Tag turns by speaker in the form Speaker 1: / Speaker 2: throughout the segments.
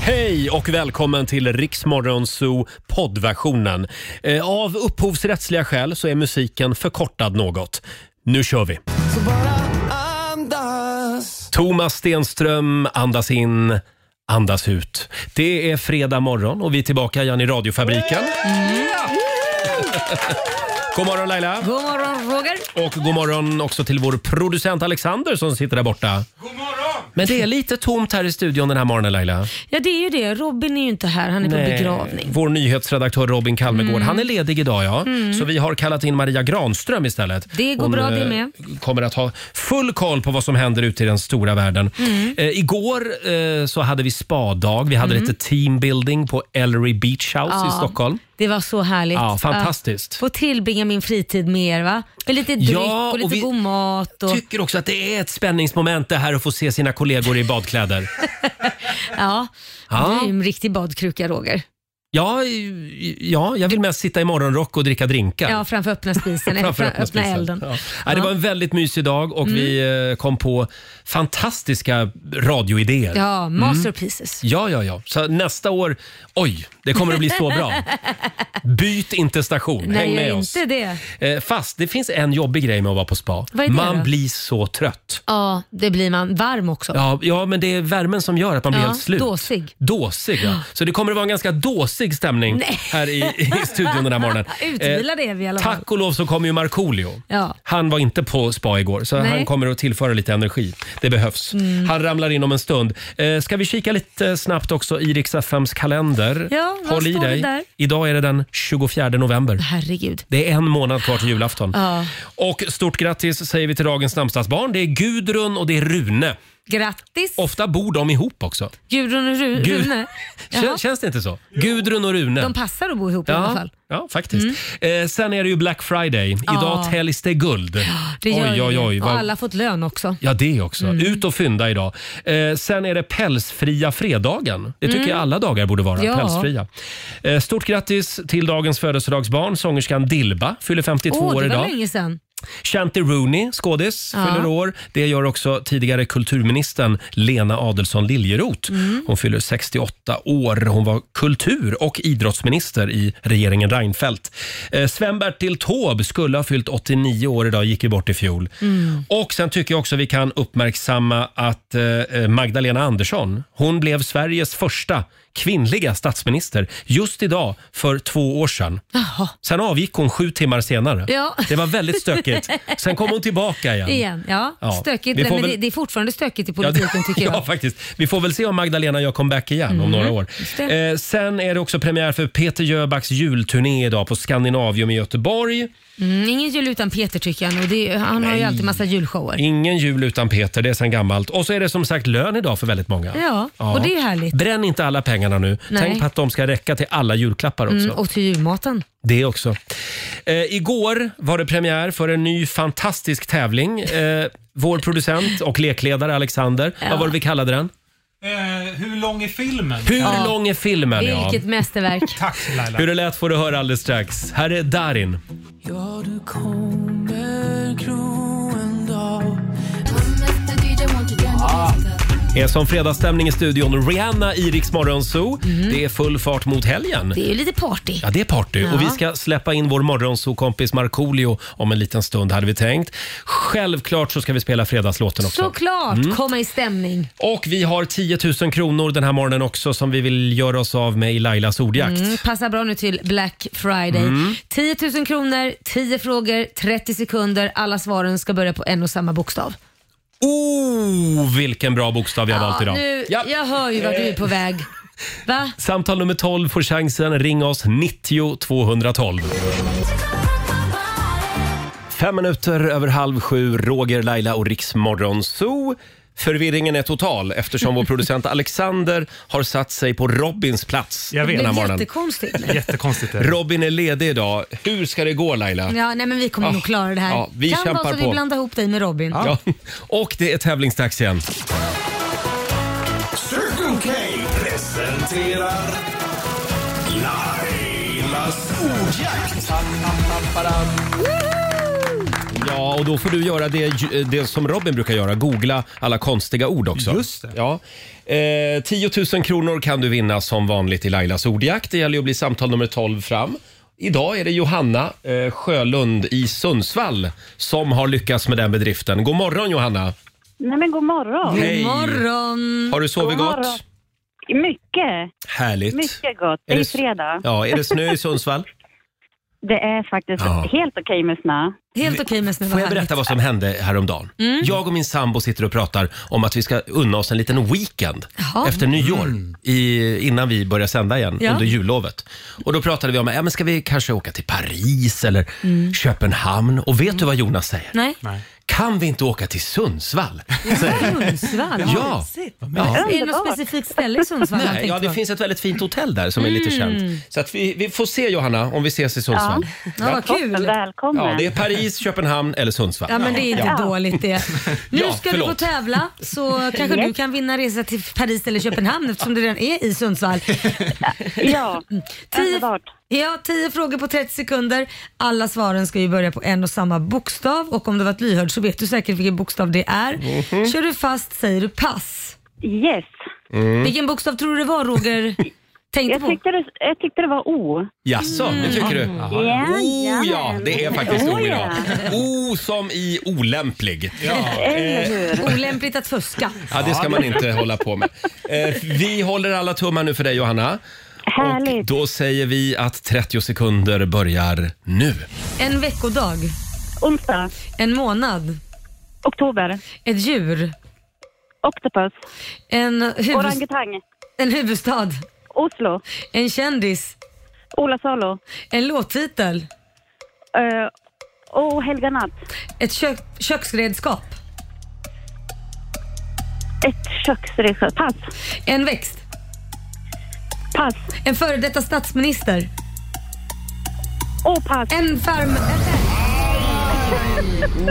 Speaker 1: Hej och välkommen till Riksmorgonzoo poddversionen. Eh, Av upphovsrättsliga skäl så är musiken förkortad något. Nu kör vi! Thomas Stenström andas in, andas ut. Det är fredag morgon och vi är tillbaka igen i radiofabriken. God morgon Laila!
Speaker 2: God morgon Roger.
Speaker 1: Och god morgon också till vår producent Alexander som sitter där borta. God morgon! Men det är lite tomt här i studion den här morgonen Laila.
Speaker 2: Ja det är ju det. Robin är ju inte här. Han är på
Speaker 1: Nej,
Speaker 2: begravning.
Speaker 1: Vår nyhetsredaktör Robin Kalmegård, han är ledig idag ja.
Speaker 2: Mm.
Speaker 1: Så vi har kallat in Maria Granström istället.
Speaker 2: Det går bra, det
Speaker 1: eh,
Speaker 2: med.
Speaker 1: kommer att ha full koll på vad som händer ute i den stora världen.
Speaker 2: Mm.
Speaker 1: Eh, igår eh, så hade vi spadag. Vi hade
Speaker 2: Mm.
Speaker 1: lite teambuilding på Ellery Beach House
Speaker 2: Ja.
Speaker 1: i Stockholm.
Speaker 2: Det var så härligt.
Speaker 1: Ja, fantastiskt.
Speaker 2: Att Få tillbringa min fritid med er va? Med lite dryck
Speaker 1: Ja,
Speaker 2: och
Speaker 1: och
Speaker 2: lite
Speaker 1: vi-
Speaker 2: god mat. Och...
Speaker 1: Tycker också att det är ett spänningsmoment det här att få se sina kollegor i badkläder.
Speaker 2: Ja.
Speaker 1: Ja.
Speaker 2: Du är ju en riktig badkruka Roger.
Speaker 1: Ja, i- ja, jag vill mest sitta i morgonrock och dricka drinkar.
Speaker 2: Ja, framför öppna spisen. eller
Speaker 1: Framför
Speaker 2: fram-
Speaker 1: öppna
Speaker 2: öppna,
Speaker 1: spisen.
Speaker 2: elden.
Speaker 1: Ja. Nej, det var en väldigt mysig dag och vi
Speaker 2: Mm.
Speaker 1: eh, kom på fantastiska radioidéer.
Speaker 2: Ja,
Speaker 1: Mm.
Speaker 2: masterpieces.
Speaker 1: Ja, ja, ja. Så nästa år, oj, det kommer att bli så bra. Byt inte station, häng
Speaker 2: Nej,
Speaker 1: med
Speaker 2: gör
Speaker 1: oss.
Speaker 2: inte det.
Speaker 1: Eh, Fast det finns en jobbig grej med att vara på spa.
Speaker 2: Vad är det
Speaker 1: Man
Speaker 2: då?
Speaker 1: blir så trött.
Speaker 2: Ja, det blir man. Varm också.
Speaker 1: Ja, ja, men det är värmen som gör att man blir
Speaker 2: Ja,
Speaker 1: helt slut.
Speaker 2: Dåsig.
Speaker 1: Dåsig, ja. Så det kommer att vara en ganska dåsig stämning
Speaker 2: Nej.
Speaker 1: här i, i studion den här morgonen. Eh,
Speaker 2: Utvilade är vi i alla fall.
Speaker 1: Tack och lov så kommer ju Markoolio.
Speaker 2: Ja.
Speaker 1: Han var inte på spa igår, så
Speaker 2: Nej.
Speaker 1: han kommer att tillföra lite energi. Det behövs.
Speaker 2: Mm.
Speaker 1: Han ramlar in om en stund. Eh, ska vi kika lite snabbt också i Rix FMs kalender?
Speaker 2: Ja, vad
Speaker 1: Håll i
Speaker 2: står det
Speaker 1: dig.
Speaker 2: där?
Speaker 1: Idag är det den 24 november.
Speaker 2: Herregud.
Speaker 1: Det är en månad kvar till julafton.
Speaker 2: Ja.
Speaker 1: Och stort grattis säger vi till dagens namnsdagsbarn. Det är Gudrun och det är Rune.
Speaker 2: Grattis
Speaker 1: Ofta bor de ihop också.
Speaker 2: Gudrun och Ru-
Speaker 1: Gud-
Speaker 2: Rune.
Speaker 1: Kän-
Speaker 2: Jaha.
Speaker 1: Känns det inte så? Gudrun och Rune.
Speaker 2: De passar att bo ihop i alla
Speaker 1: Ja,
Speaker 2: fall. Mm.
Speaker 1: ja, faktiskt. Eh, sen är det ju Black Friday. Idag
Speaker 2: Ja.
Speaker 1: täljs det guld.
Speaker 2: Det gör
Speaker 1: oj,
Speaker 2: ju
Speaker 1: oj,
Speaker 2: det.
Speaker 1: oj.
Speaker 2: Och
Speaker 1: vad-
Speaker 2: alla har fått lön också.
Speaker 1: Ja, det också.
Speaker 2: Mm.
Speaker 1: Ut och fynda idag. Eh, sen är det pälsfria fredagen. Det tycker
Speaker 2: Mm.
Speaker 1: jag alla dagar borde vara.
Speaker 2: Ja.
Speaker 1: Pälsfria. Eh, stort grattis till dagens födelsedagsbarn. Sångerskan Dilba fyller 52
Speaker 2: Åh,
Speaker 1: år
Speaker 2: det var
Speaker 1: idag.
Speaker 2: länge sedan.
Speaker 1: Shanti Rooney, skådis,
Speaker 2: Ja.
Speaker 1: fyller år. Det gör också tidigare kulturministern Lena Adelsohn Liljeroth.
Speaker 3: Mm.
Speaker 1: Hon fyller 68 år. Hon var kultur och idrottsminister i regeringen Reinfeldt. Eh, Sven-Bertil Taube skulle ha fyllt 89 år idag, gick ju bort i fjol.
Speaker 4: Mm.
Speaker 1: Och sen tycker jag också vi kan uppmärksamma att eh, Magdalena Andersson, hon blev Sveriges första kvinnliga statsminister just idag för två år sedan.
Speaker 2: Jaha.
Speaker 1: Sen avgick hon sju timmar senare.
Speaker 2: Ja.
Speaker 1: Det var väldigt stökigt. Sen kom hon tillbaka igen.
Speaker 2: Igen, ja.
Speaker 1: Ja.
Speaker 2: Stökigt.
Speaker 1: Vi får
Speaker 2: Men
Speaker 1: väl-
Speaker 2: det, det är fortfarande stökigt i
Speaker 1: Ja, det-
Speaker 2: politiken tycker jag.
Speaker 1: Ja, faktiskt. Vi får väl se om Magdalena gör comeback igen om
Speaker 2: Mm,
Speaker 1: några år.
Speaker 2: just det.
Speaker 1: Eh, sen är det också premiär för Peter Jöbacks julturné idag på Skandinavium i Göteborg.
Speaker 2: Mm, ingen jul utan Peter tycker jag nog. Det är, han har ju
Speaker 1: Nej.
Speaker 2: alltid massa julshower.
Speaker 1: Ingen jul utan Peter, det är sen gammalt. Och så är det som sagt lön idag för väldigt många.
Speaker 2: Ja, och det är härligt.
Speaker 1: Bränn inte alla pengarna nu.
Speaker 2: Nej.
Speaker 1: Tänk på att de ska räcka till alla julklappar också.
Speaker 2: Mm, och till julmaten.
Speaker 1: Det också. Eh, igår var det premiär för en ny fantastisk tävling. Eh, vår producent och lekledare Alexander,
Speaker 2: Ja.
Speaker 1: vad var det vi kallade den?
Speaker 5: Eh, hur lång är filmen?
Speaker 1: Hur lång är filmen? Ja.
Speaker 2: Vilket mästerverk.
Speaker 5: Tack Laila.
Speaker 1: Hur det lät får du höra alldeles strax. Här är Darin.
Speaker 4: Ja, du kommer gro en dag
Speaker 1: Är som fredagsstämning i studion. Rihanna i Rix Morgon Zoo. Det är full fart mot helgen.
Speaker 2: Mhm. Det är ju lite party.
Speaker 1: Ja, det är party.
Speaker 2: Ja.
Speaker 1: Och vi ska släppa in vår morgonsokompis Markoolio om en liten stund, hade vi tänkt. Självklart så ska vi spela fredagslåten också.
Speaker 2: Såklart,
Speaker 1: Mm.
Speaker 2: komma i stämning.
Speaker 1: Och vi har 10 000 kronor den här morgonen också som vi vill göra oss av med i Lailas ordjakt.
Speaker 2: Mm, passar bra nu till Black Friday.
Speaker 1: Mm.
Speaker 2: 10 000 kronor, 10 frågor, 30 sekunder. Alla svaren ska börja på en och samma bokstav.
Speaker 1: Oh, vilken bra bokstav vi har valt idag.
Speaker 2: Nu, Jag hör ju vart du är på väg. Va?
Speaker 1: Samtal nummer 12 får chansen. Ring oss 90 212. Fem minuter över halv sju, Roger, Laila och Riksmorgon Zoo. Förvirringen är total eftersom vår producent Alexander har satt sig på Robins plats
Speaker 2: det
Speaker 1: den här
Speaker 2: blev
Speaker 1: morgonen.
Speaker 2: jättekonstigt nu.
Speaker 5: Jättekonstigt.
Speaker 1: Robin är ledig idag. Hur ska det gå Laila?
Speaker 2: Ja, nej men vi kommer
Speaker 1: Ja.
Speaker 2: nog klara det här.
Speaker 1: Ja, vi
Speaker 2: kan
Speaker 1: kämpar
Speaker 2: vara så att
Speaker 1: på.
Speaker 2: vi blandar ihop dig med Robin.
Speaker 1: Ja. Och det är tävlingsdags igen.
Speaker 4: Circle K presenterar Lailas ordjakt.
Speaker 1: Ja, och då får du göra det, eh, det som Robin brukar göra, googla alla konstiga ord också.
Speaker 5: Just det.
Speaker 1: Ja. Eh, 10 000 kronor kan du vinna som vanligt i Lailas ordjakt. Det gäller ju att bli samtal nummer 12 fram. Idag är det Johanna eh, Sjölund i Sundsvall som har lyckats med den bedriften. God morgon Johanna!
Speaker 3: Nej men god morgon.
Speaker 1: Hej.
Speaker 2: God morgon!
Speaker 1: Har du sovit
Speaker 3: God
Speaker 1: gott?
Speaker 3: morgon. Mycket,
Speaker 1: Härligt!
Speaker 3: mycket gott. Det är fredag.
Speaker 1: Ja, är det snö i Sundsvall?
Speaker 3: Det är faktiskt
Speaker 1: Ja.
Speaker 3: helt okej med snö.
Speaker 2: Helt okej med snö.
Speaker 1: Får jag berätta vad som hände häromdagen?
Speaker 2: Mm.
Speaker 1: Jag och min sambo sitter och pratar om att vi ska unna oss en liten weekend
Speaker 2: Jaha.
Speaker 1: efter nyår i, innan vi börjar sända igen
Speaker 2: Ja.
Speaker 1: under jullovet. Och då pratade vi om, ja, men ska vi kanske åka till Paris eller Köpenhamn? Och vet du vad Jonas säger?
Speaker 2: Mm. Nej,
Speaker 1: Kan vi inte åka till Sundsvall?
Speaker 2: Sundsvall.
Speaker 1: Ja. Ja.
Speaker 2: Är det något specifikt ställe i Sundsvall? man
Speaker 1: Nej, ja,
Speaker 2: tänkt
Speaker 1: det
Speaker 2: på?
Speaker 1: finns ett väldigt fint hotell där som är lite känt. Så att vi, vi får se Johanna om vi ses i Sundsvall.
Speaker 2: Mm. Ja, vad
Speaker 3: Toppen,
Speaker 2: kul.
Speaker 3: välkommen.
Speaker 1: Ja, det är Paris, Köpenhamn eller Sundsvall.
Speaker 2: Ja, men det är inte
Speaker 3: Ja.
Speaker 2: dåligt det. Nu
Speaker 1: Ja,
Speaker 2: ska du
Speaker 1: förlåt.
Speaker 2: få tävla så kanske du kan vinna resa till Paris eller Köpenhamn eftersom du redan är i Sundsvall.
Speaker 3: ja.
Speaker 2: Tio,
Speaker 3: Underbart.
Speaker 2: ja, tio frågor på 30 sekunder. Alla svaren ska ju börja på en och samma bokstav och om du varit lyhörd så vet du säkert vilken bokstav det är.
Speaker 1: Mhm.
Speaker 2: Kör du fast säger du pass.
Speaker 3: Yes.
Speaker 1: Mm.
Speaker 2: Vilken bokstav tror du det var Roger tänkte
Speaker 3: Jag
Speaker 2: på?
Speaker 3: tyckte, det, jag tyckte det var O.
Speaker 1: Jaså,
Speaker 3: Mm.
Speaker 1: det tycker du? Oh ja, det är faktiskt
Speaker 3: Oh,
Speaker 1: O idag.
Speaker 3: ja.
Speaker 1: O som i olämplig. Eh,
Speaker 5: Ja.
Speaker 3: Eller hur?
Speaker 2: Olämpligt att fuska.
Speaker 1: Ja, det ska man inte hålla på med. Eh, vi håller alla tummar nu för dig Johanna. Och
Speaker 3: Härligt.
Speaker 1: då säger vi att 30 sekunder börjar nu.
Speaker 2: En veckodag,
Speaker 3: Onsdag,
Speaker 2: en månad,
Speaker 3: oktober,
Speaker 2: ett djur,
Speaker 3: Octopus,
Speaker 2: en, huvud,
Speaker 3: Orangutang,
Speaker 2: en huvudstad,
Speaker 3: Oslo,
Speaker 2: en kändis,
Speaker 3: Ola Salo,
Speaker 2: en låttitel,
Speaker 3: uh, Oh helga natt,
Speaker 2: ett kök, köksredskap,
Speaker 3: ett köksresa. Pass,
Speaker 2: en växt,
Speaker 3: pass,
Speaker 2: en före detta statsminister,
Speaker 3: oh pass.
Speaker 2: en farm...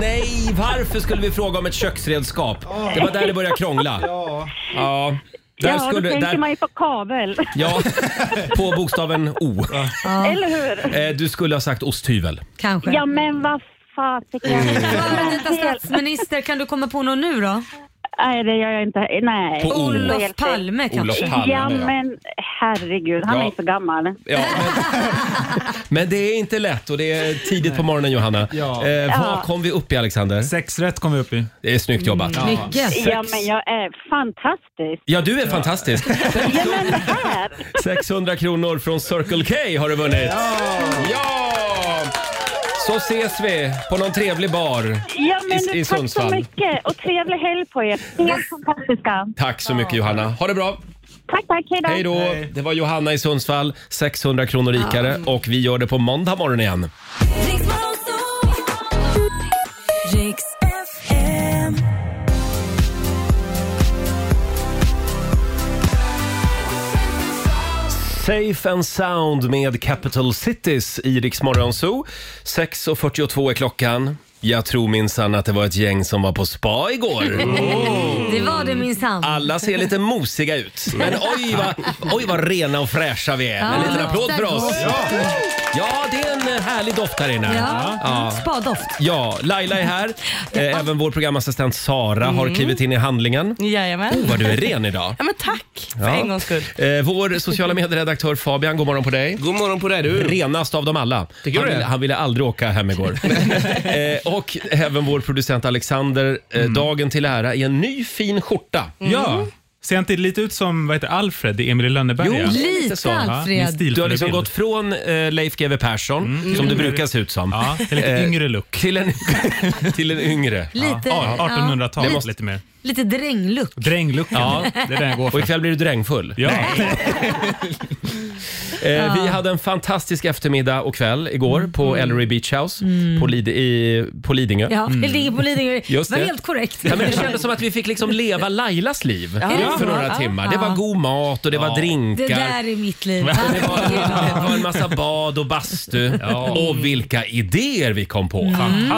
Speaker 1: Nej, varför skulle vi fråga om ett köksredskap? Det var där det började krångla. Ja, där
Speaker 3: Ja, då
Speaker 1: skulle...
Speaker 3: tänker man
Speaker 1: Där,
Speaker 3: ju på kabel.
Speaker 1: ja, på bokstaven O.
Speaker 3: Eller hur?
Speaker 1: Eh, du skulle ha sagt osthyvel.
Speaker 2: Kanske.
Speaker 3: Ja men vad fasiken.
Speaker 1: Mm.
Speaker 2: Före
Speaker 3: Men
Speaker 2: detta
Speaker 3: helt-
Speaker 2: statsminister, kan du komma på någon nu då?
Speaker 3: Nej det gör jag inte. Nej.
Speaker 1: På O.
Speaker 3: Det är
Speaker 2: Olof
Speaker 3: helt
Speaker 2: Palme kanske?
Speaker 1: Olof
Speaker 3: fel.
Speaker 1: Palme.
Speaker 3: Ja men herregud, han
Speaker 1: Ja.
Speaker 3: är ju så gammal.
Speaker 1: Ja, men, men det är inte lätt och det är tidigt på morgonen Johanna.
Speaker 5: Ja.
Speaker 1: Eh, vad
Speaker 3: Ja.
Speaker 1: kom vi upp i Alexander?
Speaker 5: Sex rätt kom vi upp i. Mm,
Speaker 1: Det är snyggt jobbat. Ja,
Speaker 2: Mm, Mycket.
Speaker 3: Ja men jag är fantastisk.
Speaker 1: du är fantastisk.
Speaker 3: Ja men det här.
Speaker 1: 600 kronor från Circle K har du vunnit. Ja! Så ses vi på någon trevlig bar.
Speaker 3: Ja men
Speaker 1: I- i
Speaker 3: du, tack så
Speaker 1: Sundsvall.
Speaker 3: mycket och trevlig helg på er. Helt fantastiska.
Speaker 1: Tack så mycket Johanna. Ha det bra.
Speaker 3: Tack tack, hej då.
Speaker 1: Hej då. Det var Johanna i Sundsvall, 600 kronor rikare och vi gör det på måndag morgon igen.
Speaker 6: Riks FM.
Speaker 1: Safe and sound med Capital Cities i Rix Morgon Zoo. 6.42 är klockan. Jag tror minsann att det var ett gäng som var på spa igår.
Speaker 7: Oh.
Speaker 1: Oh.
Speaker 2: Det var det minsann.
Speaker 1: Alla ser lite mosiga ut. Men oj vad, oj vad rena och fräscha vi är. En liten applåd för oss. Ja, det är en härlig doft här inne.
Speaker 2: Ja.
Speaker 1: Ja. Mm.
Speaker 2: Spadoft.
Speaker 1: Ja, Laila är här. Eh, Även vår programassistent Sara har klivit in i handlingen.
Speaker 7: Mm.
Speaker 1: Oh,
Speaker 7: Jajamän.
Speaker 1: Vad du är ren idag.
Speaker 7: Ja men tack för
Speaker 1: Ja.
Speaker 7: en gångs skull.
Speaker 1: Eh, Vår sociala medieredaktör Fabian, god morgon på dig.
Speaker 8: God morgon på dig du.
Speaker 1: Renast av dem alla.
Speaker 8: Tycker
Speaker 1: han,
Speaker 8: du
Speaker 1: ville,
Speaker 8: det?
Speaker 1: han ville aldrig åka hem igår. eh, och även vår producent Alexander, eh, dagen till ära i en ny fin skjorta.
Speaker 5: Mm.
Speaker 1: Mm.
Speaker 5: Ja. Ser inte lite ut som vad heter Alfred i Emil i Lönneberga?
Speaker 1: Jo,
Speaker 2: Lite
Speaker 1: så, va?
Speaker 5: Min
Speaker 2: Alfred.
Speaker 5: stilförebild. Mm.
Speaker 1: Du har liksom gått från eh, Leif GW Persson, som det brukar se ut som,
Speaker 5: Ja, en lite
Speaker 1: Eh,
Speaker 5: yngre look.
Speaker 1: till, en, till en yngre.
Speaker 2: Lite,
Speaker 5: Ja,
Speaker 2: ja,
Speaker 5: 1800-tal
Speaker 2: lite-
Speaker 5: lite mer.
Speaker 2: Lite drängluck.
Speaker 5: Drängluckan.
Speaker 1: Ja.
Speaker 5: Det är den jag går
Speaker 1: Och
Speaker 5: för.
Speaker 1: ikväll blir du drängfull.
Speaker 5: Ja.
Speaker 1: Eh, vi hade en fantastisk eftermiddag och kväll igår på Ellery Beach House på, Lid i, på Lidingö.
Speaker 2: Mm. Ja, det ligger på Lidingö.
Speaker 1: Mm. Just
Speaker 2: var
Speaker 1: det.
Speaker 2: helt korrekt.
Speaker 1: Ja, men det kändes som att vi fick liksom leva Lailas liv
Speaker 2: det
Speaker 1: för
Speaker 2: så?
Speaker 1: några
Speaker 2: Ja.
Speaker 1: timmar. Det var
Speaker 2: Ja.
Speaker 1: god mat och det var drinkar.
Speaker 2: Det där är mitt liv.
Speaker 1: Det var, det var en massa bad och bastu. Och vilka idéer vi kom på.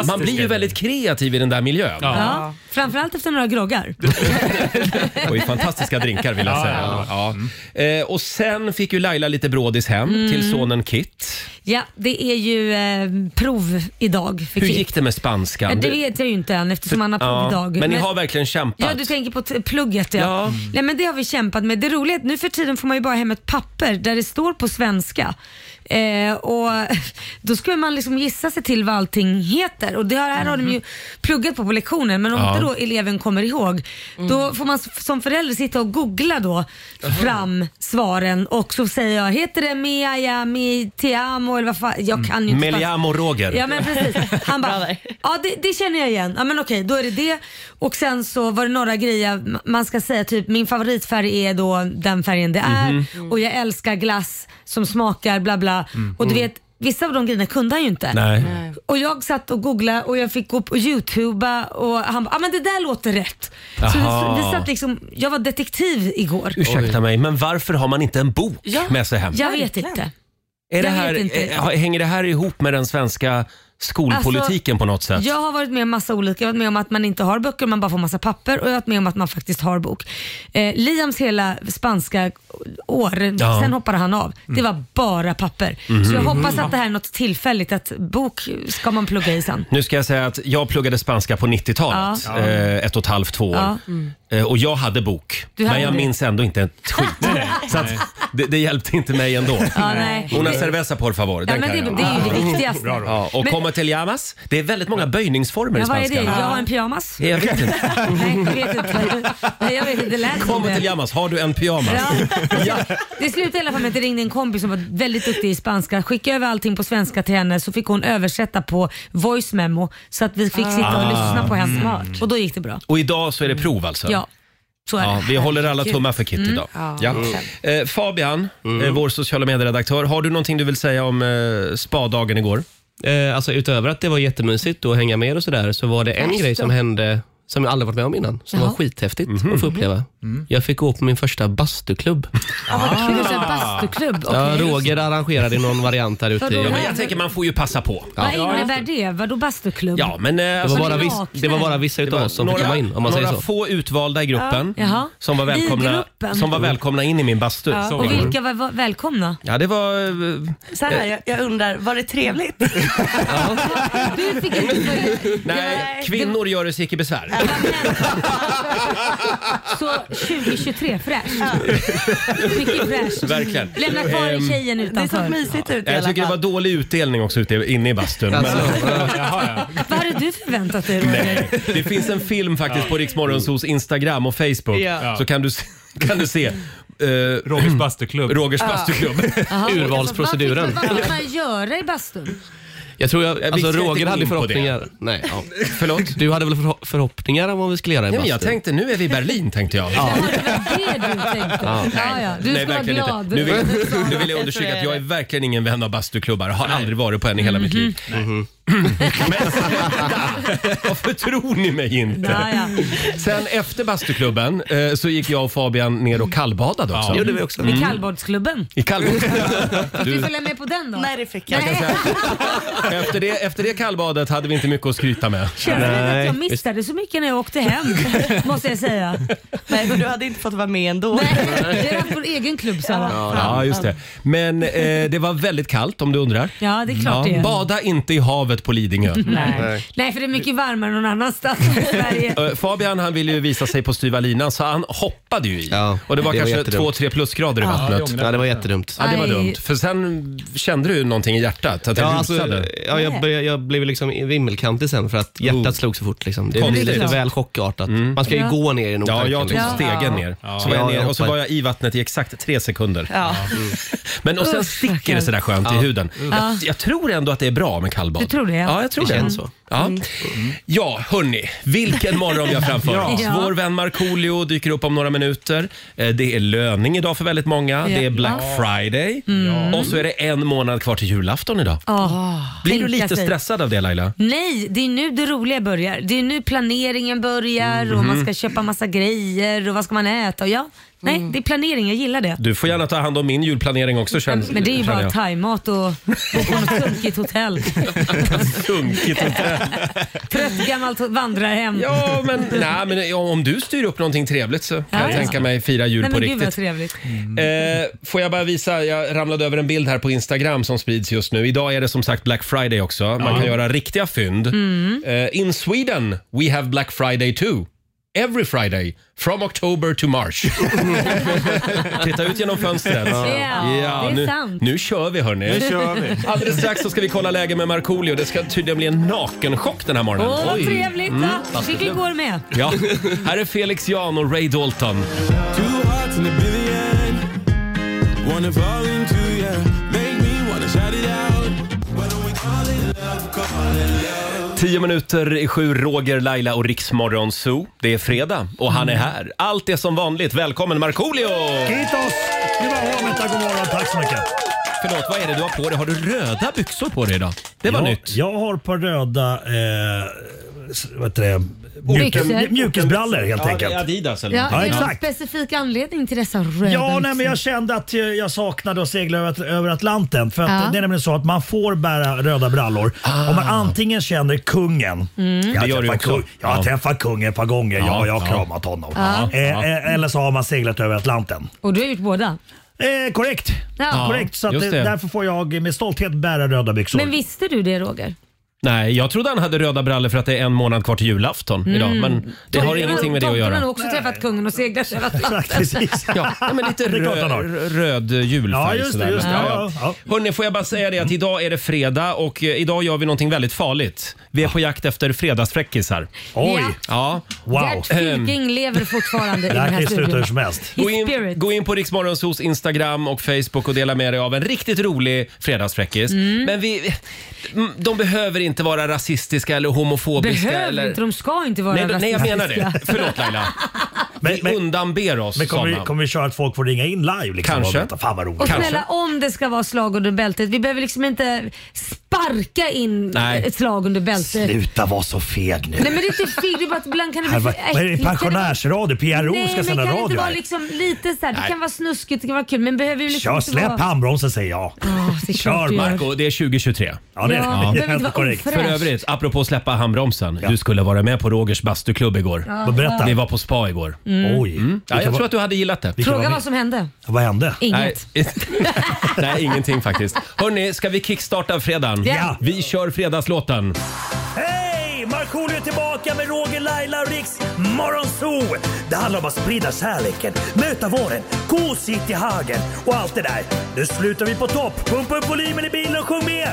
Speaker 1: Man blir ju väldigt kreativ i den där miljön.
Speaker 2: Ja, framförallt efter några groggar.
Speaker 1: Och i fantastiska drinkar
Speaker 2: Mm.
Speaker 1: vill jag säga. Ja. Eh, och sen fick ju Laila lite brådis hem till sonen Kit.
Speaker 2: Ja, det är ju eh, prov idag för
Speaker 1: Hur
Speaker 2: Kit.
Speaker 1: gick det med
Speaker 2: Ja,
Speaker 1: spanskan?
Speaker 2: det vet jag ju inte än eftersom han har prov
Speaker 1: Ja,
Speaker 2: idag.
Speaker 1: Men ni har verkligen kämpat.
Speaker 2: Ja, du tänker på t- plugget ja.
Speaker 1: Ja. Mm.
Speaker 2: Nej men det har vi kämpat med. Det roliga är att nu för tiden får man ju bara hem ett papper där det står på svenska. Eh, och då skulle man liksom gissa sig till vad allting heter och det här har de ju pluggat på på lektionen men om
Speaker 1: Mhm. Ja. Mm.
Speaker 2: inte då eleven kommer ihåg då får man s- som förälder sitta och googla då fram svaren och så säger jag heter det Mia, ja, mi, te amo eller vad fan. Jag kan ju inte spanska.
Speaker 1: Mm. Meliamo Roger.
Speaker 2: Ja men precis. Han
Speaker 7: Bra
Speaker 2: bara,
Speaker 7: där.
Speaker 2: ja det, det känner jag igen. Ja men okej, då är det det. Och sen så var det några grejer m- man ska säga, typ min favoritfärg är då den färgen det är
Speaker 1: Mhm.
Speaker 2: och jag älskar glass som smakar bla bla. Och du vet, vissa av de grejerna kunde han ju inte.
Speaker 1: Mm. Nej.
Speaker 2: Och jag satt och googlade och jag fick gå på youtuba och han bara, ah, men det där låter rätt. Så vi,
Speaker 1: Jaha.
Speaker 2: vi satt liksom, jag var detektiv igår.
Speaker 1: Ursäkta mig, men varför har man inte en bok
Speaker 7: Ja.
Speaker 1: med sig hem?
Speaker 2: Jag vet
Speaker 7: Verkligen.
Speaker 2: inte.
Speaker 1: är det
Speaker 2: jag vet
Speaker 1: här,
Speaker 2: inte.
Speaker 1: eh, Hänger det här ihop med den svenska
Speaker 2: Alltså,
Speaker 1: skolpolitiken på något sätt?
Speaker 2: Jag har varit med om massa olika. Jag har varit med om att man inte har böcker, man bara får massa papper och jag har varit med om att man faktiskt har bok. Eh, Liams hela spanska år,
Speaker 1: Ja. Mm. Mhm.
Speaker 2: sen hoppade han av. Det var bara papper. Så jag hoppas att det här är något tillfälligt, att bok ska man plugga i sen.
Speaker 1: Nu ska jag säga att jag pluggade spanska på 90-talet, eh, ett och ett halvt, två år.
Speaker 2: Ja.
Speaker 1: Eh, och jag hade bok,
Speaker 2: Du hade
Speaker 1: men jag
Speaker 2: det.
Speaker 1: minns ändå inte ett skit. Så att, det, det hjälpte inte mig ändå.
Speaker 2: Ja, nej.
Speaker 1: Una cerveza por favor,
Speaker 2: Ja,
Speaker 1: den
Speaker 2: men
Speaker 1: kan
Speaker 2: det,
Speaker 1: jag.
Speaker 2: det är ju det viktigaste.
Speaker 1: Ja, och
Speaker 2: Men-
Speaker 1: como te llamas? Det är väldigt många böjningsformer i
Speaker 2: Ja, vad är
Speaker 1: spanska.
Speaker 2: det? Jag har en pyjamas?
Speaker 1: Jag vet inte.
Speaker 2: Nej, jag vet inte. Nej, jag vet inte. Det lät
Speaker 1: Como
Speaker 2: inte.
Speaker 1: te llamas? Har du en pyjamas?
Speaker 2: Ja. Det slutade i alla fall med att det ringde en kompis som var väldigt duktig i spanska. Skickade över allting på svenska till henne så fick hon översätta på voice memo så att vi fick sitta
Speaker 1: Ah.
Speaker 2: och lyssna på
Speaker 1: Mm.
Speaker 2: henne. Och då gick det bra.
Speaker 1: Och idag så är det prov alltså?
Speaker 2: Ja, så är
Speaker 1: Ja,
Speaker 2: det. Mm.
Speaker 1: vi håller alla tummar för Kit idag. Ja. Eh, Fabian,
Speaker 8: Mm.
Speaker 1: eh, vår sociala medieredaktör, har du någonting du vill säga om eh, spadagen igår?
Speaker 8: Eh, alltså utöver att det var jättemysigt att hänga med och sådär så var det en grej som hände som jag aldrig varit med om innan, som
Speaker 2: Jaha.
Speaker 8: var skithäftigt
Speaker 1: Mhm.
Speaker 8: att få uppleva.
Speaker 1: Mm.
Speaker 8: Jag fick gå på min första bastuklubb.
Speaker 2: Ah. Det finns en bastuklubb. Okay.
Speaker 8: Ja, Roger arrangerade någon variant där ute.
Speaker 2: Vadå?
Speaker 8: i-
Speaker 1: Ja, men jag tänker man får ju passa på.
Speaker 2: Vad innebär det? Vadå bastuklubb?
Speaker 1: Ja, men eh,
Speaker 8: Det var,
Speaker 1: alltså,
Speaker 8: bara
Speaker 2: ni
Speaker 8: viss,
Speaker 2: vaknar.
Speaker 8: det var bara vissa utav oss som fick komma in om man
Speaker 1: några
Speaker 8: säger så.
Speaker 1: få utvalda i gruppen
Speaker 2: Ja. Jaha.
Speaker 1: som, var
Speaker 2: I
Speaker 1: välkomna,
Speaker 2: gruppen.
Speaker 1: som var välkomna in i min bastu.
Speaker 2: Ja, Och vilka var var välkomna?
Speaker 1: Ja, det var... eh,
Speaker 7: Så här, jag, jag undrar, var det trevligt?
Speaker 2: Du fick inte följa-
Speaker 1: Nej, kvinnor gör det sig icke besvär.
Speaker 2: Så 2023, fräscht. Mycket fräscht.
Speaker 1: Verkligen.
Speaker 2: Lämna kvar
Speaker 1: Ehm,
Speaker 2: tjejen
Speaker 7: Det såg
Speaker 2: utanför.
Speaker 7: mysigt ut i
Speaker 1: Jag
Speaker 7: alla
Speaker 1: tycker det var
Speaker 7: fall.
Speaker 1: dålig utdelning också ute, inne i bastun. Men,
Speaker 8: Alltså,
Speaker 2: Vad hade du förväntat dig Roger?
Speaker 1: Det finns en film faktiskt på Rix Morgonzos Instagram och Facebook.
Speaker 7: Ja.
Speaker 1: Så kan du, se- kan du se eh,
Speaker 5: Rogers bastuklubb.
Speaker 1: Rogers bastuklubb.
Speaker 2: Jaha.
Speaker 8: Urvalsproceduren.
Speaker 2: Vad fick man göra i bastun?
Speaker 8: jag tror jag, alltså
Speaker 1: ska inte
Speaker 8: Roger
Speaker 1: gå
Speaker 8: hade
Speaker 1: in på
Speaker 8: förhoppningar. Nej, ja.
Speaker 1: Förlåt?
Speaker 8: Du hade väl förho- förhoppningar om vad vi skulle göra i
Speaker 1: Nej, men jag
Speaker 8: bastu?
Speaker 1: tänkte nu är vi i Berlin tänkte jag.
Speaker 2: Ja. Det var det du tänkte? Ja, ja. Du
Speaker 1: Nej,
Speaker 2: ska vara
Speaker 1: verkligen
Speaker 2: glad.
Speaker 1: inte. Nu vill, jag, nu vill jag
Speaker 7: Så
Speaker 1: understryka
Speaker 7: är
Speaker 1: att jag är
Speaker 7: det.
Speaker 1: verkligen ingen vän av bastuklubbar. Har aldrig varit på en i hela
Speaker 2: Mhm.
Speaker 1: mitt liv. Men sluta! Varför tror ni mig
Speaker 2: Ja,
Speaker 1: inte?
Speaker 2: ja.
Speaker 1: Sen efter bastuklubben eh, så gick jag och Fabian ner och kallbadade också. Mm.
Speaker 8: Gjorde vi också.
Speaker 2: I kallbadsklubben.
Speaker 1: I kallbad.
Speaker 2: Fick du följa med på den då?
Speaker 7: Nej, det fick jag.
Speaker 2: Nej.
Speaker 1: Efter det, efter det kallbadet hade vi inte mycket att skryta med.
Speaker 2: Känns det att
Speaker 8: Nej.
Speaker 2: jag missade så mycket när jag åkte hem, måste jag säga.
Speaker 7: Nej, men du hade inte fått vara med ändå.
Speaker 2: Nej, vi har haft vår egen klubb sa jag.
Speaker 1: Ja, just det. Men eh, det var väldigt kallt om du undrar.
Speaker 2: Ja, det är klart det är.
Speaker 1: Bada inte i havet på Lidingö.
Speaker 2: Nej. Nej, för det är mycket varmare någon annanstans i Sverige.
Speaker 1: Eh, Fabian han ville ju visa sig på styva linan så han hoppade ju i.
Speaker 8: Ja,
Speaker 1: och det var
Speaker 8: det var
Speaker 1: kanske
Speaker 8: jättedumt.
Speaker 1: 2-3 plusgrader i vattnet.
Speaker 8: Ja, det var jättedumt.
Speaker 1: Ja, det var
Speaker 2: Aj.
Speaker 1: dumt. För sen kände du någonting i hjärtat, att det
Speaker 8: Ja, alltså,
Speaker 1: rusade. Oh.
Speaker 8: ja, jag, började, jag blev liksom vimmelkantig sen för att hjärtat slog så fort. Liksom. Det
Speaker 1: Konstigt.
Speaker 8: blir lite väl chockartat. Man ska ju
Speaker 2: Ja.
Speaker 8: gå ner i nog
Speaker 1: Mm. Ja,
Speaker 8: tanken,
Speaker 1: jag tog
Speaker 8: liksom.
Speaker 1: stegen ner. Så var jag
Speaker 8: Ja,
Speaker 1: ner
Speaker 8: jag Mm.
Speaker 1: och så var
Speaker 8: hoppade.
Speaker 1: jag i vattnet i exakt tre sekunder.
Speaker 7: Ja.
Speaker 1: Men och sen
Speaker 2: Usch,
Speaker 1: sticker det
Speaker 2: stackars.
Speaker 1: sådär skönt i huden. Jag, jag tror ändå att det är bra med kallbad.
Speaker 2: Du tror det, Mm. ja.
Speaker 1: Ja, jag tror det.
Speaker 8: känns så.
Speaker 1: Ja. ja, hörni. Vilken morgon vi har framför oss.
Speaker 2: Ja.
Speaker 1: Vår vän Markoolio dyker upp om några minuter. Eh, Det är löning idag för väldigt många.
Speaker 2: Ja.
Speaker 1: Det är Black
Speaker 2: Ja. Mm.
Speaker 1: Friday. Och så är det en månad kvar till julafton idag.
Speaker 2: Åh,
Speaker 1: Ah. Blir du
Speaker 2: tänka
Speaker 1: lite
Speaker 2: sig.
Speaker 1: stressad av det Laila?
Speaker 2: Nej, det är nu det roliga
Speaker 1: Mhm.
Speaker 2: börjar. Det är nu planeringen börjar och man ska köpa massa grejer och vad ska man äta? Och ja, Nej,
Speaker 1: Mm.
Speaker 2: det är planering. Jag gillar det.
Speaker 1: Du får gärna ta hand om min julplanering också känns
Speaker 2: Men det är ju
Speaker 1: känner
Speaker 2: bara
Speaker 1: jag.
Speaker 2: thaimat och bo på något sunkigt hotell.
Speaker 1: Sunkigt hotell.
Speaker 2: Trött gammalt vandrarhem.
Speaker 1: Ja, men, nej, men om du styr upp någonting trevligt så kan
Speaker 2: Ja,
Speaker 1: jag
Speaker 2: ja.
Speaker 1: tänka mig fira jul
Speaker 2: Nej
Speaker 1: på
Speaker 2: men gud vad
Speaker 1: riktigt.
Speaker 2: trevligt.
Speaker 5: Mm.
Speaker 1: Eh, får jag bara visa, jag ramlade över en bild här på Instagram som sprids just nu. Idag är det som sagt Black Friday också. Man kan göra riktiga fynd.
Speaker 5: Mm.
Speaker 1: Eh, in Sweden, we have Black Friday too. Every Friday, from October to March. Titta ut genom fönstret.
Speaker 2: Ja, det är
Speaker 1: nu,
Speaker 2: sant.
Speaker 1: nu kör vi hörni.
Speaker 5: Nu kör vi.
Speaker 1: Alldeles strax så ska vi kolla läget med Markoolio. Det ska tydligen bli en nakenchock den här morgonen.
Speaker 2: Åh vad trevligt! Mm. Fick igår med.
Speaker 1: Ja. Här är Felix Jan och Ray Dalton.
Speaker 4: Two hearts in a billion. Wanna fall into you. Make me wanna shout it out. Why don't we call it love? Call it love.
Speaker 1: Tio minuter i sju, Roger, Laila och Riksmorgon Zoo. Det är fredag och han är här. Allt är som vanligt. Välkommen Markoolio!
Speaker 9: Kitos! Hyvää huomenta, god morgon. Tack så mycket.
Speaker 1: Förlåt, vad är det du har på dig? Har du röda byxor på dig idag? Det var
Speaker 9: jag,
Speaker 1: nytt.
Speaker 9: Jag har ett par röda eh, s- vad heter det, mjuka,
Speaker 2: Byxor.
Speaker 9: mjukisbrallor helt
Speaker 1: Ja, det är
Speaker 9: enkelt.
Speaker 1: Adidas eller
Speaker 2: Ja,
Speaker 1: någonting.
Speaker 9: Ja,
Speaker 2: är det någon
Speaker 9: exakt.
Speaker 2: specifik anledning till dessa röda
Speaker 9: Ja, nej,
Speaker 2: byxor?
Speaker 9: men jag kände att eh, jag saknade att segla över, över Atlanten. För att
Speaker 2: Ja.
Speaker 9: Det är nämligen så att man får bära röda brallor om man antingen känner kungen. Jag, har
Speaker 1: Ah. Det gör
Speaker 9: träffat
Speaker 1: du också.
Speaker 9: Kung, jag har
Speaker 1: Ja.
Speaker 9: träffat kungen ett par gånger. Ja,
Speaker 1: Ja,
Speaker 9: jag
Speaker 1: ja.
Speaker 9: har kramat honom. Eh, eh, eller så har man seglat över Atlanten.
Speaker 2: Och du har gjort båda?
Speaker 9: Eh, korrekt.
Speaker 2: Ja.
Speaker 9: korrekt. Så att,
Speaker 1: just
Speaker 9: eh,
Speaker 1: det.
Speaker 9: Därför får jag med stolthet bära röda byxor.
Speaker 2: Men visste du det Roger?
Speaker 1: Nej, jag trodde han hade röda brallor för att det är en månad kvar till julafton Mm, idag. Men det har ingenting med det att
Speaker 2: Tomten har nog
Speaker 1: göra.
Speaker 2: också träffat kungen och seglat över Atlanten.
Speaker 9: Exakt, precis.
Speaker 1: Ja, nej, men lite
Speaker 9: Det är klart han har.
Speaker 1: röd, röd
Speaker 9: Ja,
Speaker 1: julfärg.
Speaker 9: just det.
Speaker 1: sådär.
Speaker 9: Just det.
Speaker 1: Ja,
Speaker 9: Ja,
Speaker 1: ja.
Speaker 9: ja. Ja.
Speaker 1: Hörni, får jag bara säga det att idag är det fredag och eh, idag gör vi någonting väldigt farligt. Vi är på jakt efter fredagsfräckisar.
Speaker 9: Oj,
Speaker 1: Ja.
Speaker 9: wow.
Speaker 2: Gert
Speaker 1: Ehm.
Speaker 2: Fylking lever fortfarande i
Speaker 9: Det
Speaker 2: den
Speaker 9: här kan
Speaker 2: här
Speaker 9: ju sluta hur
Speaker 2: studion.
Speaker 9: som helst.
Speaker 2: His
Speaker 1: Gå in,
Speaker 2: spirit.
Speaker 1: gå in på Riksmorgonsos Instagram och Facebook och dela med dig av en riktigt rolig fredagsfräckis.
Speaker 2: Mm.
Speaker 1: Men vi, de behöver inte vara rasistiska eller homofobiska.
Speaker 2: Behöver
Speaker 1: eller...
Speaker 2: inte, de ska inte vara
Speaker 1: Nej, nej, jag menar det.
Speaker 2: rasistiska.
Speaker 1: Förlåt Laila.
Speaker 9: Men,
Speaker 1: Vi
Speaker 9: men,
Speaker 1: undanber oss
Speaker 9: men kommer, vi,
Speaker 1: sådana.
Speaker 9: kommer vi köra att folk får ringa in live? Liksom,
Speaker 1: Kanske.
Speaker 9: Och berätta? Fan vad roligt.
Speaker 2: Och
Speaker 1: Kanske.
Speaker 2: snälla om det ska vara slag under bältet. Vi behöver liksom inte sparka in
Speaker 1: Nej.
Speaker 2: ett slag under bältet.
Speaker 9: Sluta vara så feg nu.
Speaker 2: Nej men det är inte fel, det är bara att ibland kan det
Speaker 9: Här,
Speaker 2: bli
Speaker 9: vad,
Speaker 2: för
Speaker 9: vad är det?
Speaker 2: äckligt.
Speaker 9: Pensionärsradio? PRO
Speaker 2: Nej,
Speaker 9: ska
Speaker 2: men
Speaker 9: sända
Speaker 2: kan det inte
Speaker 9: radio
Speaker 2: vara
Speaker 9: här.
Speaker 2: liksom lite så här, det
Speaker 1: Nej.
Speaker 2: kan vara snuskigt, det kan vara kul men behöver ju liksom
Speaker 9: Kör,
Speaker 2: inte
Speaker 9: släpp
Speaker 2: vara...
Speaker 9: handbromsen säger jag.
Speaker 2: Ja, det är
Speaker 9: Kör,
Speaker 2: klart du gör.
Speaker 1: Marco, det är 2023.
Speaker 9: Ja, det,
Speaker 2: Ja,
Speaker 9: det är
Speaker 2: behöver inte vara
Speaker 9: helt korrekt.
Speaker 2: ofräsch.
Speaker 1: För
Speaker 2: Äsch.
Speaker 1: övrigt, apropå släppa handbromsen. Du skulle vara med på Rogers bastuklubb igår.
Speaker 9: Men Berätta.
Speaker 1: Vi var på spa igår. Mm.
Speaker 9: Oj.
Speaker 1: Ja,
Speaker 9: Vilka
Speaker 1: jag
Speaker 9: var-
Speaker 1: tror att du hade gillat det.
Speaker 9: vilka var
Speaker 2: Mm. Fråga
Speaker 9: med?
Speaker 2: vad som hände.
Speaker 9: Vad hände?
Speaker 1: Nej,
Speaker 2: Inget.
Speaker 1: nej, ingenting faktiskt. Hörni, ska vi kickstarta fredagen?
Speaker 9: Ja.
Speaker 1: Vi kör fredagslåten.
Speaker 9: Hej! Markoolio är tillbaka med Roger, Laila och Riks Morgonzoo! Det handlar om att sprida kärleken, möta våren, gosigt i hagen och allt det där. Nu slutar vi på topp! Pumpa upp volymen i bilen och sjung med!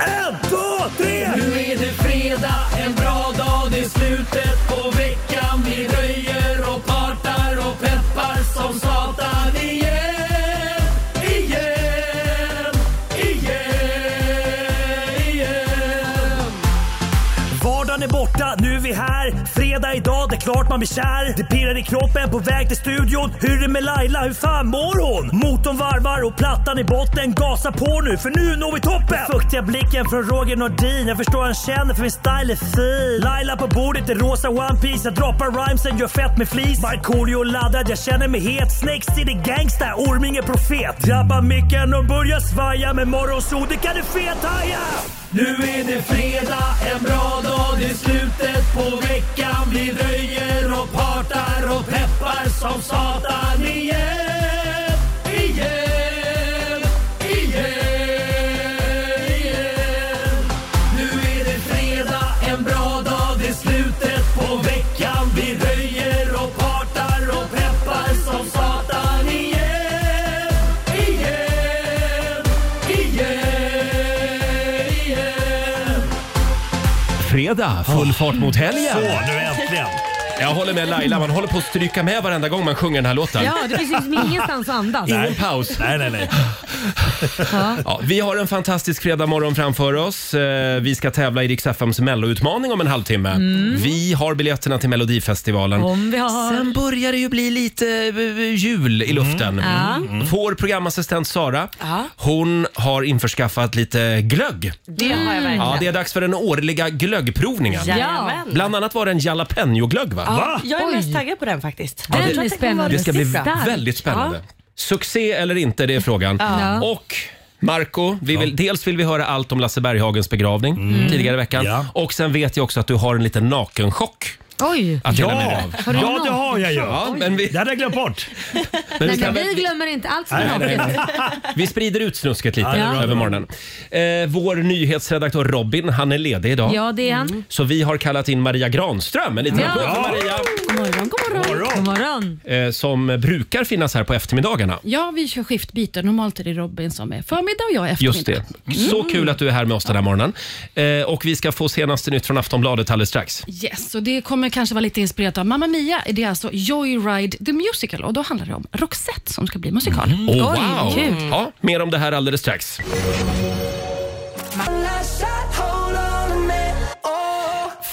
Speaker 9: En, två, tre! Nu är det fredag, en bra dag, det är slutet på veckan. Vi röjer och partar och peppar som satan igen, igen, igen, igen. Vardagen är borta, nu är vi här. Fredag idag, det är klart man blir kär. Det pirrar i kroppen på väg till studion. Hur är det med Laila, hur fan mår hon? Motorn varvar och plattan i botten. Gasa på nu, för nu når vi toppen! Den fuktiga blicken från Roger Nordin. Jag förstår han känner, för min style är fin. Laila på bordet i rosa One Piece Jag droppar rhymesen, gör fett med flis. Markoolio laddad, jag känner mig het. Snakes city gangsta, Orminge profet. Drabbar micken och börjar svaja. Med morgonsol, det kan du fethaja! Nu är det fredag, en bra dag, det är slutet på veckan. Vi röjer och partar och peppar som satan igen, igen, igen, igen. Nu är det fredag, en bra dag, det är slutet på veckan. Vi röjer och partar och peppar som satan igen, igen, igen, igen.
Speaker 1: Fredag, full fart mot helgen.
Speaker 9: nu äntligen.
Speaker 1: Jag håller med Laila, man håller på att stryka med varenda gång man sjunger den här låten.
Speaker 2: Ja, det finns liksom ingenstans att andas.
Speaker 1: Ingen paus.
Speaker 9: Nej, nej, nej.
Speaker 1: Ja, vi har en fantastisk fredag morgon framför oss. Eh, Vi ska tävla i Rix FMs melloutmaning om en halvtimme. Vi har biljetterna till Melodifestivalen.
Speaker 2: Mm. Om Mm, vi har...
Speaker 1: Sen börjar det ju bli lite eh, jul i luften.
Speaker 2: Mm.
Speaker 1: Vår programassistent Sara, hon har införskaffat lite glögg.
Speaker 7: Det har jag verkligen.
Speaker 1: Ja, det är dags för den årliga glöggprovningen.
Speaker 7: Jajamän.
Speaker 1: Bland annat var det en jalapeno-glögg va?
Speaker 9: Va?
Speaker 7: Jag är
Speaker 2: Oj.
Speaker 7: mest taggad på den faktiskt.
Speaker 2: Den
Speaker 7: Jag
Speaker 2: är
Speaker 7: tror att kommer
Speaker 2: spännande.
Speaker 7: vara
Speaker 2: Det
Speaker 1: Det ska bli
Speaker 7: riktigt bra.
Speaker 2: Stark.
Speaker 1: väldigt spännande. Succé eller inte, det är frågan.
Speaker 2: Ja.
Speaker 1: Och Marco, vi vill, dels vill vi höra allt om Lasse Berghagens begravning tidigare i veckan.
Speaker 9: Mm. Ja.
Speaker 1: Och sen vet jag också att du har en liten nakenchock
Speaker 2: Oj.
Speaker 1: att dela med dig
Speaker 9: Ja,
Speaker 1: av.
Speaker 2: du
Speaker 9: ja
Speaker 2: någon?
Speaker 9: det har jag ju.
Speaker 1: Ja, men vi,
Speaker 9: Det hade jag glömt bort.
Speaker 1: men vi,
Speaker 2: Nej, men
Speaker 1: kan,
Speaker 2: vi glömmer inte allt som är naket.
Speaker 1: vi sprider ut snusket lite
Speaker 9: Ja, det är bra.
Speaker 1: över morgonen. Eh, vår nyhetsredaktör Robin, han är ledig idag.
Speaker 2: Ja, det är han.
Speaker 1: Så vi har kallat in Maria Granström. En liten
Speaker 2: Ja.
Speaker 1: applåd för Mm. Maria.
Speaker 10: God
Speaker 2: Mm.
Speaker 10: morgon, god morgon.
Speaker 2: God morgon.
Speaker 1: eh, som brukar finnas här på eftermiddagarna.
Speaker 10: Ja, vi kör skiftbyte. Normalt är det Robin som är förmiddag och jag är eftermiddag. Mm.
Speaker 1: Just det. Så kul att du är här med oss den här morgonen. Eh, och vi ska få senaste nytt från Aftonbladet alldeles strax.
Speaker 10: Yes, och det kommer kanske vara lite inspirerat av Mamma Mia. Det är alltså Joyride the Musical och då handlar det om Roxette som ska bli musikal.
Speaker 1: Oh, wow. Ja, mer om det här alldeles strax.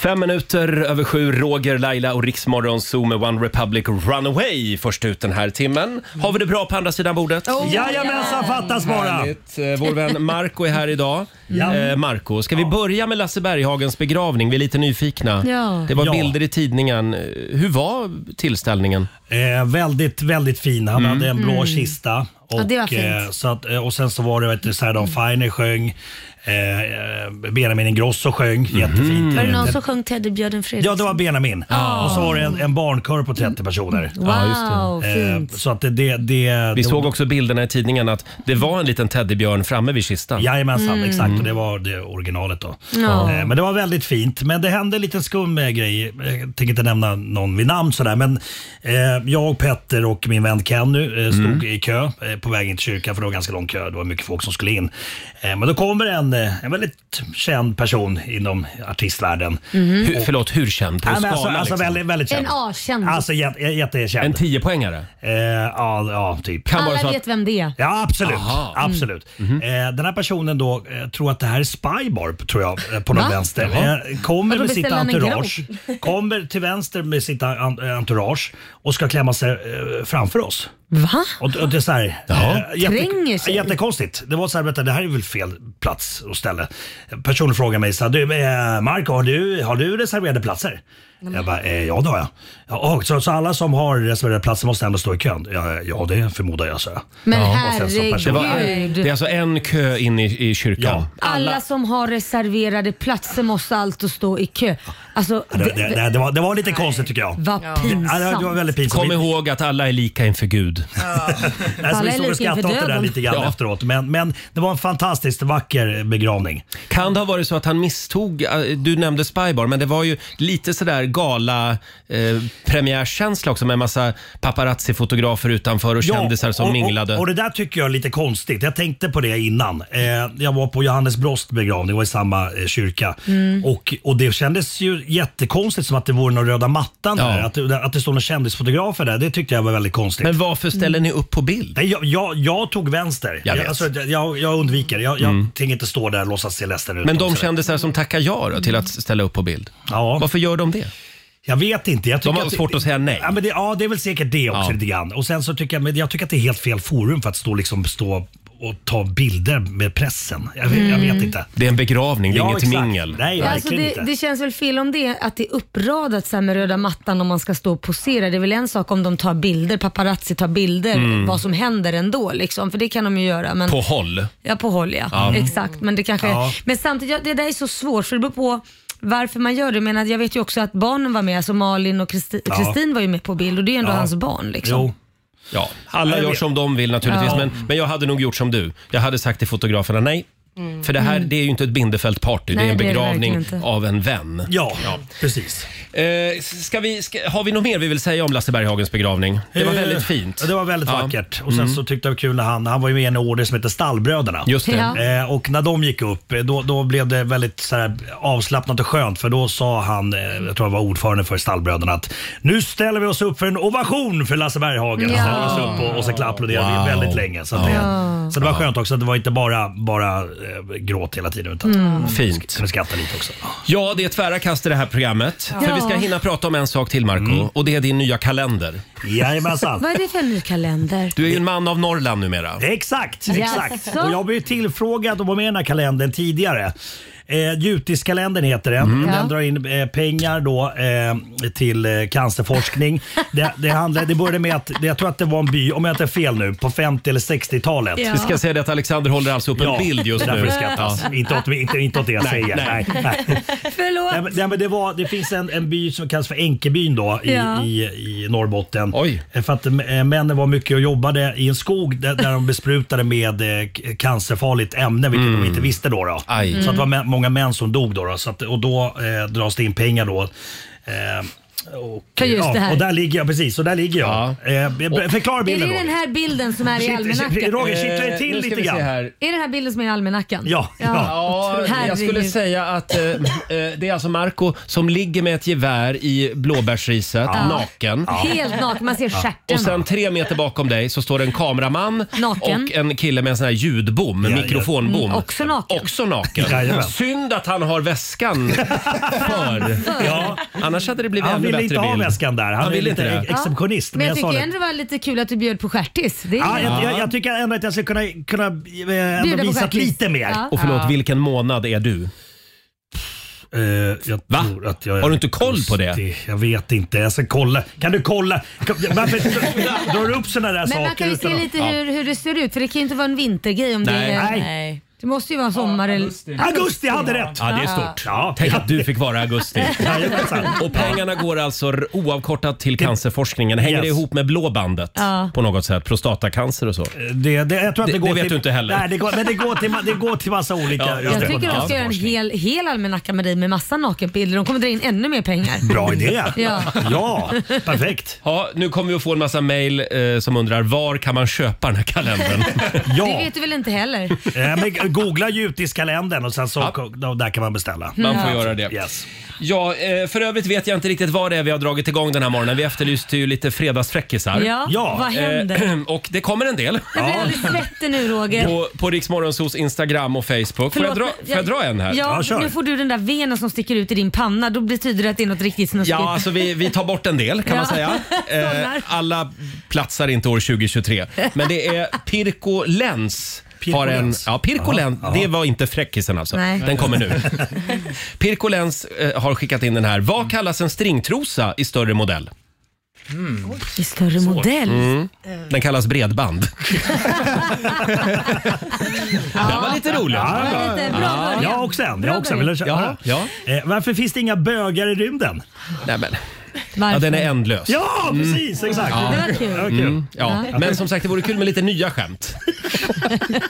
Speaker 1: Fem minuter över sju, Roger, Laila och Riksmorgon Zoo med One Republic Runaway först ut den här timmen. Har vi det bra på andra sidan bordet?
Speaker 11: Oh.
Speaker 9: Jajamensan, fattas bara.
Speaker 1: Härligt. Eh, Vår vän Marco är här idag.
Speaker 9: Ja.
Speaker 1: Eh, Marco, ska vi börja med Lasse Berghagens begravning? Vi är lite nyfikna.
Speaker 2: Ja.
Speaker 1: Det var
Speaker 9: Ja.
Speaker 1: bilder i tidningen. Eh, Hur var tillställningen?
Speaker 9: Eh, väldigt, väldigt fin. Han hade en blå kista. Och,
Speaker 2: Mm. Ja, det var fint. Mm.
Speaker 9: eh, så att, eh, och sen så var det vet du, Sarah Finer sjöng, eh, eh, Benjamin Ingrosso sjöng, jättefint.
Speaker 2: Mm. Var det någon
Speaker 9: Eh,
Speaker 2: som sjöng Teddybjörnen Fredrik?
Speaker 9: Ja, det var Benjamin. Och så var det en, en barnkör på 30 personer.
Speaker 2: Wow,
Speaker 9: Eh,
Speaker 2: fint.
Speaker 9: så att det... det, det
Speaker 1: Vi
Speaker 9: det,
Speaker 1: såg också bilderna i tidningen att det var en liten teddybjörn framme vid kistan.
Speaker 9: Jajamensan, exakt. Och det var det originalet då.
Speaker 2: Mm. Ja.
Speaker 9: Eh, Men det var väldigt fint. Men det hände lite skum eh, grej. Jag tänker inte nämna någon vid namn sådär. Men eh, jag och Petter och min vän Kenny eh, stod
Speaker 1: Mm.
Speaker 9: i kö eh, på vägen till kyrkan för det var ganska lång kö. Det var mycket folk som skulle in. Eh, men då kommer en, eh, en väldigt känd person inom artistvärlden.
Speaker 1: Hur, förlåt, hur känd? På
Speaker 9: Nej,
Speaker 1: en
Speaker 9: men
Speaker 1: skala
Speaker 9: alltså, alltså
Speaker 1: liksom.
Speaker 9: väldigt, väldigt känd.
Speaker 2: Mhm. En A-känd.
Speaker 9: Alltså jä- jä- jättekänd.
Speaker 1: En tiopoängare?
Speaker 9: eh, ja, ja, typ.
Speaker 1: Kan vara så
Speaker 2: Alla
Speaker 1: att-
Speaker 2: vet vem det är.
Speaker 9: Ja, absolut.
Speaker 1: Aha.
Speaker 9: absolut. Eh, den här personen då eh, tror att det här är Spybar, tror jag, eh, på någon
Speaker 2: Va?
Speaker 9: vänster. Eh, kommer
Speaker 2: Och då
Speaker 9: med sitt
Speaker 2: beställer han en
Speaker 9: entourage. Kommer till vänster med sitt an- eh, entourage och ska klämma sig eh, framför oss.
Speaker 2: Va?
Speaker 9: Och, och det är så här, eh,
Speaker 2: Tränger sig.
Speaker 9: Jättekonstigt. Det var så här, vänta, det här är väl fel plats och ställe. Personen frågar mig så här, du eh, Marco, har du, har du reserverade platser? Jag bara, eh, ja det har jag. Ja, och, så, så alla som har reserverade platser måste ändå stå i kön? Ja, ja det förmodar jag, så.
Speaker 2: Men
Speaker 9: och sen så
Speaker 2: herregud.
Speaker 1: Det, var,
Speaker 2: Gud.
Speaker 1: det är alltså en kö in i, i kyrkan.
Speaker 2: Alla... som har reserverade platser måste alltid stå i kö. Alltså,
Speaker 9: Det, det, det, det, var, det var lite konstigt tycker jag.
Speaker 2: vad
Speaker 9: Ja, det var- det var
Speaker 2: pinsamt.
Speaker 9: väldigt pinsamt.
Speaker 1: Kom ihåg att alla är lika inför Gud.
Speaker 9: Vi- alltså,
Speaker 2: Alla
Speaker 9: vi
Speaker 2: är
Speaker 9: stod och
Speaker 2: lika inför
Speaker 9: skrattade åt det där
Speaker 2: döden.
Speaker 9: lite grann
Speaker 1: Ja.
Speaker 9: efteråt. Men, men det var en fantastiskt vacker begravning.
Speaker 1: Kan det ha varit så att han misstog, eh, du nämnde Spybar, men det var ju lite sådär gala eh, premiärkänsla också med en massa paparazzi-fotografer utanför och kändisar som
Speaker 9: och,
Speaker 1: minglade.
Speaker 9: Och, och det där tycker jag är lite konstigt. Jag tänkte på det innan. Eh, jag var på Johannes Brost begravning, och i samma eh, kyrka.
Speaker 2: Mm.
Speaker 9: Och, och det kändes ju jättekonstigt som att det vore någon röda mattan
Speaker 1: Ja.
Speaker 9: där. Att, det- att det stod någon kändisfotografer där, det tyckte jag var väldigt konstigt.
Speaker 1: Men varför ställer ni upp på bild?
Speaker 9: Nej, jag, jag, jag tog vänster.
Speaker 1: Jag
Speaker 9: Jag,
Speaker 1: vet. Mm.
Speaker 9: alltså, jag, jag undviker. Jag, jag tänker inte stå där och låtsas se ledsen ut.
Speaker 1: Men de
Speaker 9: Och sådär.
Speaker 1: kändisar som tackar ja då, till att ställa upp på bild,
Speaker 9: Ja,
Speaker 1: varför gör de det?
Speaker 9: jag vet inte. Jag tycker
Speaker 1: har svårt att säga nej.
Speaker 9: Ja, men det, ja, det är väl säkert det också
Speaker 1: Ja.
Speaker 9: lite grann. Och sen så tycker jag, men jag tycker att det är helt fel forum för att stå, liksom, stå och ta bilder med pressen. Jag, vet- jag vet inte.
Speaker 1: Mm. Det är en begravning, det är
Speaker 9: Ja,
Speaker 1: inget
Speaker 9: exakt.
Speaker 1: mingel.
Speaker 9: Nej,
Speaker 2: Ja,
Speaker 9: verkligen
Speaker 2: Alltså det,
Speaker 9: inte.
Speaker 2: det känns väl fel om det att det är uppradat så här med röda mattan om man ska stå och posera. Det är väl en sak om de tar bilder, paparazzi tar bilder,
Speaker 9: Mm.
Speaker 2: vad som händer ändå liksom. För det kan de ju göra. Men...
Speaker 1: På håll.
Speaker 2: Ja, på håll ja. Exakt. Men, det kanske,
Speaker 9: Mm. Ja.
Speaker 2: men samtidigt, ja, det där är så svårt för det beror på varför man gör det. Men att jag vet ju också att barnen var med, alltså Malin och Kristi- Kristin var ju med på bild och det är ju ändå
Speaker 9: Ja.
Speaker 2: hans barn. Liksom.
Speaker 9: Jo.
Speaker 1: Ja, alla
Speaker 9: Jag
Speaker 1: gör
Speaker 9: vet.
Speaker 1: som de vill naturligtvis, men, men jag hade nog gjort som du. Jag hade sagt till fotograferna nej. För det här det är ju inte ett Bindefeldparty, det är
Speaker 2: Mm. Nej,
Speaker 1: en
Speaker 2: det är det
Speaker 1: begravning
Speaker 2: verkligen inte.
Speaker 1: av en vän.
Speaker 9: Ja, precis.
Speaker 1: Eh, ska vi, ska, har vi något mer vi vill säga om Lasse Berghagens begravning? Det var
Speaker 9: Eh,
Speaker 1: väldigt fint.
Speaker 9: Ja, det var väldigt
Speaker 1: Ja. Mm.
Speaker 9: vackert. Och sen så tyckte jag det var kul när han, han var ju med i en order som heter Stallbröderna.
Speaker 1: Just det.
Speaker 2: Ja.
Speaker 9: Eh, och när de gick upp eh, då, då blev det väldigt så här, avslappnat och skönt för då sa han, eh, jag tror han var ordförande för Stallbröderna, att nu ställer vi oss upp för en ovation för Lasse Berghagen.
Speaker 2: Ja.
Speaker 9: Ställer oss upp och, och så applåderade
Speaker 1: Wow.
Speaker 9: vi väldigt länge. Så, att det, så det var skönt också att det var inte bara, bara eh, gråt hela tiden utan
Speaker 1: Fint.
Speaker 9: vi skrattade lite också.
Speaker 1: Ja, det är tvära kast i det här programmet. För vi ska hinna prata om en sak till, Marco Och det är din nya kalender.
Speaker 9: Mm. Jajamensan.
Speaker 2: Vad är det för en ny kalender?
Speaker 1: Du är ju en man av Norrland numera.
Speaker 9: Exakt,
Speaker 2: Jaså?
Speaker 9: exakt. Och jag blev tillfrågad att vara med i den här kalendern tidigare. Eh, Eh, Jutiskalendern heter den. Den drar in eh, pengar då eh, till eh, cancerforskning. det, det, handlade, det började med att, det- jag tror att det var en by, om jag inte är fel nu, på 50 eller 60-talet.
Speaker 1: Vi ska säga det att Alexander håller alltså upp en
Speaker 9: Ja,
Speaker 1: bild just
Speaker 9: därför
Speaker 1: nu.
Speaker 9: det skrattas. Inte åt- inte- inte åt det jag säger. Nej, nej.
Speaker 2: Förlåt.
Speaker 9: Nej, men, nej, men det, var, det finns en, en by som kallas för Enkebyn då, i,
Speaker 2: Ja.
Speaker 9: i, i Norrbotten. Eh, För att eh, männen var mycket och jobbade i en skog där, där de besprutade med eh, k- cancerfarligt ämne, vilket de inte visste då. då.
Speaker 1: Mm. Aj.
Speaker 9: Så att det
Speaker 2: Mm.
Speaker 9: var mä- många män som dog då. då så att, och då eh, dras det in pengar då. Eh, och,
Speaker 2: För just
Speaker 9: ja,
Speaker 2: det här.
Speaker 9: och där ligger jag, precis. Och där ligger jag. Eh, b- b- förklara
Speaker 2: Är det
Speaker 9: bilden
Speaker 2: den
Speaker 9: då.
Speaker 2: här bilden som är i
Speaker 9: Shit, shit,
Speaker 2: almanackan?
Speaker 9: Roger, kittlar det till
Speaker 1: Eh, nu ska vi se
Speaker 9: lite grann?
Speaker 1: här.
Speaker 2: Är det den här bilden som är i almanackan?
Speaker 9: Ja,
Speaker 1: Ja, jag skulle
Speaker 2: Herregud.
Speaker 1: säga att eh, eh, det är alltså Marco som ligger med ett gevär i blåbärsriset, naken.
Speaker 2: Helt naken, man ser stjärten.
Speaker 1: Och sen tre meter bakom dig så står det en kameraman
Speaker 2: Naken.
Speaker 1: och en kille med en sån här ljudbom,
Speaker 9: ja.
Speaker 1: mikrofonbom.
Speaker 2: Mm, också naken.
Speaker 1: Också naken.
Speaker 9: Jajamän.
Speaker 1: Synd att han har väskan för.
Speaker 9: Ja.
Speaker 1: Annars hade det blivit
Speaker 9: Han
Speaker 1: ännu bättre
Speaker 9: ville
Speaker 1: bild.
Speaker 9: inte ha väskan där. Han,
Speaker 1: Han
Speaker 9: ville
Speaker 1: ville
Speaker 9: inte
Speaker 1: inte
Speaker 9: lite
Speaker 1: det.
Speaker 9: exceptionist.
Speaker 2: Men jag
Speaker 9: sa
Speaker 2: tycker
Speaker 9: det.
Speaker 2: ändå det var lite kul att du bjöd på stjärtis. Det är
Speaker 9: Ja, jag,
Speaker 2: inget.
Speaker 9: jag, jag tycker ändå att jag skulle kunna, kunna eh,
Speaker 2: Bjuda
Speaker 9: ändå
Speaker 2: på
Speaker 9: visat
Speaker 2: stjärtis.
Speaker 9: lite mer.
Speaker 2: Ja.
Speaker 1: Och förlåt, vilken månad är du?
Speaker 9: Eh, jag
Speaker 1: Va?
Speaker 9: tror att jag är
Speaker 1: Har du inte koll på det?
Speaker 9: lustig. Jag vet inte. Jag ska kolla. Kan du kolla? Kan- Varför drar du upp sådana där
Speaker 2: Men man
Speaker 9: saker?
Speaker 2: kan ju se
Speaker 9: utan att-
Speaker 2: lite hur, hur det ser ut för det kan ju inte vara en vintergrej om
Speaker 1: Nej.
Speaker 2: det är...
Speaker 9: Nej.
Speaker 7: Nej.
Speaker 2: Det måste ju vara sommar eller...
Speaker 9: Augusti jag hade rätt!
Speaker 1: Ja, det är stort.
Speaker 9: Ja.
Speaker 1: Tänk att du fick vara augusti.
Speaker 9: Jajamensan.
Speaker 1: Och pengarna går alltså r- oavkortat till cancerforskningen. Hänger
Speaker 9: Yes. Eh,
Speaker 1: det ihop med blåbandet
Speaker 2: Ja.
Speaker 1: på något sätt? Prostatacancer och så?
Speaker 9: Det, det, jag tror att det,
Speaker 1: Det-
Speaker 9: går
Speaker 1: det vet
Speaker 9: till,
Speaker 1: du inte heller.
Speaker 9: Nej, det går, men det går till, ma- det går till massa olika...
Speaker 1: Ja, just
Speaker 2: Jag
Speaker 1: det.
Speaker 2: tycker de ska göra en hel, hel almanacka med dig med massa nakenbilder. De kommer dra in ännu mer pengar.
Speaker 9: Bra idé!
Speaker 2: Ja.
Speaker 9: ja perfekt.
Speaker 1: Ja, nu kommer vi att få en massa mejl eh, som undrar var kan man köpa den här kalendern?
Speaker 9: Ja.
Speaker 2: Det vet du väl inte heller?
Speaker 9: Eh, men googla Jutiskalendern och sen så, då, där kan man beställa.
Speaker 1: Man
Speaker 2: Mm.
Speaker 1: får göra det.
Speaker 9: Yes.
Speaker 1: Ja, eh, för övrigt vet jag inte riktigt vad det är vi har dragit igång den här morgonen. Vi efterlyste ju lite fredagsfräckisar.
Speaker 2: Ja,
Speaker 9: Ja.
Speaker 2: vad händer?
Speaker 1: Eh, och det kommer en del
Speaker 2: Jag blir alldeles svettig nu Roger.
Speaker 1: på, på Riksmorgonsos Instagram och Facebook. Får
Speaker 2: Förlåt,
Speaker 1: jag, dra,
Speaker 2: men
Speaker 1: får jag dra en här?
Speaker 9: Ja,
Speaker 2: Ja,
Speaker 9: kör.
Speaker 2: nu får du den där venen som sticker ut i din panna. Då betyder det att det är något riktigt snuskigt.
Speaker 1: Ja, alltså vi, vi tar bort en del kan man
Speaker 2: Ja.
Speaker 1: säga. Eh,
Speaker 2: Sådär.
Speaker 1: alla platsar inte år 2023. Men det är Pirko Lenz.
Speaker 9: Pirko
Speaker 1: har en,
Speaker 9: Lenz.
Speaker 1: ja, Pirko
Speaker 9: Jaha,
Speaker 1: Lenz,
Speaker 9: jaha.
Speaker 1: det var inte fräckisen alltså.
Speaker 2: Nej.
Speaker 1: Den kommer nu. Pirko Lenz eh, har skickat in den här. Vad kallas en stringtrosa i större modell?
Speaker 2: I större modell.
Speaker 1: Mm.
Speaker 2: Eh.
Speaker 1: Den kallas bredband. den var lite rolig.
Speaker 9: Ja,
Speaker 2: Det var
Speaker 9: ja.
Speaker 2: lite bra början.
Speaker 9: Jag har också en. Jag har också en.
Speaker 2: Bra
Speaker 9: Vill du
Speaker 1: Jaha,
Speaker 9: köra?
Speaker 1: ja.
Speaker 9: Eh, varför finns det inga bögar i rymden?
Speaker 1: Nej, men.
Speaker 2: Varför? Mm.
Speaker 1: ja, den är ändlös. Mm.
Speaker 9: Ja, precis. Exakt.
Speaker 2: Det var
Speaker 9: Det
Speaker 2: kul.
Speaker 9: var kul.
Speaker 1: Ja. Men som sagt, det vore kul med lite nya skämt.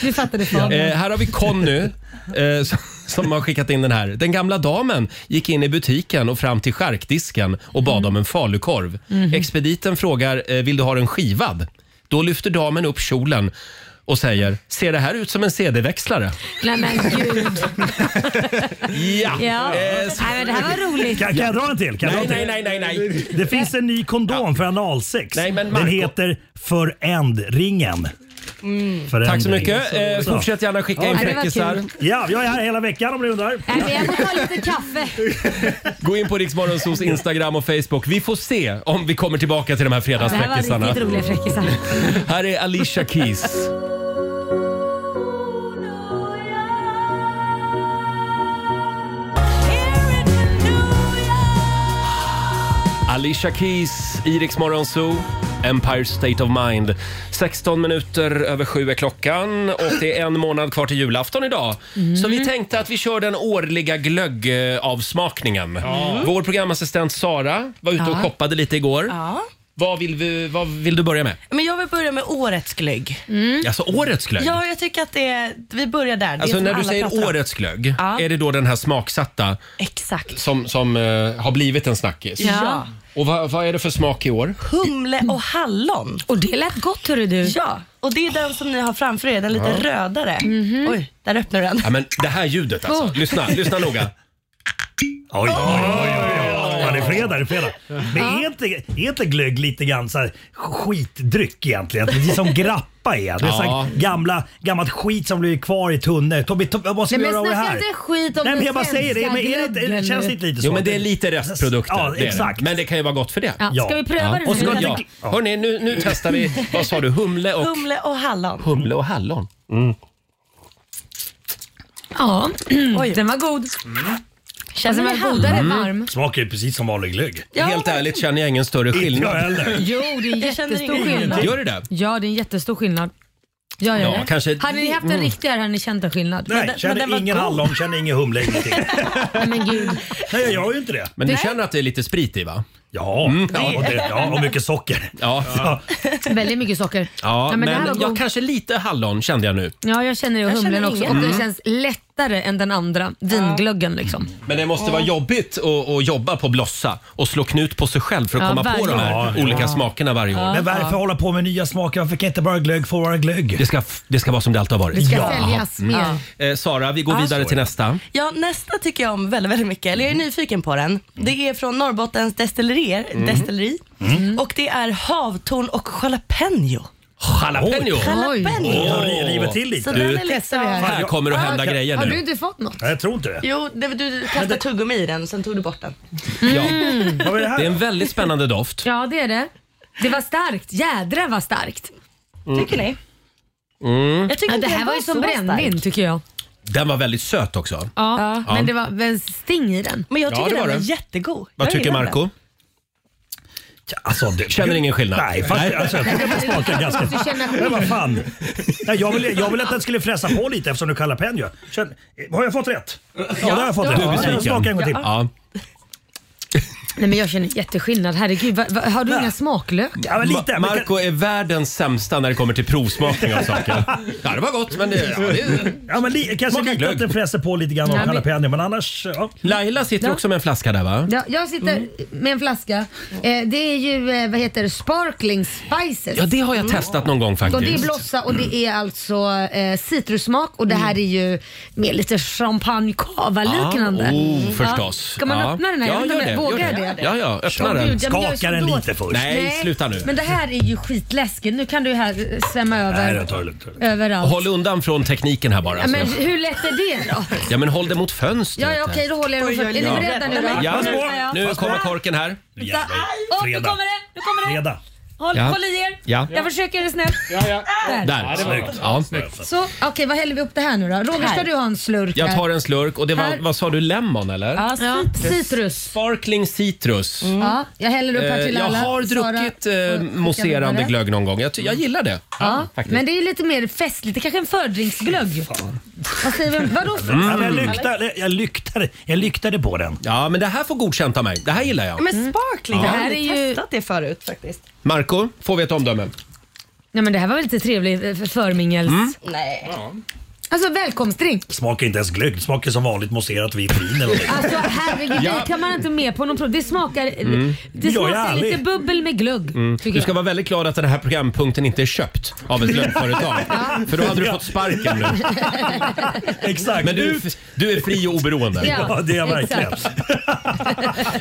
Speaker 2: Du fattade Fabian.
Speaker 1: Eh, här har vi Conny eh, som, som har skickat in den här. Den gamla damen gick in i butiken och fram till charkdisken och bad om en falukorv.
Speaker 2: Mhm.
Speaker 1: Expediten frågar eh, vill du ha den skivad? Då lyfter damen upp kjolen och säger ser det här ut som en CD-växlare?
Speaker 2: Nej men gud.
Speaker 1: Ja!
Speaker 2: Ja.
Speaker 1: Eh, s-
Speaker 2: Nej men det här var roligt.
Speaker 9: Kan, kan jag dra en till? Kan jag
Speaker 1: nej,
Speaker 9: dra en
Speaker 1: nej,
Speaker 9: till?
Speaker 1: nej, nej, nej.
Speaker 9: Det finns en ny kondom för analsex.
Speaker 1: Nej, men
Speaker 9: Den
Speaker 1: Marco-
Speaker 9: heter Förändringen.
Speaker 3: Mm.
Speaker 9: Förändring.
Speaker 1: Tack så mycket. Eh,
Speaker 9: Så.
Speaker 1: fortsätt gärna skicka in
Speaker 2: Ja, det var
Speaker 1: fräckisar.
Speaker 2: kul.
Speaker 9: Ja, jag är här hela veckan om du undrar.
Speaker 2: Nej, men jag får ta lite kaffe.
Speaker 1: Gå in på Riksmorgonsos Instagram och Facebook. Vi får se om vi kommer tillbaka till de här
Speaker 2: Det här var
Speaker 1: fredagsfräckisarna.
Speaker 2: riktigt roliga fräckisar.
Speaker 1: Här är Alicia Keys. Alicia Keys, Iriks Zoo, Empire State of Mind. 16 minuter över sju är klockan och det är en månad kvar till julafton idag. Så vi tänkte att vi kör den årliga glöggavsmakningen. Vår programassistent Sara var ute och shoppade lite igår.
Speaker 7: Ja.
Speaker 1: Vad, vill vi, vad vill du börja med?
Speaker 7: Men jag vill börja med årets glögg.
Speaker 2: Mm.
Speaker 1: Alltså årets glögg?
Speaker 7: Ja, jag tycker att det är, vi börjar där. Det är
Speaker 1: Alltså
Speaker 7: som
Speaker 1: när du
Speaker 7: alla pratar
Speaker 1: säger
Speaker 7: om.
Speaker 1: årets glögg,
Speaker 7: Ja.
Speaker 1: är det då den här smaksatta
Speaker 7: Exakt.
Speaker 1: som, som eh, har blivit en snackis?
Speaker 7: Ja.
Speaker 1: Och vad, vad är det för smak i år?
Speaker 7: Humle och hallon.
Speaker 2: Och det lät gott hörru du.
Speaker 7: Ja, och det är den som ni har framför er, den lite rödare.
Speaker 2: Mhm.
Speaker 7: Oj, där öppnar du den.
Speaker 1: Ja, men det här ljudet alltså. Lyssna, lyssna noga.
Speaker 9: Oj, oj, oj. oj. Ja, det är fredag. Det är fredag. Men är, inte, är inte glögg lite grann så här skitdryck egentligen? Det är som grappa är. Det är så
Speaker 1: Ja.
Speaker 9: här gamla, gammalt skit som blir kvar i tunnor. Tobbe, Tobbe, vad ska vi
Speaker 2: Nej, men
Speaker 9: göra av det
Speaker 2: snacka
Speaker 9: här?
Speaker 2: inte skit om
Speaker 9: Nej, men
Speaker 2: den
Speaker 9: jag bara säger det. Men är det, inte-
Speaker 2: svenska
Speaker 9: det känns
Speaker 2: glöggen.
Speaker 9: inte lite så?
Speaker 1: Jo men
Speaker 9: att
Speaker 1: det är lite restprodukter.
Speaker 9: Ja,
Speaker 1: det är det.
Speaker 9: exakt.
Speaker 1: Men det kan ju vara gott för det.
Speaker 2: Ja,
Speaker 9: Ja. Mm.
Speaker 2: Ska vi
Speaker 1: Ja.
Speaker 2: pröva den?
Speaker 1: Och
Speaker 2: nu?
Speaker 1: ska,
Speaker 2: eller?
Speaker 1: ja. Hörni, nu, nu testar vi, vad sa du, humle och,
Speaker 9: Mm.
Speaker 7: Humle och hallon.
Speaker 1: humle och hallon?
Speaker 2: Ja, den var god. Känns den
Speaker 10: ni
Speaker 2: var godare
Speaker 1: Mm.
Speaker 10: handen?
Speaker 2: varm.
Speaker 9: Smakar ju precis som vanlig glögg.
Speaker 1: Helt ärligt känner jag ingen större
Speaker 9: Jag
Speaker 1: skillnad.
Speaker 9: heller.
Speaker 2: Jo, det är en
Speaker 7: Jag känner
Speaker 2: jättestor
Speaker 7: ingenting.
Speaker 2: skillnad.
Speaker 1: Gör det det?
Speaker 2: Ja, det är en jättestor skillnad. Ja, ja,
Speaker 1: Ja,
Speaker 2: ja.
Speaker 1: kanske- Mm.
Speaker 2: Hade ni haft en riktigare hade ni känt en skillnad.
Speaker 9: Nej,
Speaker 7: den- men
Speaker 9: känner
Speaker 7: den var
Speaker 9: ingen
Speaker 7: god.
Speaker 9: hallon, känner ingen humle, ingenting.
Speaker 2: Nej, men gud.
Speaker 9: Nej, jag gör ju inte det.
Speaker 1: Men du känner att det är lite sprit i va? Mm.
Speaker 9: Ja, ja, och, det, ja och mycket socker.
Speaker 1: Ja, ja,
Speaker 2: Väldigt mycket socker. men, det här
Speaker 1: men
Speaker 2: var
Speaker 1: jag
Speaker 2: god.
Speaker 1: kanske lite hallon kände jag nu.
Speaker 2: ja, jag känner det och
Speaker 7: Jag känner
Speaker 2: humlen också. Och
Speaker 7: ingen.
Speaker 2: den känns lättare än den andra vinglöggen liksom.
Speaker 1: Men det måste vara jobbigt att, att jobba på Blossa och slå knut på sig själv för att
Speaker 2: Ja,
Speaker 1: komma på de
Speaker 2: verkligen.
Speaker 1: här
Speaker 9: Ja,
Speaker 1: olika smakerna varje år.
Speaker 9: Men varför hålla på med nya smaker? Varför kan inte bara glögg få vara glögg?
Speaker 1: Det ska, f- det ska vara som det alltid har varit.
Speaker 2: Det ska
Speaker 9: Ja. Mm.
Speaker 2: säljas mer.
Speaker 1: Eh, Sara, vi går vidare till nästa.
Speaker 7: Ja, nästa tycker jag om väldigt, väldigt mycket. Eller jag är nyfiken på den. Det är från Norrbottens destillerier, destilleri. Och det är havtorn och jalapeno.
Speaker 1: Jalapeno!
Speaker 7: Jalapeno.
Speaker 9: Jag river till
Speaker 7: Så
Speaker 9: lite.
Speaker 7: den är
Speaker 1: Du-
Speaker 7: liksom...
Speaker 1: Här kommer det att hända grejer
Speaker 2: Har du
Speaker 1: nu.
Speaker 2: inte fått något?
Speaker 9: Nej, jag tror inte det.
Speaker 7: Jo, det, du kastade tuggummi i den, sen tog du bort den.
Speaker 1: Ja.
Speaker 9: Vad är det
Speaker 1: Mm.
Speaker 9: här?
Speaker 1: Det är en väldigt spännande doft.
Speaker 2: Ja, det är det. Det var starkt. Jädra var starkt. Mm.
Speaker 7: Mm. Tycker ni? Jag tycker
Speaker 2: Ja, det
Speaker 7: inte
Speaker 2: här
Speaker 7: den
Speaker 2: var ju som
Speaker 7: så
Speaker 2: brännvin
Speaker 7: stark.
Speaker 2: tycker jag.
Speaker 1: Mm. Den var väldigt söt också.
Speaker 2: Ja, Men det var väl sting i den.
Speaker 7: Men jag
Speaker 1: Ja,
Speaker 7: tycker
Speaker 1: det var
Speaker 7: den var
Speaker 1: det.
Speaker 7: jättegod.
Speaker 1: Vad
Speaker 7: Jag
Speaker 1: tycker
Speaker 7: gillar den.
Speaker 1: Marco?
Speaker 9: Alltså, det,
Speaker 1: Känner ingen skillnad?
Speaker 9: Nej, fast,
Speaker 1: Nej.
Speaker 9: Alltså, jag tycker den smakar ganska...
Speaker 2: Du känner
Speaker 9: Men
Speaker 2: skillnad.
Speaker 9: vad fan. Nej, jag, ville, jag ville att den skulle fräsa på lite eftersom du kallar pen ju. Känn- eh, Har jag fått rätt? Ja, det har jag fått
Speaker 2: du
Speaker 9: rätt.
Speaker 2: har
Speaker 9: Ja,
Speaker 2: det.
Speaker 9: jag smakar en gång till.
Speaker 1: Ja.
Speaker 2: Nej men jag känner jätteskillnad. Herregud, va, va, har du
Speaker 9: Nej.
Speaker 2: inga smaklökar?
Speaker 9: Ja, men lite.
Speaker 1: Ma-
Speaker 9: Men kan-
Speaker 1: Marco är världens sämsta när det kommer till provsmakning av saker. Ja, det var gott men det, ja, det...
Speaker 9: Ja, men li- kanske
Speaker 1: Smakar
Speaker 9: lite
Speaker 1: glögg.
Speaker 9: att den fräser på lite grann av
Speaker 2: Nej, men-
Speaker 9: jalapeño men annars... Ja.
Speaker 1: Laila sitter också med en flaska där va?
Speaker 2: Ja, jag sitter med en flaska. Eh, det är ju, eh, vad heter det, sparkling spices.
Speaker 1: Ja, det har jag testat någon gång
Speaker 2: och det är
Speaker 1: faktiskt.
Speaker 2: blossa och det är alltså eh, citrussmak och det här är ju mer lite champagne cava liknande.
Speaker 1: Ah, oh, förstås.
Speaker 2: Ja. Ska man
Speaker 1: Ja.
Speaker 2: öppna den här?
Speaker 1: Ja,
Speaker 2: Jag vet inte
Speaker 1: gör
Speaker 2: om jag
Speaker 1: det,
Speaker 2: vågar
Speaker 1: gör
Speaker 2: det.
Speaker 1: Ja, ja, öppna
Speaker 2: Åh,
Speaker 1: den.
Speaker 2: gud, ja, men jag är
Speaker 9: Skaka
Speaker 2: så
Speaker 9: den
Speaker 2: dålig.
Speaker 9: lite först.
Speaker 1: Nej, sluta nu.
Speaker 2: Men det här är ju skitläskigt. Nu kan du här eh, svämma
Speaker 9: Nej,
Speaker 2: över
Speaker 9: jag tar det lite.
Speaker 2: överallt.
Speaker 1: Håll undan från tekniken här bara.
Speaker 2: ja, men
Speaker 1: alltså.
Speaker 2: hur lätt är det då?
Speaker 1: Ja, men håll det mot fönstret.
Speaker 2: Ja, ja okej, då håller jag den för. Är ni
Speaker 7: Ja.
Speaker 2: beredda nu då?
Speaker 1: Ja,
Speaker 2: ja.
Speaker 1: nu kommer korken här.
Speaker 9: Jävlar,
Speaker 2: Åh, nu
Speaker 9: Fredag.
Speaker 2: kommer det! Nu kommer det!
Speaker 9: Fredag.
Speaker 2: Håll,
Speaker 1: Ja.
Speaker 2: håll i er!
Speaker 1: Ja.
Speaker 2: Jag försöker är det snällt. Där.
Speaker 1: Där.
Speaker 9: Snyggt.
Speaker 1: Ja.
Speaker 2: Så, okej vad häller vi upp det här nu då? Roger ska
Speaker 7: Här.
Speaker 2: du ha en slurk
Speaker 1: Jag
Speaker 2: här?
Speaker 1: tar en slurk och det var,
Speaker 2: Här.
Speaker 1: vad sa du, lemon eller?
Speaker 7: Ja,
Speaker 2: Ja,
Speaker 7: cit-
Speaker 2: citrus.
Speaker 1: Sparkling citrus.
Speaker 2: Mm.
Speaker 7: Mm.
Speaker 2: Ja, jag häller upp här
Speaker 1: Eh,
Speaker 2: till
Speaker 1: jag
Speaker 2: alla.
Speaker 1: har
Speaker 2: Sara
Speaker 1: druckit
Speaker 2: och
Speaker 1: eh,
Speaker 2: skicka
Speaker 1: mousserande
Speaker 2: vidare.
Speaker 1: glögg någon gång. Jag, ty- jag gillar det.
Speaker 2: Ja,
Speaker 1: faktiskt.
Speaker 2: men det är lite mer festligt. Det är kanske är en fördrinksglögg. Vad säger vi? Vadå? för-
Speaker 1: Mm.
Speaker 9: Ja, men jag, lyktade, jag, lyktade, jag lyktade på den.
Speaker 1: Ja, men det här får godkänt av mig. Det här gillar jag.
Speaker 7: Men sparkling,
Speaker 2: Mm. Ja.
Speaker 7: jag har
Speaker 2: Det här är ju-
Speaker 7: aldrig testat det förut faktiskt.
Speaker 1: Marco, får vi ett omdöme?
Speaker 2: Nej men det här var väl lite trevligt eh, för- förmingels...
Speaker 1: Mm.
Speaker 7: Nej.
Speaker 2: Alltså välkomstdrink.
Speaker 9: Smakar inte ens glögg. Smakar som vanligt mousserat vitt vin eller något.
Speaker 2: Alltså herregud,
Speaker 1: Ja. Mm.
Speaker 2: det kan man inte med på någon prov. Det smakar,
Speaker 9: Jag
Speaker 2: det
Speaker 9: är
Speaker 2: smakar
Speaker 9: ärlig.
Speaker 2: lite bubbel med glögg.
Speaker 1: Du
Speaker 2: Tycker
Speaker 1: ska
Speaker 2: jag.
Speaker 1: vara väldigt glad att den här programpunkten inte är köpt av ett glöggföretag. För då hade du fått sparken nu.
Speaker 9: Exakt.
Speaker 1: Men du, du är fri och oberoende.
Speaker 2: Ja.
Speaker 9: Ja, det är jag
Speaker 2: Exakt.
Speaker 9: verkligen.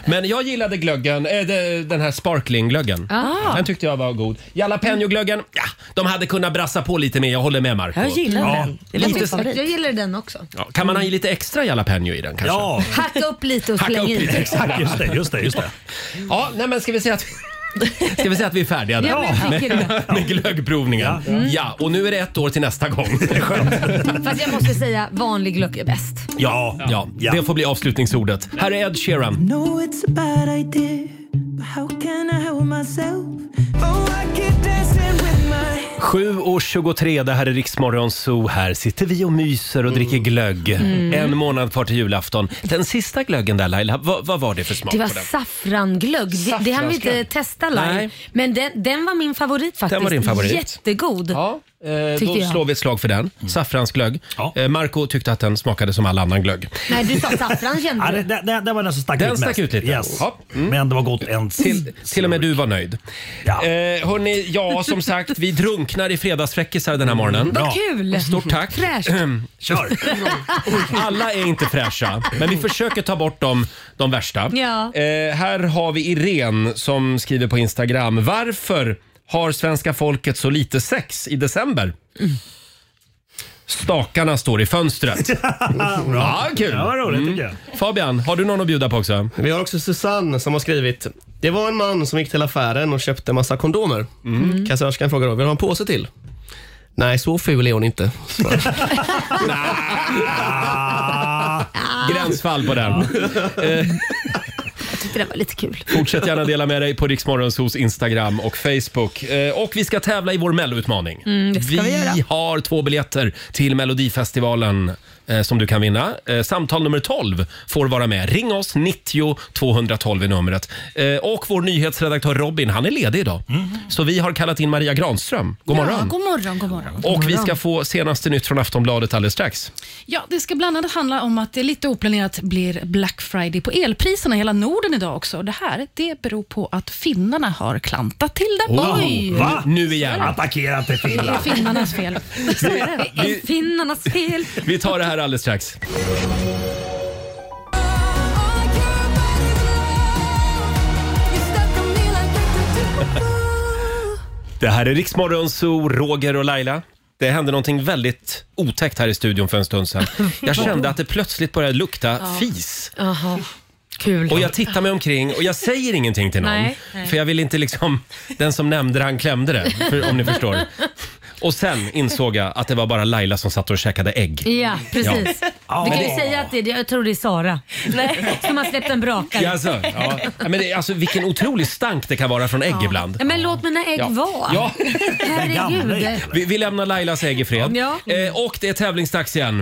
Speaker 1: Men jag gillade glöggen, äh, de- den här sparkling-glöggen.
Speaker 7: Ah.
Speaker 1: Den tyckte jag var god. Jalapeno-glöggen, ja, de hade kunnat brassa på lite mer. Jag håller med Marco.
Speaker 7: Jag gillar
Speaker 9: Ja.
Speaker 7: den. Det är
Speaker 2: Jag,
Speaker 7: lite min
Speaker 2: tycker-
Speaker 7: favorit.
Speaker 2: jag gillar den också.
Speaker 1: Ja, kan man ha i lite extra jalapeno i den kanske?
Speaker 9: Ja,
Speaker 2: Hacka upp lite och
Speaker 1: Hacka
Speaker 2: släng
Speaker 1: upp lite.
Speaker 2: i.
Speaker 1: Exakt.
Speaker 9: just det. Just det, just det.
Speaker 1: Ja, nej, men ska vi säga att... Ska vi säga att vi är färdiga där?
Speaker 2: Ja, men jag tycker det.
Speaker 1: Med glöggprovningen. Ja.
Speaker 9: Mm.
Speaker 1: och nu är det ett år till nästa gång.
Speaker 2: Fast jag måste säga, vanlig glögg är bäst.
Speaker 9: Ja.
Speaker 1: Ja, det får bli avslutningsordet. Här är Ed Sheeran.
Speaker 6: No, it's a bad idea, but how can I help myself? Oh, I keep dancing with my
Speaker 1: 7.23, det här är Riksmorgon Zoo. Här sitter vi och myser och dricker
Speaker 9: Mm.
Speaker 1: glögg. En månad kvar till julafton. Den sista glöggen där Laila, vad, vad var det för smak
Speaker 2: Det var
Speaker 1: på den?
Speaker 2: saffranglögg. Det, det hann vi inte
Speaker 1: Saffransglögg.
Speaker 2: testa live.
Speaker 1: Nej.
Speaker 2: Men den, den var min favorit faktiskt.
Speaker 1: Den var din favorit.
Speaker 2: Jättegod.
Speaker 1: Ja, eh,
Speaker 2: Tycker
Speaker 1: då
Speaker 2: jag.
Speaker 1: slår vi ett slag för den. Saffransglögg.
Speaker 9: Mm. Ja.
Speaker 1: Eh, Marco tyckte att den smakade som all annan glögg.
Speaker 2: Nej, du sa saffran
Speaker 9: Ja,
Speaker 2: kände
Speaker 9: det,
Speaker 2: du.
Speaker 9: det, det, det var den som stack
Speaker 1: Den
Speaker 9: ut
Speaker 1: stack
Speaker 9: mest.
Speaker 1: ut lite.
Speaker 9: Yes.
Speaker 1: Ja. Mm.
Speaker 9: Men det var gott en
Speaker 1: Till, till och med du var nöjd.
Speaker 9: Ja.
Speaker 1: Eh, hörni, ja som sagt, vi drunknar i fredagsfräckisar
Speaker 9: Mm.
Speaker 1: den här morgonen.
Speaker 2: Vad kul!
Speaker 1: Stort tack.
Speaker 2: Fräscht.
Speaker 9: Kör!
Speaker 1: Alla är inte fräscha, men vi försöker ta bort de, de värsta.
Speaker 2: Ja.
Speaker 1: Eh, här har vi Irene som skriver på Instagram. Varför har svenska folket så lite sex i december? Stakarna står i fönstret. ja, kul. Mm.
Speaker 9: Ja, vad roligt tycker jag.
Speaker 1: Fabian, har du någon att bjuda på också?
Speaker 8: Vi har också Susanne som har skrivit. Det var
Speaker 1: Mm.
Speaker 8: Mm. en man som gick till affären och köpte en massa kondomer. Kassörskan frågar då, vill du ha en påse till? Nej, så ful är hon inte.
Speaker 1: Eh, Gränsfall på den. Eh,
Speaker 2: Jag tyckte det var lite kul.
Speaker 1: Fortsätt gärna dela med dig på Riksmorgonsos Instagram och Facebook. Eh, Och vi ska tävla i vår Melloutmaning.
Speaker 2: Mm, det ska vi göra.
Speaker 1: har två biljetter till Melodifestivalen eh, som du kan vinna. Eh, Samtal nummer 12 får vara med. Ring oss, 90 212 är numret. Eh, Och vår nyhetsredaktör Robin, han är ledig idag. Så vi har kallat in Maria Granström. God
Speaker 10: Mm. Ja,
Speaker 1: morgon!
Speaker 10: god morgon, god morgon.
Speaker 1: Och vi ska få senaste nytt från Aftonbladet alldeles strax.
Speaker 10: Ja, det ska bland annat handla om att det lite oplanerat blir Black Friday på elpriserna i hela Norden idag också. Och Det här det beror på att finnarna har klantat till det.
Speaker 9: Va?
Speaker 1: Oh. Nu igen.
Speaker 9: Attackerat till
Speaker 10: Det är
Speaker 9: Finland.
Speaker 10: finnarnas fel. Så är det.
Speaker 2: Det är finnarnas fel.
Speaker 1: Vi tar det här alldeles strax. Mm. Det här är Riksmorgon, så Roger och Laila. Det hände någonting väldigt otäckt här i studion för en stund sedan. Jag kände att det plötsligt började lukta fis.
Speaker 2: Jaha. Kul.
Speaker 1: Och jag tittar mig omkring och jag säger ingenting till någon.
Speaker 2: Nej, nej.
Speaker 1: För jag vill inte liksom, den som nämnde det han klämde det. För, om ni förstår. Och sen insåg jag att det var bara Laila som satt och käkade ägg.
Speaker 2: Ja, precis. Vi kan ju säga att det, jag tror det är Sara
Speaker 7: Nej.
Speaker 2: som har släppt en brakare.
Speaker 1: Ja, alltså, ja. Ja, Men det, alltså, vilken otrolig stank det kan vara från ägg ibland.
Speaker 2: Ja, Men låt mina ägg
Speaker 1: Ja.
Speaker 2: vara.
Speaker 1: Ja.
Speaker 9: gamla
Speaker 2: Herregud.
Speaker 9: ägg.
Speaker 1: Vi, vi lämnar Lailas ägg i fred.
Speaker 2: Ja.
Speaker 1: Eh, och det är tävlingsdags igen.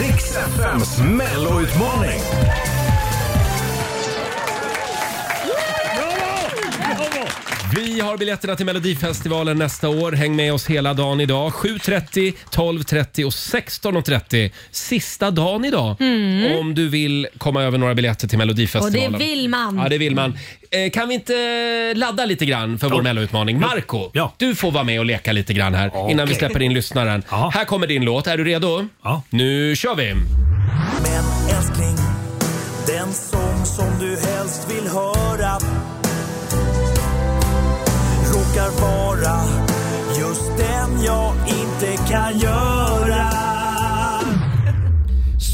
Speaker 4: Riks FMs melloutmaning.
Speaker 1: Vi har biljetterna till Melodifestivalen nästa år. Häng med oss hela dagen idag. 7.30, 12.30 och 16.30. Sista dagen idag om du vill komma över några biljetter till
Speaker 2: Mm. Och det
Speaker 1: Melodifestivalen.
Speaker 2: vill
Speaker 1: Ja,
Speaker 2: man.
Speaker 1: det vill man. Eh, kan vi inte ladda lite grann för vår melloutmaning? Marco,
Speaker 9: Ja.
Speaker 1: du får vara med och leka lite grann här innan vi
Speaker 9: Okej.
Speaker 1: släpper in lyssnaren.
Speaker 9: Ja.
Speaker 1: Här kommer din låt. Är du redo?
Speaker 9: Ja.
Speaker 1: Nu kör vi!
Speaker 4: Men älskling, den sång som du helst vill höra råkar vara just den jag inte kan göra.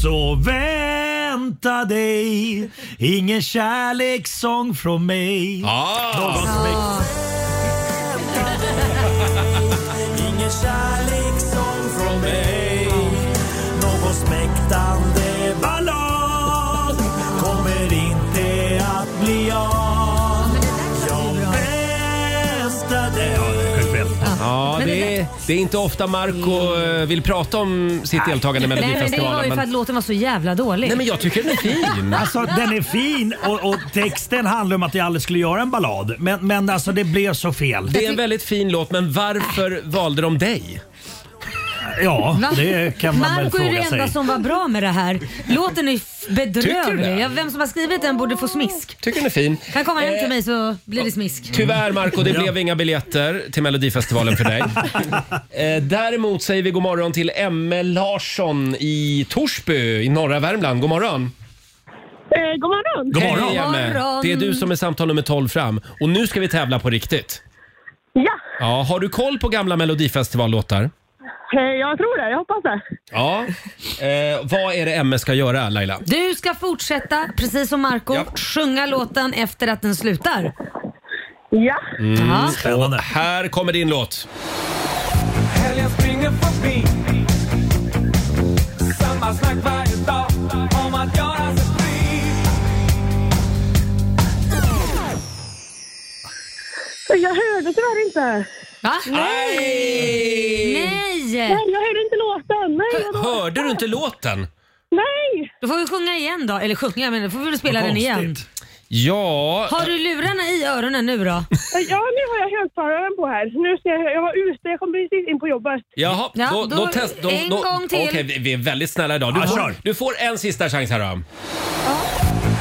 Speaker 9: Så vänta dig ingen kärlekssång från mig.
Speaker 1: Ah.
Speaker 4: Ingen kärlekssång från mig. Någon smäktande ballad kommer inte att bli av. Jag väntar dig.
Speaker 1: Ja, det är, det är inte ofta Marco eh, vill prata om sitt deltagande i
Speaker 2: Nej, men det var
Speaker 1: Melodifestivalen.
Speaker 2: ju för att
Speaker 1: Men,
Speaker 2: låten var så jävla dålig.
Speaker 1: nej, men jag tycker den är fin.
Speaker 9: Alltså den är fin och, och texten handlar om att jag aldrig skulle göra en ballad. Men, men alltså det blev så fel.
Speaker 1: Det är en väldigt fin låt, men varför valde de dig?
Speaker 9: Ja,
Speaker 2: Va?
Speaker 9: det kan man väl
Speaker 2: Marco är det
Speaker 9: fråga
Speaker 2: enda
Speaker 9: sig.
Speaker 2: som var bra med det här. Låten är f-
Speaker 1: Tycker du det?
Speaker 2: bedrövlig. Ja, vem som har skrivit den borde få smisk.
Speaker 1: Tycker den är fin. Eh.
Speaker 2: Kan komma hem till mig så blir det smisk.
Speaker 1: Tyvärr Marco, det blev inga biljetter till Melodifestivalen för dig. Eh, Däremot säger vi god morgon till Emme Larsson i Torsby i norra Värmland. God morgon!
Speaker 3: Eh, god morgon.
Speaker 9: God morgon.
Speaker 1: Hej Emme!
Speaker 2: morgon.
Speaker 1: Det är du som är samtal nummer 12 fram. Och nu ska vi tävla på riktigt.
Speaker 3: Ja,
Speaker 1: Ja, har du koll på gamla Melodifestivallåtar?
Speaker 3: eh, jag tror det. Jag hoppas det.
Speaker 1: Ja. Eh, vad är det Emme ska göra Laila?
Speaker 2: Du ska fortsätta, precis som Marco,
Speaker 1: Ja.
Speaker 2: sjunga låten efter att den slutar.
Speaker 3: Ja.
Speaker 2: Ja.
Speaker 9: Spännande.
Speaker 1: Mm. Här kommer din låt.
Speaker 4: Helgen springer förbi Samma snack varje dag om att göra sig fri
Speaker 3: Jag hörde tyvärr inte.
Speaker 2: Va?
Speaker 1: Aj!
Speaker 2: Nej!
Speaker 3: Nej, jag hörde inte låten. Nej, vadå?
Speaker 1: Hörde du inte låten?
Speaker 3: Nej!
Speaker 2: Då får vi sjunga igen då. Eller sjunga, men då får vi väl spela den igen.
Speaker 9: Konstigt.
Speaker 1: Ja...
Speaker 2: Har du lurarna i öronen nu då?
Speaker 3: Ja, nu har jag högtalaren på här. Nu ska jag, jag var ute. Jag kom precis in på jobbet.
Speaker 1: Jaha,
Speaker 2: Ja,
Speaker 1: då, då,
Speaker 2: då-
Speaker 1: test, då,
Speaker 2: en
Speaker 1: då,
Speaker 2: gång till.
Speaker 1: Okej, vi, vi är väldigt snälla idag. Du,
Speaker 9: Ja,
Speaker 1: får,
Speaker 9: kör.
Speaker 1: du får en sista chans här då.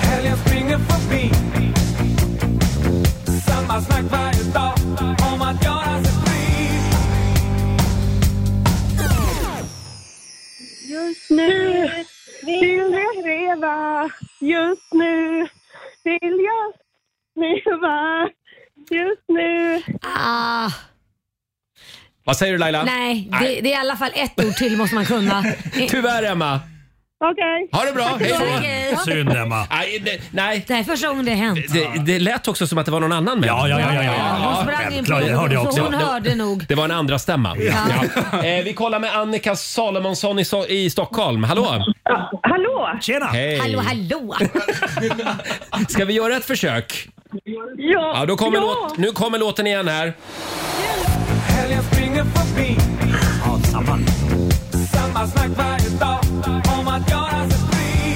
Speaker 4: Helgen springer förbi Samma snack varje dag om att göra sig fri
Speaker 3: Just nu vill jag leva. Just nu vill jag leva. Just nu.
Speaker 2: Ah,
Speaker 1: Vad säger du Laila?
Speaker 2: nej, det, det är i alla fall ett ord till måste man kunna.
Speaker 1: Tyvärr Emma.
Speaker 3: Okej.
Speaker 1: Ha det bra, hej
Speaker 2: Okej.
Speaker 1: då!
Speaker 2: Synd,
Speaker 1: Emma. Nej, det, nej.
Speaker 2: Det här är första gången det har hänt.
Speaker 1: Det, det lät också som att det var någon annan med.
Speaker 2: Ja, ja, ja, ja, ja. Ja, hon sprang in på självklart, det hörde jag honom, så också. hon hörde nog.
Speaker 1: Det var en andra stämma.
Speaker 2: Ja.
Speaker 1: Ja. Eh, Vi kollar med Annika Salomonsson i, So- i Stockholm. Hallå!
Speaker 3: Hallå!
Speaker 9: Tjena!
Speaker 1: Hej.
Speaker 2: Hallå, hallå!
Speaker 1: Ska vi göra ett försök?
Speaker 3: Ja,
Speaker 1: Ja, då kommer låt, nu kommer låten igen här.
Speaker 4: Helgen springer förbi. Samma snack varje dag om att göra sig fri.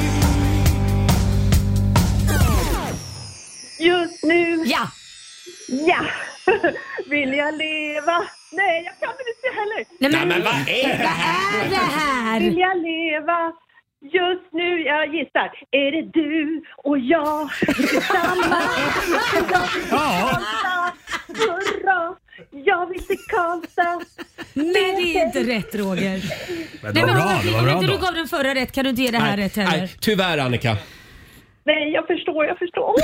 Speaker 3: Just nu.
Speaker 2: Ja.
Speaker 3: Ja. Vill jag leva? Nej, jag kan väl inte heller.
Speaker 2: Nej, men-
Speaker 1: Nej, men vad är det
Speaker 2: här? Vad är det här?
Speaker 3: Vill jag leva? Just nu, jag gissar, är det du och jag tillsammans?
Speaker 9: Ja.
Speaker 3: Hurra! Jag vill till Karlstad.
Speaker 2: Nej, det är inte rätt Roger.
Speaker 1: Men det
Speaker 2: Nej,
Speaker 1: var bra,
Speaker 2: men Roger,
Speaker 1: det var
Speaker 2: Om
Speaker 1: bra
Speaker 2: inte du
Speaker 1: ändå.
Speaker 2: gav den förra rätt kan du inte ge det här rätt heller.
Speaker 1: Nej, tyvärr Annika.
Speaker 3: Nej, jag förstår, jag förstår. Åh!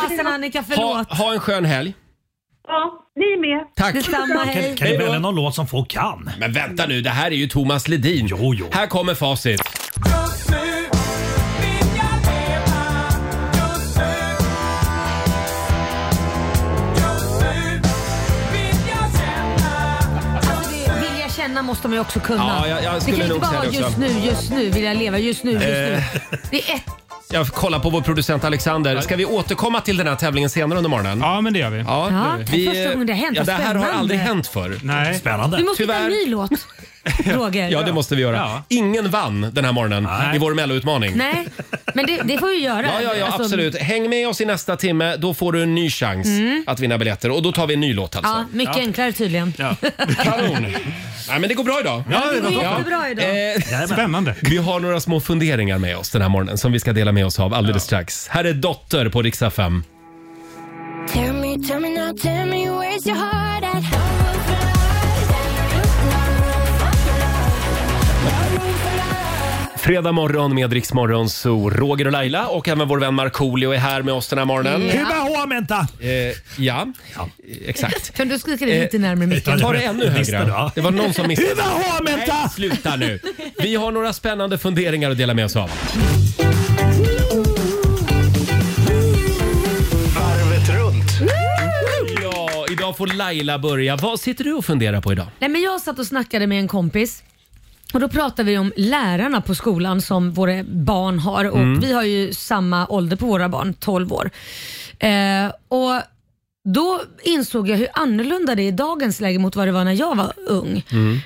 Speaker 2: Fasen Annika, förlåt.
Speaker 1: Ha, ha en skön helg.
Speaker 3: Ja, ni med.
Speaker 1: Tack.
Speaker 9: Kan, kan du välja någon låt som folk kan?
Speaker 1: Men vänta nu, det här är ju Thomas Ledin. Här kommer facit.
Speaker 4: Just nu vill jag leva. Just nu. Just nu vill jag känna.
Speaker 2: Alltså, det, vill jag känna måste man ju också kunna.
Speaker 1: Ja, jag- jag skulle
Speaker 2: det kan
Speaker 1: nog
Speaker 2: inte bara
Speaker 1: säga
Speaker 2: vara
Speaker 1: det
Speaker 2: just
Speaker 1: också.
Speaker 2: nu, just nu, vill jag leva, just nu, just nu.
Speaker 1: Eh,
Speaker 2: Det är ett
Speaker 1: jag kollar på vår producent Alexander. Ska vi återkomma till den här tävlingen senare under morgonen? Ja, men det gör vi. Ja,
Speaker 2: Ja, det är första gången det har hänt.
Speaker 1: Ja,
Speaker 2: Vad
Speaker 1: det här har
Speaker 2: spännande.
Speaker 1: aldrig hänt förr. Nej. Spännande.
Speaker 2: Vi måste hitta en ny låt, Roger.
Speaker 1: Ja, det måste vi göra. Ingen vann den här morgonen i vår melloutmaning.
Speaker 2: Nej, men det, det får vi göra.
Speaker 1: Ja, ja, ja
Speaker 2: Alltså,
Speaker 1: absolut. Häng med oss i nästa timme. Då får du en ny chans
Speaker 2: Mm.
Speaker 1: att vinna biljetter. Och då tar vi en ny låt alltså.
Speaker 2: Ja, mycket enklare tydligen.
Speaker 1: Kanon! Nej, men det går bra idag. Eh,
Speaker 2: Ja, det går jättebra idag.
Speaker 1: Spännande. Vi har några små funderingar med oss den här morgonen som vi ska dela med oss av alldeles strax. Här är Dotter på riksdag 5.
Speaker 6: Tell me, tell me now, tell me where's your heart at?
Speaker 1: Fredag morgon med Rix Morgon, så Roger och Laila och även vår vän Markoolio är här med oss den här morgonen.
Speaker 2: Mm.
Speaker 9: Kuba Huamenta!
Speaker 1: Eh, ja, Eh, exakt.
Speaker 2: Kan du skrika det
Speaker 9: Eh,
Speaker 2: lite närmare micken?
Speaker 1: Ta Eh, det ännu högre. Det var någon som missade.
Speaker 9: Huva Huamenta!
Speaker 1: Nej, Sluta nu. Vi har några spännande funderingar att dela med oss av.
Speaker 12: Varvet runt.
Speaker 1: Ja, idag får Laila börja. Vad sitter du och funderar på idag?
Speaker 2: Nej, men jag satt och snackade med en kompis och då pratade vi om lärarna på skolan som våra barn har och
Speaker 13: Mm.
Speaker 2: vi har ju samma ålder på våra barn, 12 år. Eh, och då insåg jag hur annorlunda det är i dagens läge mot vad det var när jag var ung.
Speaker 6: Mm.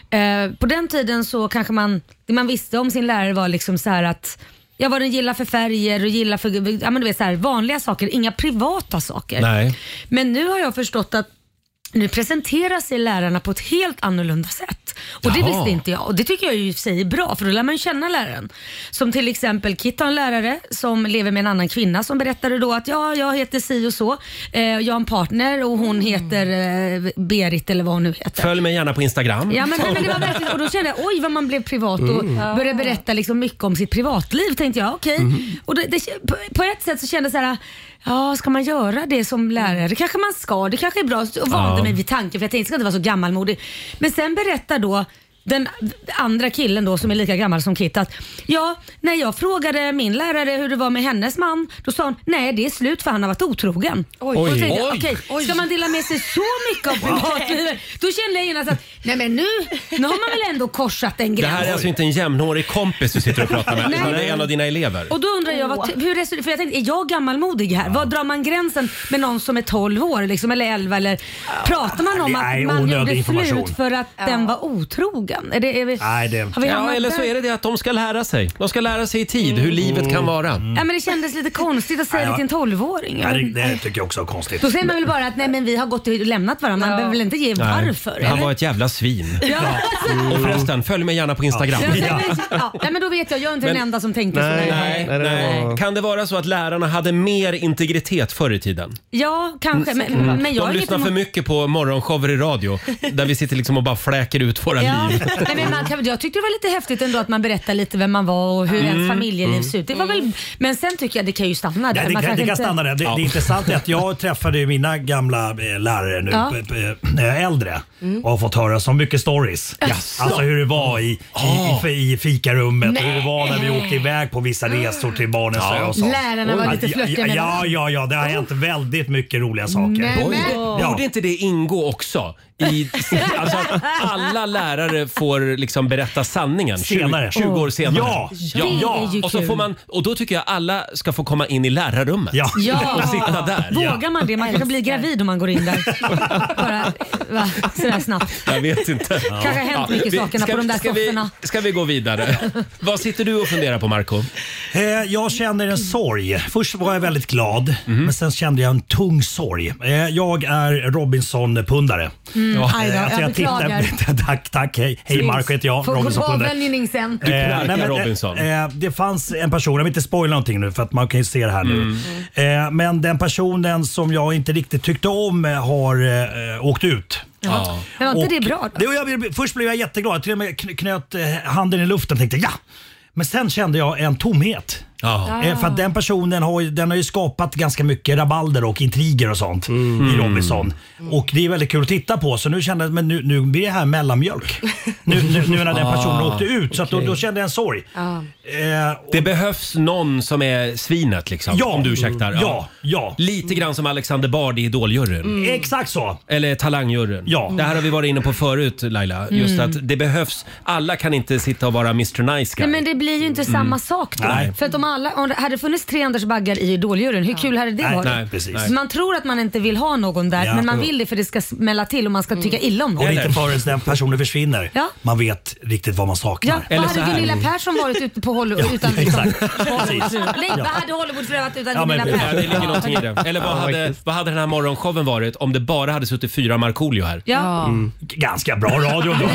Speaker 2: Eh, på den tiden så kanske man, det man visste om sin lärare var liksom så här att Ja, vad den gillar för färger och gillar för ja, men du vet, så här, vanliga saker, inga privata saker.
Speaker 1: Nej.
Speaker 2: Men nu har jag förstått att nu presenterar sig lärarna på ett helt annorlunda sätt. Och det
Speaker 13: Jaha.
Speaker 2: visste inte jag. Och det tycker jag ju i och för sig är bra, för då lär man ju känna läraren. Som till exempel Kit har en lärare som lever med en annan kvinna som berättade då att ja, jag heter si och så. Eh, jag har en partner och hon heter eh, Berit eller vad hon nu heter.
Speaker 1: Följ mig gärna på Instagram.
Speaker 2: Ja, men, nej, men det var verkligen, och då kände jag oj vad man blev privat och
Speaker 1: Mm.
Speaker 2: började berätta liksom mycket om sitt privatliv. tänkte jag. Okej.
Speaker 13: Mm.
Speaker 2: Och det, det, på, på ett sätt så kände jag så här, ja ska man göra det som lärare? Det kanske man ska, det kanske är bra. Och vande
Speaker 13: Ja.
Speaker 2: mig vid tanken för jag tänkte jag ska inte vara så gammalmodig. Men sen berättar då den andra killen då som är lika gammal som Kit att ja, när jag frågade min lärare hur det var med hennes man då sa hon nej det är slut för han har varit otrogen.
Speaker 13: Oj.
Speaker 2: Och då tänkte jag,
Speaker 13: Oj.
Speaker 2: okej, ska man dela med sig så mycket av privatlivet? Då kände jag genast att nej men nu, nu har man väl ändå korsat en
Speaker 1: Det
Speaker 2: gräns.
Speaker 1: här är alltså inte en jämnhårig kompis du sitter och pratar med,
Speaker 2: Nej.
Speaker 1: utan det är en av dina elever.
Speaker 2: Och då undrar jag, vad, hur resonerar, för jag tänkte, är jag gammalmodig här? Var drar man gränsen med någon som är 12 år liksom, eller 11? Eller, pratar man om
Speaker 1: det är
Speaker 2: att man
Speaker 1: onödig
Speaker 2: gjorde
Speaker 1: information.
Speaker 2: slut för att den var otrogen? Är det, är vi, har vi
Speaker 1: ja,
Speaker 2: hamnat
Speaker 1: eller så
Speaker 2: där? Mm.
Speaker 1: är det det att de ska lära sig. De ska lära sig i tid hur livet kan vara.
Speaker 2: Ja, men det kändes lite konstigt att säga
Speaker 1: Nej,
Speaker 2: det till en 12-åring.
Speaker 9: Nej, det, det tycker jag också är konstigt.
Speaker 2: Då säger man väl bara att nej, men vi har gått och lämnat varandra. Man behöver väl inte ge varför?
Speaker 1: Nej, Han
Speaker 2: eller?
Speaker 1: var ett jävla svin.
Speaker 2: Ja.
Speaker 1: Och förresten, följ mig gärna på Instagram.
Speaker 2: Ja, nej, men- ja, nej, men då vet jag, jag är inte den
Speaker 1: Men-
Speaker 2: enda som tänkte så. där.
Speaker 1: Kan det vara så att lärarna hade mer integritet förr i tiden?
Speaker 2: Ja, kanske. Men,
Speaker 9: Mm.
Speaker 2: men jag
Speaker 1: De
Speaker 2: är
Speaker 1: lyssnar
Speaker 2: emot-
Speaker 1: för mycket på morgonshower i radio där vi sitter liksom och bara fläker ut våra
Speaker 2: Ja,
Speaker 1: liv.
Speaker 2: Nej, men man kan, jag tyckte det var lite häftigt ändå att man berättar lite vem man var och hur
Speaker 9: Mm,
Speaker 2: ens familjeliv
Speaker 9: mm.
Speaker 2: ser ut. Det var väl, men sen tycker jag det kan ju stanna där.
Speaker 9: Ja, det,
Speaker 2: Man
Speaker 9: kan,
Speaker 2: kanske
Speaker 9: det kan
Speaker 2: inte-
Speaker 9: stanna där. Det, det intressanta är att jag träffade ju mina gamla eh, lärare nu,
Speaker 2: Ja.
Speaker 9: p- p- eh, äldre, och har fått höra så mycket stories.
Speaker 12: Mm. Jaså. Ah.
Speaker 9: Alltså hur det var i, i, i, i, fikarummet och hur det var när vi
Speaker 12: Nej. Ah.
Speaker 9: åkte iväg på vissa resor till barnens
Speaker 12: Ja.
Speaker 9: ö och sånt.
Speaker 12: Lärarna var
Speaker 9: Att-
Speaker 12: lite flörtiga
Speaker 9: ja,
Speaker 12: med
Speaker 9: ja,
Speaker 12: varandra.
Speaker 9: ja, ja, det har hänt väldigt mycket roliga saker.
Speaker 12: Nej,
Speaker 1: Oj.
Speaker 12: men-
Speaker 9: Ja.
Speaker 1: Borde inte det ingå också? I, alltså att alla lärare får liksom berätta sanningen 20,
Speaker 9: Senare.
Speaker 1: 20 år senare.
Speaker 9: Ja. Det är ju
Speaker 1: Och, så
Speaker 9: kul.
Speaker 1: får man, och då tycker jag alla ska få komma in i lärarrummet
Speaker 2: Ja.
Speaker 1: och sitta där.
Speaker 2: Vågar man det? Man kanske blir gravid om man går in där. Bara, va, sådär snabbt.
Speaker 1: Jag vet inte.
Speaker 2: Kanske har hänt mycket
Speaker 1: vi-
Speaker 2: sakerna på de där
Speaker 1: ska
Speaker 2: sofforna.
Speaker 1: Vi, ska vi gå vidare? Vad sitter du och funderar på Marco?
Speaker 9: Eh, jag känner en sorg. Först var jag väldigt glad,
Speaker 1: Mhm.
Speaker 9: men sen kände jag en tung sorg. Eh, jag är Robinson-pundare.
Speaker 2: Mm,
Speaker 9: Eh,
Speaker 2: aj då, jag beklagar.
Speaker 9: tack, tack. Hej, hej Marco heter jag.
Speaker 2: Får gå på
Speaker 9: Robinson-pundare.
Speaker 2: avvänjning sen.
Speaker 9: Eh, nej, men, eh, Eh, det fanns en person, jag vill inte spoila någonting nu för att man kan ju se det här nu. Eh, men den personen som jag inte riktigt tyckte om eh, har eh, åkt ut.
Speaker 2: Jaha. Men var inte det bra då?
Speaker 9: Det, och jag, blev- först blev jag jätteglad, jag till och med kn- knöt eh, handen i luften och tänkte ja. Men sen kände jag en tomhet.
Speaker 12: Ja.
Speaker 9: Eh, För att den personen har, ju- den har ju skapat ganska mycket rabalder och intriger och sånt i Robinson. Och det är väldigt kul att titta på så nu kände jag att nu, nu blir det här mellanmjölk. Nu, nu, nu när den personen
Speaker 1: Ah,
Speaker 9: åkte ut så att då,
Speaker 1: okej.
Speaker 9: då kände jag en sorg. Eh,
Speaker 1: Det behövs någon som är svinet liksom,
Speaker 9: Ja. Mm.
Speaker 1: om du ursäktar.
Speaker 9: Ja, ja.
Speaker 1: Lite grann som Alexander Bard i Idoljuryn.
Speaker 9: Mm. Exakt så.
Speaker 1: Eller talangjuryn. Ja. Det här har vi varit inne på förut Laila. Just
Speaker 2: Mm.
Speaker 1: att det behövs, alla kan inte sitta och vara Mr Nice Guy.
Speaker 2: Nej, men det blir ju inte
Speaker 1: Mm.
Speaker 2: samma sak då.
Speaker 1: Nej.
Speaker 2: För att om alla, om det hade funnits tre Anders Baggar i Idoljuryn, hur kul hade det
Speaker 1: Nej,
Speaker 2: varit?
Speaker 1: nej, precis. Nej.
Speaker 2: Man tror att man inte vill ha någon där,
Speaker 9: Ja.
Speaker 2: men man vill det för det ska smälla till och man ska tycka illa om någon.
Speaker 9: Och inte förrän den personen försvinner
Speaker 2: Ja.
Speaker 9: man vet riktigt vad man
Speaker 2: Ja,
Speaker 9: saknar.
Speaker 2: vad hade Gunilla Persson varit ute på Hollywood
Speaker 9: Ja,
Speaker 2: utan
Speaker 9: exakt.
Speaker 2: Hollywood?
Speaker 9: Precis.
Speaker 2: Nej,
Speaker 1: Ja.
Speaker 2: vad hade Hollywood prövat utan
Speaker 1: Ja, men,
Speaker 2: Gunilla
Speaker 1: ja,
Speaker 2: Persson?
Speaker 1: det ligger någonting i det. Eller vad,
Speaker 2: Ja,
Speaker 1: hade, vad hade den här morgonshowen varit om det bara hade suttit fyra Markoolio här?
Speaker 2: Ja.
Speaker 1: Ganska bra radio
Speaker 9: då. Alltså,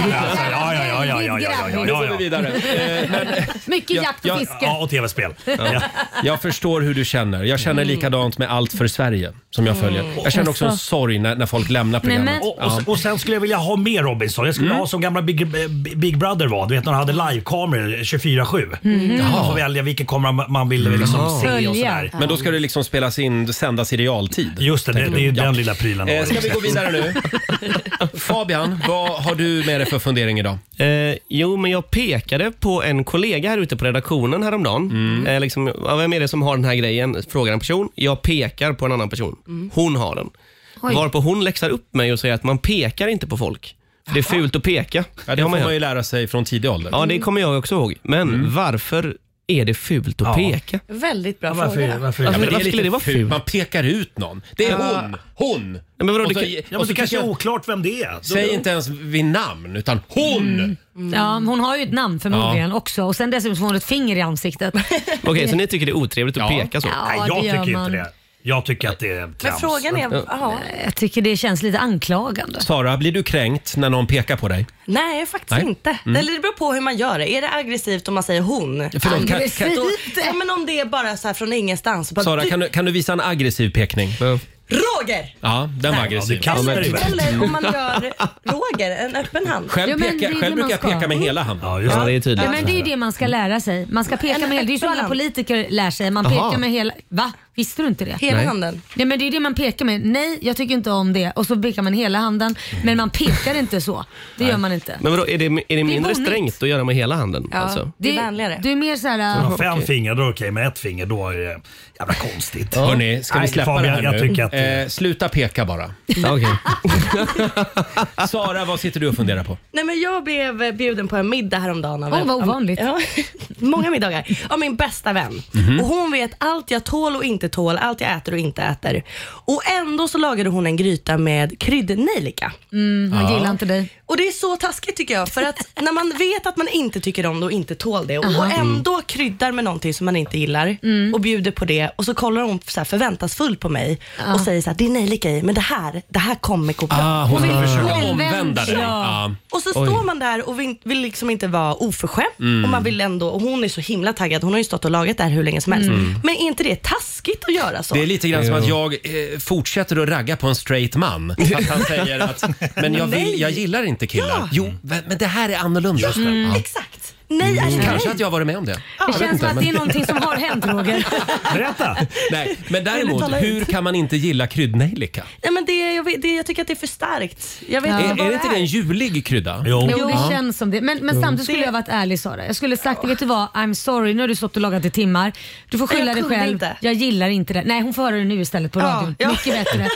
Speaker 9: Ja, ja, ja, ja, ja, ja, ja, ja,
Speaker 1: Nu
Speaker 9: ja.
Speaker 1: får vi vidare. Eh, men-
Speaker 2: Mm. Mycket jakt och fiske.
Speaker 9: och tv-spel.
Speaker 1: Ja. Mm. Jag förstår hur du känner. Jag känner likadant med Allt för Sverige som jag följer. Jag känner också en sorg när, när folk lämnar programmet.
Speaker 9: och,
Speaker 1: Ja.
Speaker 9: och, och sen skulle jag vilja ha mer Robinson. Jag skulle
Speaker 1: Mm.
Speaker 9: ha som gamla Big, Big Brother var. Du vet när de hade livekameror 24-7.
Speaker 1: Mhm.
Speaker 7: Mm-hmm.
Speaker 9: Man får välja vilken kamera ma- man vill
Speaker 1: Mm.
Speaker 9: liksom se och sådär.
Speaker 1: Men då ska det liksom spelas in, sändas i realtid.
Speaker 9: Just det, det,
Speaker 1: tänker
Speaker 9: det är
Speaker 1: du. Ja.
Speaker 9: den lilla prylen.
Speaker 1: Eh, Ska vi gå vidare nu? Fabian, vad har du med dig för fundering idag?
Speaker 8: Eh, jo, men jag pekade på en kollega här ute på redaktionen häromdagen. Eh, liksom, ja, vem är det som har den här grejen? Frågar en person. Jag pekar på en annan person. Hon har den.
Speaker 1: Oj.
Speaker 8: Varpå hon läxar upp mig och säger att man pekar inte på folk. Det är fult att peka.
Speaker 1: Ja, det får man ju
Speaker 8: hört.
Speaker 1: lära sig från tidig ålder. Mm.
Speaker 8: Ja, det kommer jag också ihåg. Men varför är det fult att peka?
Speaker 7: Väldigt bra
Speaker 8: varför-
Speaker 7: fråga.
Speaker 1: Alltså,
Speaker 8: varför- Ja, men varför skulle det vara fult?
Speaker 1: Man pekar ut någon. Det är
Speaker 8: Ja.
Speaker 1: hon! Hon!
Speaker 8: men vadå,
Speaker 1: Och
Speaker 8: det
Speaker 1: så-
Speaker 8: kan- Ja,
Speaker 9: Ja,
Speaker 1: och
Speaker 9: men
Speaker 1: så
Speaker 9: det kanske
Speaker 1: tycker
Speaker 9: är
Speaker 1: jag-
Speaker 9: oklart vem det är. Mm.
Speaker 1: Säg inte ens vid namn, utan hon!
Speaker 2: Ja, hon har ju ett namn förmodligen också och sen dessutom får hon ett finger i ansiktet.
Speaker 8: Okej, så ni tycker det är otrevligt att peka så?
Speaker 2: Ja, Nej, jag det tycker gör inte man. det.
Speaker 9: Jag tycker att det är
Speaker 2: Men frågan är-
Speaker 7: Ja.
Speaker 2: Jag tycker det känns lite anklagande.
Speaker 1: Sara, blir du kränkt när någon pekar på dig?
Speaker 7: Nej, faktiskt
Speaker 1: Nej.
Speaker 7: inte.
Speaker 1: Mm.
Speaker 7: Eller det beror på hur man gör det. Är det aggressivt om man säger hon?
Speaker 1: Ja, förlåt, kan- Aggressivt?
Speaker 7: Då, ja, men om det är bara så här från ingenstans. så Bara,
Speaker 1: Sara,
Speaker 7: du,
Speaker 1: kan du, kan du visa en aggressiv pekning?
Speaker 7: Roger!
Speaker 1: Ja, den var
Speaker 7: Där.
Speaker 1: aggressiv.
Speaker 7: Ja,
Speaker 1: men-
Speaker 7: Eller om man gör Roger, en öppen hand.
Speaker 1: Själv,
Speaker 2: Ja, men det är
Speaker 1: peka,
Speaker 2: det
Speaker 1: själv
Speaker 2: man
Speaker 1: brukar jag
Speaker 2: ska.
Speaker 1: peka med hela handen. Ja,
Speaker 8: just det. Ja, det är tydligt.
Speaker 2: Ja, men det är ju det man ska lära sig. Man ska peka med hela. Det är ju så alla politiker lär sig. Man
Speaker 8: Jaha.
Speaker 2: pekar med hela. Va? Visste du inte det?
Speaker 8: Hela Nej. handen.
Speaker 2: Ja, men det är ju det man pekar med. Nej, jag tycker inte om det. Och så pekar man hela handen. Men man pekar inte så. Det gör man inte.
Speaker 8: Men vadå, är det, är det mindre
Speaker 2: bonnigt.
Speaker 8: strängt att göra med hela handen? Alltså?
Speaker 2: det är vänligare. Du är mer så här...
Speaker 9: Om
Speaker 2: äh,
Speaker 9: man har fem fingrar då är det okej, med ett finger då är det jävla konstigt.
Speaker 1: Hörni, ska vi
Speaker 9: Nej,
Speaker 1: släppa
Speaker 9: Fabian,
Speaker 1: det här
Speaker 9: jag
Speaker 1: nu?
Speaker 9: Tycker att,
Speaker 1: eh, sluta peka bara. Sara, vad sitter du och funderar på?
Speaker 7: Nej, men jag blev eh, bjuden på en middag häromdagen. av
Speaker 2: Åh,
Speaker 7: en-
Speaker 2: vad ovanligt.
Speaker 7: Ja, många middagar. Av min bästa vän.
Speaker 2: Mhm.
Speaker 7: Och Hon vet allt jag tål och inte tål, allt jag äter och inte äter. Och Ändå så lagade hon en gryta med kryddnejlika.
Speaker 2: Mm, hon
Speaker 7: Ja.
Speaker 2: gillar inte dig.
Speaker 7: Och Det är så taskigt tycker jag, för att när man vet att man inte tycker om det och inte tål det och
Speaker 2: Aha.
Speaker 7: ändå kryddar med någonting som man inte gillar och bjuder på det och så kollar hon så här förväntansfullt på mig och säger så här, det är nejlika i, men det här, det här kommer gå bra.
Speaker 1: Ah, hon ska
Speaker 7: vill
Speaker 1: försöka
Speaker 7: själv
Speaker 1: omvända dig.
Speaker 7: vända.
Speaker 1: Ja.
Speaker 7: Och så
Speaker 1: Oj.
Speaker 7: står man där och vill, vill liksom inte vara oförskämd
Speaker 1: Mm.
Speaker 7: och man vill ändå, och hon är så himla taggad, hon har ju stått och lagat det här hur länge som helst.
Speaker 1: Mm.
Speaker 7: Men är inte det taskigt? tråkigt att göra så.
Speaker 1: Det är lite grann som att jag eh, fortsätter att ragga på en straight man. Fast han säger att men jag, vill,
Speaker 7: Nej.
Speaker 1: jag gillar inte killar.
Speaker 7: Ja.
Speaker 1: Jo, men det här är annorlunda.
Speaker 7: Ja,
Speaker 1: Ja.
Speaker 7: exakt. Nej, är
Speaker 1: Mm.
Speaker 7: det
Speaker 1: Kanske
Speaker 7: nej?
Speaker 1: att jag har varit med om det. Jag
Speaker 2: alltså,
Speaker 1: vet
Speaker 2: Det känns
Speaker 1: inte,
Speaker 2: som att
Speaker 1: men-
Speaker 2: det är någonting som har hänt Roger.
Speaker 1: Berätta! Nej, men
Speaker 7: Vill du
Speaker 1: däremot,
Speaker 7: tala ut?
Speaker 1: hur kan man inte gilla kryddnejlika?
Speaker 7: Nej, men det, jag, vet, det, jag tycker att det är för starkt. Jag vet
Speaker 1: Är,
Speaker 7: inte vad
Speaker 1: är det inte det en
Speaker 7: är.
Speaker 1: julig krydda?
Speaker 2: Jo, det
Speaker 1: Ja.
Speaker 2: känns som det. Men, men
Speaker 1: Jo.
Speaker 2: samtidigt skulle jag varit ärlig Sara. Jag skulle sagt, vet du vad, I'm sorry, nu har du stått och lagat i timmar. Du får
Speaker 7: Jag
Speaker 2: skylla dig
Speaker 7: kunde
Speaker 2: själv.
Speaker 7: inte.
Speaker 2: Jag gillar inte det. Nej, hon får höra det nu istället på
Speaker 7: Ja,
Speaker 2: radion.
Speaker 7: ja.
Speaker 2: Mycket bättre.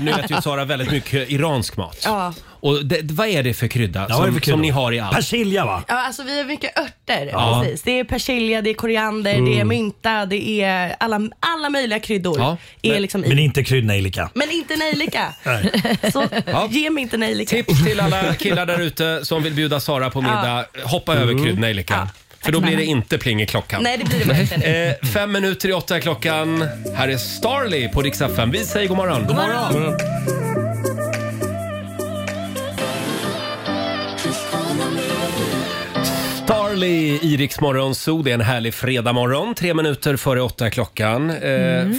Speaker 1: Nu äter ju Sara väldigt mycket iransk mat.
Speaker 7: Ja.
Speaker 1: Och det, vad är det för krydda
Speaker 9: vad är det
Speaker 1: som,
Speaker 9: för krydda?
Speaker 1: som ni har i allt?
Speaker 9: Persilja va?
Speaker 7: Ja, alltså vi har mycket örter.
Speaker 1: Ja.
Speaker 7: Precis. Det är persilja, det är koriander,
Speaker 9: Mm.
Speaker 7: det är mynta, det är alla, alla möjliga kryddor. är
Speaker 9: men,
Speaker 7: liksom i.
Speaker 9: men inte kryddnejlika.
Speaker 7: Men inte nejlika. Så
Speaker 1: Ja.
Speaker 7: ge mig inte nejlika.
Speaker 1: Tips till alla killar där ute som vill bjuda Sara på middag. Hoppa över kryddnejlikan. För då blir det inte pling i klockan.
Speaker 7: Nej, det blir det verkligen
Speaker 1: Eh, fem minuter i åtta är klockan. Här är Starley på Dix FM. Vi säger god morgon. God morgon. Starley i Rix Morgon Zoo. Det är en härlig fredagmorgon. Tre minuter före åtta är klockan. Eh,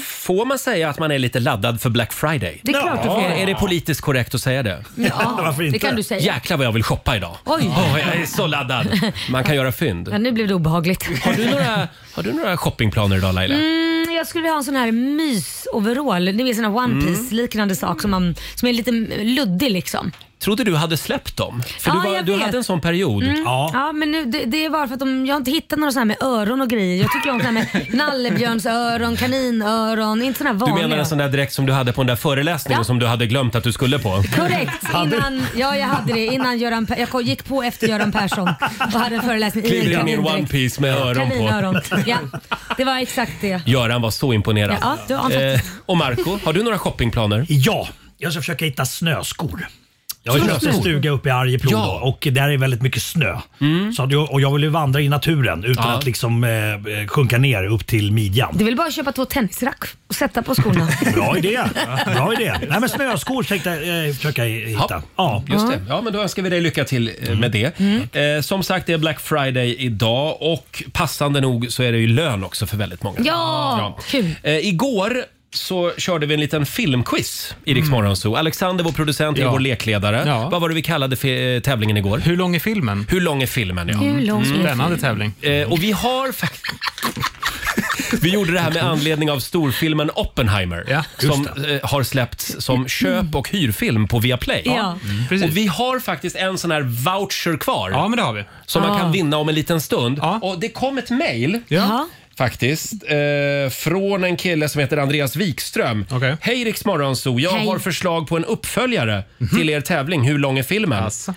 Speaker 1: Får man säga att man är lite laddad för Black Friday?
Speaker 2: Det är klart du får.
Speaker 1: Är- Är det politiskt korrekt att säga det?
Speaker 2: Ja, Varför det inte? kan du säga.
Speaker 1: Jäklar vad jag vill shoppa idag.
Speaker 2: Oj.
Speaker 1: Åh, jag är så laddad. Man kan göra fynd.
Speaker 2: Ja, nu blev det obehagligt.
Speaker 1: Har du några, har du några shoppingplaner idag Laila?
Speaker 2: Mm, jag skulle vilja ha en sån här mysoverall, ni vet sån här
Speaker 1: Mm.
Speaker 2: one piece liknande sak som, man, som är lite luddig liksom.
Speaker 1: Trodde du hade släppt dem? För
Speaker 2: Ja,
Speaker 1: du, var,
Speaker 2: jag
Speaker 1: du
Speaker 2: vet.
Speaker 1: hade en sån period.
Speaker 2: Mm. Ja. men nu, det, det är bara för att de, jag har inte hittat några såna här med öron och grejer. Jag tycker om såna här med nallebjörnsöron, kaninöron, inte såna här
Speaker 1: Du
Speaker 2: vanliga.
Speaker 1: menar en sån där dräkt som du hade på den där föreläsningen
Speaker 2: Ja.
Speaker 1: som du hade glömt att du skulle på?
Speaker 2: Korrekt. Innan, ja, jag hade det innan Göran Per- Jag gick på efter Göran Persson och hade en föreläsning i en
Speaker 1: Kliver in i en
Speaker 2: kanindräkt.
Speaker 1: one piece med öron på.
Speaker 2: Kaninöron. Ja, det var exakt det.
Speaker 1: Göran var så imponerad.
Speaker 2: Ja, det var han
Speaker 1: Eh,
Speaker 2: faktiskt.
Speaker 1: och Marco, har du några shoppingplaner?
Speaker 9: Ja, jag ska försöka hitta snöskor. Jag har köpt en
Speaker 1: Snöskor?
Speaker 9: stuga uppe i Arjeplog
Speaker 1: Ja.
Speaker 9: då, och där är väldigt mycket snö. Så att jag, och jag vill ju vandra i naturen utan
Speaker 1: Mm. Ja.
Speaker 9: att liksom eh, sjunka ner upp till midjan.
Speaker 2: Det vill bara att köpa två tennisrack och sätta på skorna.
Speaker 9: Bra idé! Bra idé. Nej, men snöskor tänkte jag eh, försöka hitta. Ja.
Speaker 1: Just det. Ja, men då önskar vi dig lycka till eh, med det. Eh, som sagt, det är Black Friday idag och passande nog så är det ju lön också för väldigt många.
Speaker 2: Ja, kul.
Speaker 1: Eh, igår så körde vi en liten filmquiz i Rix mm. Zoo. Alexander, vår producent, är
Speaker 5: Ja.
Speaker 1: vår lekledare.
Speaker 5: Ja.
Speaker 1: Vad var det vi kallade fi- eh, tävlingen igår?
Speaker 5: Hur lång är filmen?
Speaker 1: Hur lång är filmen? Ja. Mm.
Speaker 2: Hur lång är
Speaker 5: Spännande tävling.
Speaker 1: Eh, och vi har faktiskt... Vi gjorde det här med anledning av storfilmen Oppenheimer
Speaker 5: Ja, just
Speaker 1: som eh, har släppts som köp och hyrfilm på Viaplay.
Speaker 2: Ja.
Speaker 5: Mm, Precis.
Speaker 1: Och vi har faktiskt en sån här voucher kvar
Speaker 5: Ja, men det har vi.
Speaker 1: som man
Speaker 2: Ah.
Speaker 1: kan vinna om en liten stund.
Speaker 5: Ja.
Speaker 1: Och det kom ett mejl
Speaker 2: Ja.
Speaker 1: faktiskt eh, från en kille som heter Andreas Wikström.
Speaker 5: Okej.
Speaker 1: Hej Rix Morgonzoo, jag
Speaker 2: Hej.
Speaker 1: har förslag på en uppföljare till er tävling Hur lång är filmen?
Speaker 5: Alltså.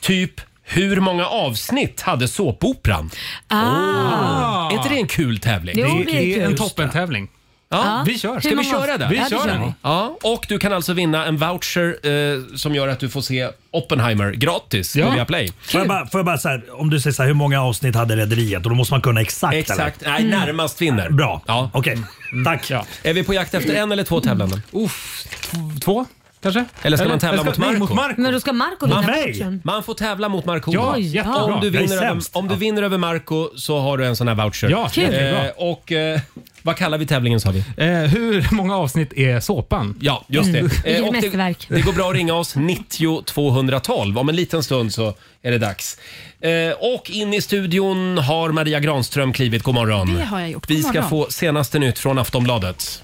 Speaker 1: Typ hur många avsnitt hade såpoperan?
Speaker 2: Ah.
Speaker 1: Är inte det en kul tävling?
Speaker 2: Jo, det är
Speaker 5: Det är en
Speaker 2: kul.
Speaker 5: toppentävling.
Speaker 1: Ja.
Speaker 5: Vi kör.
Speaker 1: Ska
Speaker 2: Hur
Speaker 1: vi
Speaker 2: många-
Speaker 1: köra den?
Speaker 5: Vi
Speaker 2: Ja, det
Speaker 5: kör
Speaker 2: kör
Speaker 5: den.
Speaker 2: vi.
Speaker 1: Ja, och du kan alltså vinna en voucher eh, som gör att du får se Oppenheimer gratis på
Speaker 5: Ja.
Speaker 1: Viaplay.
Speaker 9: Får jag bara, får jag bara så här, om du säger så här, hur många avsnitt hade Rederiet? Och då måste man kunna exakt. Eller? Mm.
Speaker 1: Exakt. Nej, närmast vinner.
Speaker 9: Bra.
Speaker 1: Ja. Mm.
Speaker 9: Okej, tack.
Speaker 1: Är vi på jakt efter en eller två tävlande?
Speaker 5: Uff, t- två kanske?
Speaker 1: Eller ska man tävla mot
Speaker 5: nej,
Speaker 1: Marco?
Speaker 5: mot Marco?
Speaker 2: Men då ska Marco vinna
Speaker 9: Nej.
Speaker 2: matchen.
Speaker 1: Man får tävla mot Marco
Speaker 5: Ja,
Speaker 1: Olof.
Speaker 5: jättebra.
Speaker 1: om, du
Speaker 9: Jag är
Speaker 1: vinner över,
Speaker 9: sämst.
Speaker 1: om du vinner över Marco så har du en sån här voucher.
Speaker 5: Ja, Kul. jättebra.
Speaker 1: Eh, och eh, vad kallar vi tävlingen sa vi?
Speaker 5: Eh, hur många avsnitt är såpan?
Speaker 1: Ja, just
Speaker 10: Mm.
Speaker 1: det. Eh,
Speaker 2: Vilket
Speaker 1: och det,
Speaker 2: mästerverk.
Speaker 1: det går bra att ringa oss, 90 212. Om en liten stund så är det dags. Eh, och in i studion har Maria Granström klivit. God morgon.
Speaker 10: Det har jag gjort.
Speaker 1: Vi
Speaker 10: God
Speaker 1: ska
Speaker 10: morgon.
Speaker 1: få senaste nytt från Aftonbladet.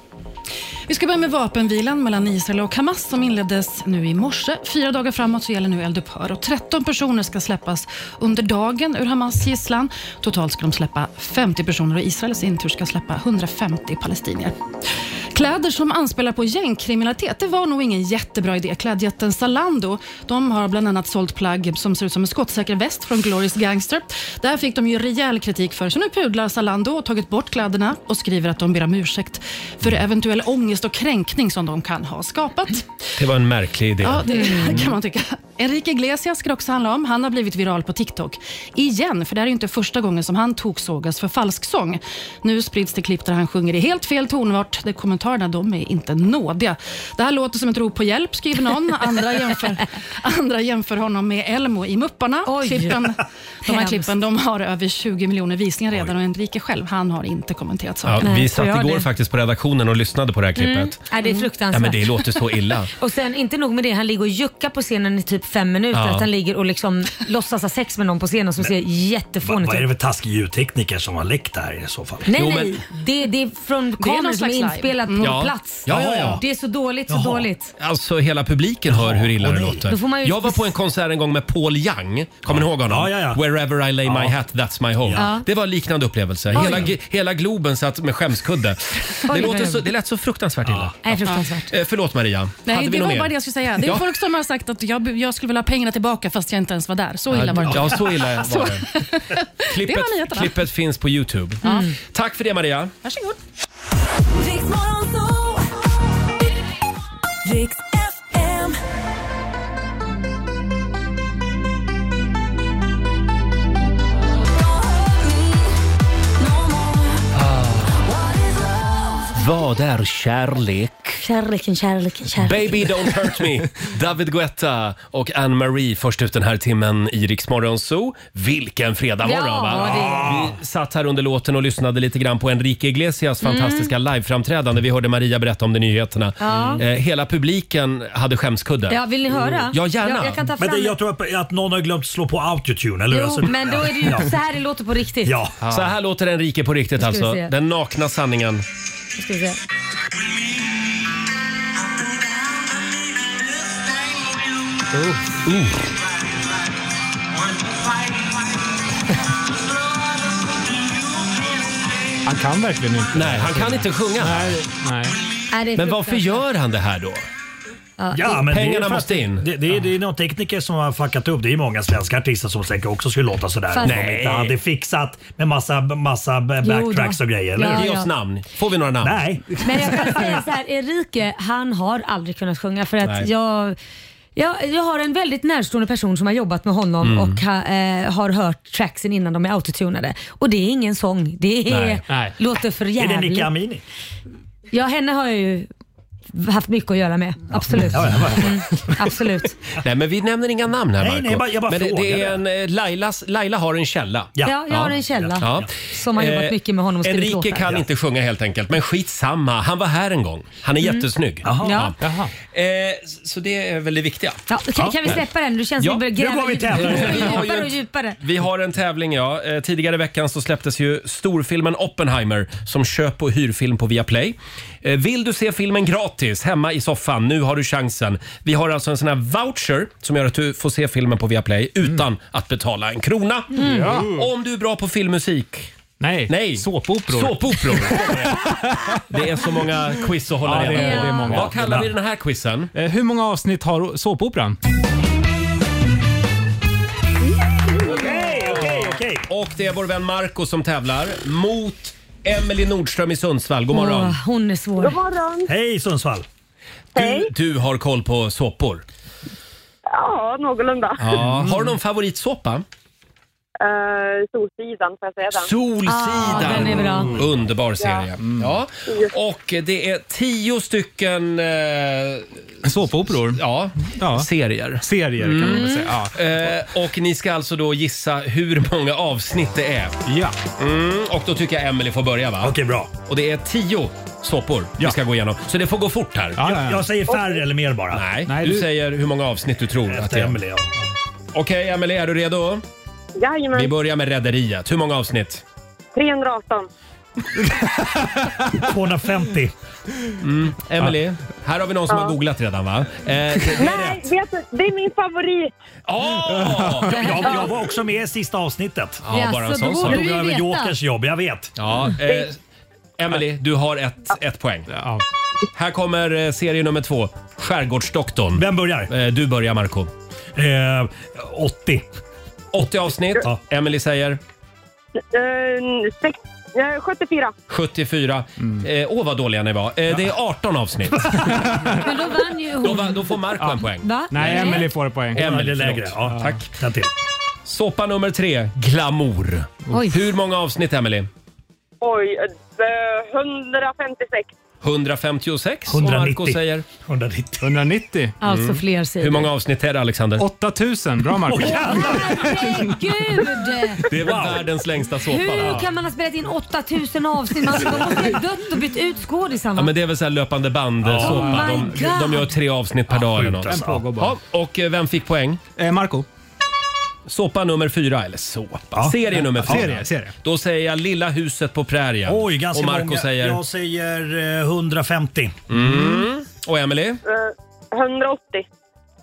Speaker 10: Vi ska börja med vapenvilan mellan Israel och Hamas som inleddes nu i morse. Fyra dagar framåt så gäller nu eldupphör och 13 personer ska släppas under dagen ur Hamas gisslan. Totalt ska de släppa 50 personer och Israel i sin tur ska släppa 150 palestinier. Kläder som anspelar på gängkriminalitet, det var nog ingen jättebra idé. Klädjätten Zalando, de har bland annat sålt plagg som ser ut som en skottsäker väst från Glorious Gangster. Det här fick de ju rejäl kritik för, så nu pudlar Zalando och tagit bort kläderna och skriver att de ber om ursäkt för eventuell ångest och kränkning som de kan ha skapat.
Speaker 1: Det var en märklig idé. Mm.
Speaker 10: Ja, det kan man tycka. Enrique Iglesias ska det också handla om. Han har blivit viral på TikTok. Igen, för det här är ju inte första gången som han toksågas för falsksång. Nu sprids det klipp där han sjunger i helt fel tonart, där kommentarer kommentarerna de är inte nådiga. Det här låter som ett rop på hjälp, skriver någon. Andra jämför, andra jämför honom med Elmo i Mupparna. Klippen, de här
Speaker 2: Hemskt.
Speaker 10: klippen de har över 20 miljoner visningar redan och Enrique själv, han har inte kommenterat
Speaker 1: Ja,
Speaker 10: saken.
Speaker 1: vi satt igår faktiskt på redaktionen och lyssnade på det här klippet.
Speaker 2: Mm. Nej, det är fruktansvärt.
Speaker 1: Ja, men det låter så illa.
Speaker 2: och sen inte nog med det, han ligger och juckar på scenen i typ fem minuter.
Speaker 1: Ja.
Speaker 2: Att han ligger och liksom låtsas ha sex med någon på scenen som ser
Speaker 9: Vad
Speaker 2: jättefånigt
Speaker 9: vad är det
Speaker 2: ut.
Speaker 9: för taskig ljudtekniker som har läckt det här i så fall?
Speaker 2: Nej, nej. Det, det är från
Speaker 10: någon
Speaker 2: kameran som är
Speaker 10: slags live.
Speaker 2: inspelad på
Speaker 1: Mm. Ja.
Speaker 2: plats.
Speaker 1: Ja, ja, ja.
Speaker 2: Det är så dåligt, så
Speaker 1: Jaha.
Speaker 2: dåligt.
Speaker 1: Alltså hela publiken hör hur illa det låter.
Speaker 2: Då får man ju-
Speaker 1: Jag var på en konsert en gång med Paul Young. Kommer ni ihåg honom?
Speaker 9: Ja, ja, ja.
Speaker 1: Wherever I lay my hat that's my home.
Speaker 2: Ja.
Speaker 1: Det var en liknande upplevelse.
Speaker 2: Oj.
Speaker 1: Hela, g- hela Globen satt med skämskudde.
Speaker 2: Oj,
Speaker 1: Det, låter
Speaker 2: oj,
Speaker 1: så,
Speaker 2: oj.
Speaker 1: det lät så fruktansvärt illa.
Speaker 2: Nej, fruktansvärt.
Speaker 1: Eh, förlåt Maria.
Speaker 10: Nej,
Speaker 1: Hade
Speaker 10: det
Speaker 1: vi något
Speaker 10: var
Speaker 1: mer?
Speaker 10: bara det jag skulle säga. Det är
Speaker 1: Ja.
Speaker 10: folk som har sagt att jag, jag skulle vilja ha pengarna tillbaka fast jag inte ens var där. Så illa var det.
Speaker 1: Ja, så illa var det.
Speaker 10: Det
Speaker 1: Klippet,
Speaker 10: var nyheterna.
Speaker 1: klippet finns på Youtube.
Speaker 2: Mm.
Speaker 1: Tack för det Maria.
Speaker 10: Varsågod.
Speaker 6: Riks FM.
Speaker 1: Ah. Vad är kärlek?
Speaker 2: Kärleken, kärleken, kärleken.
Speaker 1: Baby don't hurt me. David Guetta och Anne-Marie först ut den här timmen i Rix Morgon Zoo. Vilken fredagmorgon
Speaker 2: Ja,
Speaker 1: va? Vi satt här under låten och lyssnade lite grann på Enrique Iglesias
Speaker 2: Mm.
Speaker 1: fantastiska liveframträdande. Vi hörde Maria berätta om det i nyheterna.
Speaker 2: Ja.
Speaker 1: Eh, hela publiken hade skämskudde. Mm.
Speaker 2: Ja, vill ni höra?
Speaker 1: Ja, gärna.
Speaker 2: Jag, jag kan ta fram
Speaker 9: Men det, jag
Speaker 2: det.
Speaker 9: tror att, att någon har glömt slå på autotune. Eller? hur?
Speaker 2: Jo,
Speaker 9: Alltså-
Speaker 2: men då är det ju
Speaker 9: Ja.
Speaker 2: så här det låter på riktigt.
Speaker 9: Ja.
Speaker 1: Så här låter Enrique på riktigt
Speaker 2: Nu ska vi
Speaker 1: alltså.
Speaker 2: se.
Speaker 1: Den nakna sanningen.
Speaker 2: Nu Ska vi se.
Speaker 1: Uh.
Speaker 5: Han kan verkligen inte.
Speaker 1: Nej, han kan inte sjunga.
Speaker 5: Nej, nej.
Speaker 2: Nej, det är
Speaker 1: Men varför
Speaker 2: fruktansvärt.
Speaker 1: gör han det här då?
Speaker 9: Ja, men det är
Speaker 1: Pengarna
Speaker 9: för att
Speaker 1: måste in.
Speaker 9: Det, det, är, det är någon tekniker som har fuckat upp. Det är många svenska artister som säkert också skulle låta sådär.
Speaker 2: Fast-
Speaker 9: Om de inte hade fixat med massa, massa backtracks och grejer. Eller?
Speaker 2: Ja,
Speaker 1: Ge
Speaker 2: ja.
Speaker 1: oss namn. Får vi några namn?
Speaker 9: Nej.
Speaker 2: Men jag kan säga så här, Enrique han har aldrig kunnat sjunga för
Speaker 1: Nej.
Speaker 2: att jag, jag, jag har en väldigt närstående person som har jobbat med honom
Speaker 1: Mm.
Speaker 2: och ha, eh, har hört tracksen innan de är autotunade. Och det är ingen sång. Det är,
Speaker 1: Nej,
Speaker 5: nej.
Speaker 2: låter för
Speaker 9: Är det
Speaker 2: jävligt.
Speaker 9: Nicki Amini?
Speaker 2: Ja, henne har jag ju haft mycket att göra med. Absolut.
Speaker 9: Ja, ja, ja.
Speaker 2: Mm, absolut.
Speaker 1: Nej, men vi nämner inga namn här
Speaker 9: Nej,
Speaker 1: Marco.
Speaker 9: nej, jag bara- jag bara
Speaker 1: men det, det är
Speaker 9: frågar.
Speaker 1: en, eh, Lailas, Laila har en källa.
Speaker 2: Ja, jag har en källa som har jobbat
Speaker 1: Eh,
Speaker 2: mycket med honom och skrivit
Speaker 1: Enrique
Speaker 2: låtar.
Speaker 1: kan inte sjunga helt enkelt, men skitsamma. Han var här en gång. Han är
Speaker 2: Mm.
Speaker 1: jättesnygg.
Speaker 2: Ja.
Speaker 5: Jaha.
Speaker 1: Eh, så det är väl det viktiga.
Speaker 2: Ja, kan, kan vi släppa den? Du känns
Speaker 1: Ja,
Speaker 2: som vi
Speaker 9: nu går vi till
Speaker 1: Vi har ju
Speaker 2: djupare och
Speaker 1: inte-
Speaker 2: djupare.
Speaker 1: Vi har en tävling ja. Eh, Tidigare i veckan så släpptes ju storfilmen Oppenheimer som köp och hyrfilm på Viaplay. Eh, Vill du se filmen gratis hemma i soffan? Nu har du chansen. Vi har alltså en sån här voucher som gör att du får se filmen på Viaplay utan att betala en krona. Mm. Om du är bra på filmmusik
Speaker 5: Mm. Nej.
Speaker 1: Nej.
Speaker 5: Såpoperor.
Speaker 1: Såpoperor. det är så många quiz att hålla
Speaker 5: Ja, det
Speaker 1: reda
Speaker 5: är,
Speaker 1: på.
Speaker 5: det är många.
Speaker 1: Vad kallar vi den här quizen?
Speaker 5: Eh, Hur många avsnitt har såpoperan?
Speaker 9: Okej, okej, okej.
Speaker 1: Och det är vår vän Marco som tävlar mot Emelie Nordström i Sundsvall. God morgon.
Speaker 2: Åh, hon är svår.
Speaker 3: God morgon.
Speaker 9: Hej Sundsvall.
Speaker 1: Du, du har koll på såpor.
Speaker 3: Ja, någorlunda.
Speaker 1: Ja. Har du någon favoritsåpa?
Speaker 3: Eh, Solsidan, får jag säga den? Mm.
Speaker 1: Solsidan. Mm.
Speaker 2: Ah, den är bra.
Speaker 1: Underbar serie. Mm. Ja. Och det är tio stycken eh,
Speaker 5: Såpoperor?
Speaker 1: ja,
Speaker 5: Ja.
Speaker 1: serier. Mm.
Speaker 5: Serier kan man väl säga. Ja.
Speaker 1: Eh, och ni ska alltså då gissa hur många avsnitt det är.
Speaker 5: ja.
Speaker 1: Mm, och då tycker jag Emily får börja va?
Speaker 9: Okej, bra.
Speaker 1: Och det är tio såpor vi
Speaker 5: Ja.
Speaker 1: ska gå igenom. Så det får gå fort här.
Speaker 5: Ja, ja, ja.
Speaker 9: Jag säger färre eller mer bara.
Speaker 1: Nej,
Speaker 5: Nej,
Speaker 1: du,
Speaker 5: du-
Speaker 1: säger hur många avsnitt du tror att det
Speaker 9: Efter
Speaker 1: är.
Speaker 9: Emelie. ja.
Speaker 1: Okej, Emelie, är du redo?
Speaker 3: Jajamän.
Speaker 1: Vi börjar med Rederiet. Hur många avsnitt?
Speaker 3: 318.
Speaker 9: 250.
Speaker 1: Emelie, Mm. här har vi någon som har googlat redan va? Eh, det-
Speaker 3: Nej, vet du, det är min favorit.
Speaker 1: Åh!
Speaker 9: Jag, jag var också med i sista avsnittet.
Speaker 1: Ja, bara en
Speaker 2: Jaså,
Speaker 1: sån
Speaker 2: då
Speaker 1: sak.
Speaker 2: borde
Speaker 9: Tog
Speaker 2: ju
Speaker 9: över
Speaker 2: veta.
Speaker 9: Jokers jobb, jag vet.
Speaker 1: Ja, eh, Emelie, du har ett, ett poäng.
Speaker 5: ja.
Speaker 1: Här kommer eh, serie nummer två. Skärgårdsdoktorn.
Speaker 9: Vem börjar?
Speaker 1: Eh, du börjar Marco.
Speaker 9: Eh, 80.
Speaker 1: 80 avsnitt.
Speaker 9: Ja.
Speaker 1: Emelie säger
Speaker 3: Eh, sex, eh, 74.
Speaker 1: 74.
Speaker 9: Mm.
Speaker 1: Eh, åh, vad dåliga ni var. Eh, det är 18 avsnitt.
Speaker 2: Men då vann ju
Speaker 1: Då,
Speaker 2: hon.
Speaker 1: va- då får Marco en poäng.
Speaker 2: Va?
Speaker 5: Nej, Emelie får poäng.
Speaker 1: Em- Emelie,
Speaker 9: Eller lägre.
Speaker 1: förlåt.
Speaker 9: Ja,
Speaker 1: Tack.
Speaker 9: Den till.
Speaker 1: Såpa nummer tre, Glamour.
Speaker 2: Oj.
Speaker 1: Hur många avsnitt, Emelie?
Speaker 3: Oj, eh, 156.
Speaker 1: 156 och
Speaker 5: 190.
Speaker 1: Marco säger? Mm.
Speaker 9: 190.
Speaker 5: 190.
Speaker 2: Alltså fler sidor.
Speaker 1: Hur många avsnitt är det Alexander?
Speaker 5: 8000. Bra Marco.
Speaker 1: Åh, jävlar!
Speaker 2: Gud!
Speaker 1: Det är väl världens längsta såpa?
Speaker 2: Hur kan man ha spelat in 8000 avsnitt? Man de måste ha dött och bytt ut skådisarna.
Speaker 1: Ja, men det är väl så här löpande band
Speaker 2: Ja.
Speaker 1: såpa.
Speaker 2: Oh my
Speaker 1: de,
Speaker 2: God.
Speaker 1: de gör tre avsnitt per dag eller något.
Speaker 5: Den pågår bara.
Speaker 1: Ja, och eh, vem fick poäng?
Speaker 5: Eh, Marco.
Speaker 1: Såpa nummer fyra, eller såpa,
Speaker 5: Ja.
Speaker 1: serie nummer
Speaker 5: Ja,
Speaker 1: fyra.
Speaker 5: serie, serie.
Speaker 1: Då säger jag Lilla huset på prärien.
Speaker 9: Oj, ganska
Speaker 1: Och Marco
Speaker 9: många.
Speaker 1: säger?
Speaker 9: Jag säger eh, 150.
Speaker 1: Mm. Och Emily?
Speaker 3: Eh, 180.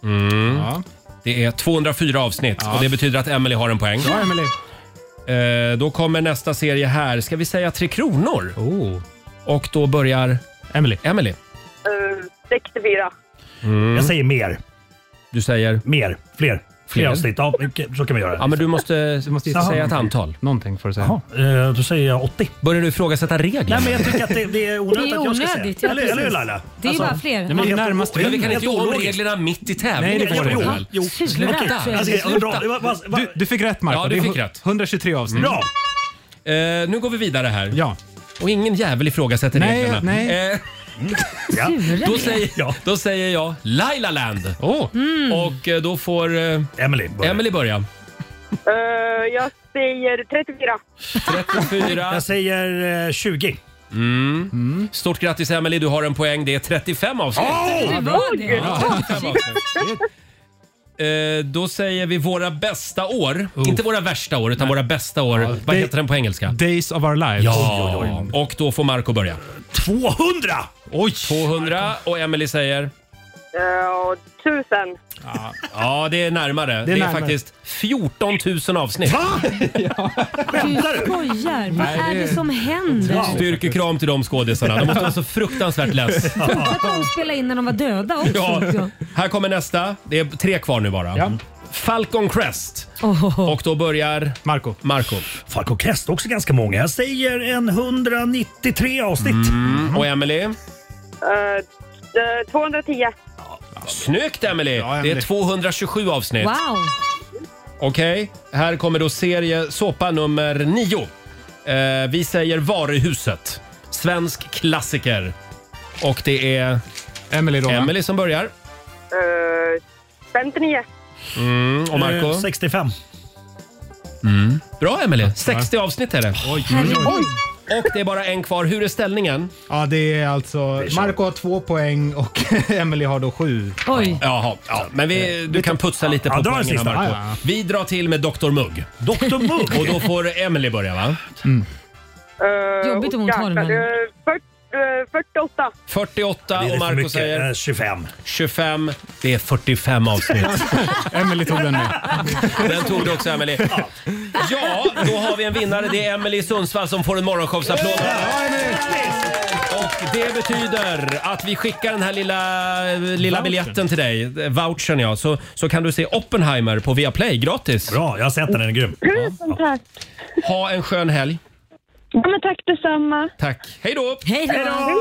Speaker 1: Mm. Det är 204 avsnitt och det betyder att Emily har en poäng.
Speaker 5: Bra Emily.
Speaker 1: Eh, då kommer nästa serie här. Ska vi säga Tre Kronor? Och då börjar...
Speaker 5: Oh. Emily.
Speaker 1: Emily.
Speaker 3: Eh, 64.
Speaker 9: Jag säger mer.
Speaker 1: Mm. Du säger?
Speaker 9: Mer. Fler. Fler,
Speaker 1: Fler?
Speaker 9: avsnitt. Ja, okej, så kan vi göra.
Speaker 1: Ja, men du måste, du måste
Speaker 9: Jaha.
Speaker 1: säga ett antal.
Speaker 5: Någonting får du säga.
Speaker 9: Eh, då säger jag 80.
Speaker 1: Börjar du ifrågasätta regler?
Speaker 9: Nej, men jag tycker att det, det är onödigt
Speaker 2: Det är
Speaker 9: att jag ska
Speaker 2: onödigt, ja,
Speaker 9: säga. Eller, eller hur
Speaker 2: precis.
Speaker 9: Laila? Alltså-
Speaker 2: Det är bara fler.
Speaker 5: Det var
Speaker 9: Helt-
Speaker 5: närmast
Speaker 1: Men vi kan
Speaker 9: Helt
Speaker 1: inte göra om
Speaker 9: ologiskt.
Speaker 1: reglerna mitt i tävlingen.
Speaker 5: Nej, det får
Speaker 1: får
Speaker 5: du
Speaker 1: vi
Speaker 5: inte.
Speaker 1: väl?
Speaker 9: Jo,
Speaker 2: Sluta.
Speaker 9: okej. Alltså, jag undrar- vad- vad- vad-
Speaker 5: Du, du fick rätt Marco.
Speaker 1: Ja, du
Speaker 5: Det är
Speaker 1: fick
Speaker 5: hu-
Speaker 1: rätt.
Speaker 5: 123 avsnitt.
Speaker 9: Bra!
Speaker 1: Eh, nu går vi vidare här.
Speaker 5: Ja.
Speaker 1: Och ingen jävel ifrågasätter
Speaker 5: Nej,
Speaker 1: reglerna.
Speaker 5: nej.
Speaker 1: Eh,
Speaker 9: Ja.
Speaker 1: då, säger,
Speaker 9: Ja.
Speaker 1: då säger jag Laila Land.
Speaker 5: Åh.
Speaker 2: Mm.
Speaker 1: Och eh, då får eh,
Speaker 9: Emily, börja.
Speaker 1: Emily börja.
Speaker 3: Eh, jag säger 34.
Speaker 1: 34.
Speaker 9: Jag säger eh, 20.
Speaker 1: Mm.
Speaker 5: Mm.
Speaker 1: Stort grattis Emily, du har en poäng. Det är 35 avsnitt.
Speaker 2: Det var det.
Speaker 1: Ja, 35 avsnitt. Eh, då säger vi våra bästa år.
Speaker 5: Oh.
Speaker 1: Inte våra värsta år, utan våra bästa år. Vad
Speaker 5: det-
Speaker 1: heter den på engelska?
Speaker 5: Days of our lives.
Speaker 1: Ja, och då får Marco börja.
Speaker 9: 200!
Speaker 1: Oj! 200 och Emily säger?
Speaker 3: Eh, 1000.
Speaker 1: Ja, det är närmare. Det är,
Speaker 5: närmare.
Speaker 1: faktiskt 14 000 avsnitt. Va?
Speaker 2: Du skojar. Vad är det som händer?
Speaker 1: Styrkekram till de skådisarna. De måste vara så fruktansvärt less.
Speaker 2: Fortsatte de spela in när de var döda också?
Speaker 1: Ja,
Speaker 2: Ja.
Speaker 1: här kommer nästa. Det är tre kvar nu bara.
Speaker 5: Ja.
Speaker 1: Falcon Crest.
Speaker 2: Oh.
Speaker 1: Och då börjar
Speaker 5: Marco.
Speaker 1: Marco
Speaker 9: Falco Crest också ganska många. Jag säger en 193 avsnitt.
Speaker 1: Mm.
Speaker 9: Mm.
Speaker 1: och Emily.
Speaker 3: Eh, eh, 210.
Speaker 1: Snyggt Emily!
Speaker 5: Ja,
Speaker 1: Det
Speaker 5: Emily.
Speaker 1: är 227 avsnitt.
Speaker 2: Wow.
Speaker 1: Okej, här kommer då serie såpa nummer nio. Eh, vi säger Varuhuset. Svensk klassiker. Och det är
Speaker 5: Emily då. va?
Speaker 1: Emily som börjar.
Speaker 3: Eh, 59.
Speaker 1: Mm, och Marco?
Speaker 9: Eh, 65.
Speaker 1: Bra Emily, 60 avsnitt är det.
Speaker 5: Oj, oj, oj.
Speaker 2: Herregud.
Speaker 1: Och det är bara en kvar. Hur är ställningen?
Speaker 5: Ja, det är alltså... Marco har två poäng och Emily har då sju.
Speaker 2: Oj.
Speaker 1: Jaha, ja, men vi, du kan putsa lite på
Speaker 9: Eh, Ja, dra den
Speaker 1: poängen här,
Speaker 9: sista.
Speaker 1: Marco.
Speaker 5: Ja, ja.
Speaker 1: Vi drar till med Dr Mugg.
Speaker 9: Dr
Speaker 1: Och
Speaker 9: Mugg! Mm.
Speaker 1: då får Emily börja va?
Speaker 3: Eh,
Speaker 2: Jobbigt om hon tar
Speaker 3: jäklar.
Speaker 2: den.
Speaker 3: Eh, fyrt- eh, 48.
Speaker 1: 48
Speaker 9: Det är
Speaker 1: och
Speaker 9: för
Speaker 1: Marco
Speaker 9: mycket.
Speaker 1: säger
Speaker 9: Eh, 25.
Speaker 1: 25. Det är 45 avsnitt.
Speaker 5: Emily tog den med.
Speaker 1: Den tog du också Emily. Ja, då har vi en vinnare. Det är Emily Sundsvall som får en morgonshowsapplåd. Och det betyder att vi skickar den här lilla, lilla biljetten till dig,
Speaker 8: eh,
Speaker 1: vouchern ja, så, så kan du se Oppenheimer på Viaplay gratis.
Speaker 9: Bra, jag har sett den. Den är grym.
Speaker 3: Tusen tack.
Speaker 1: Ha en skön helg.
Speaker 3: Ja, men tack detsamma.
Speaker 1: Tack. Hej då!
Speaker 2: Hej då.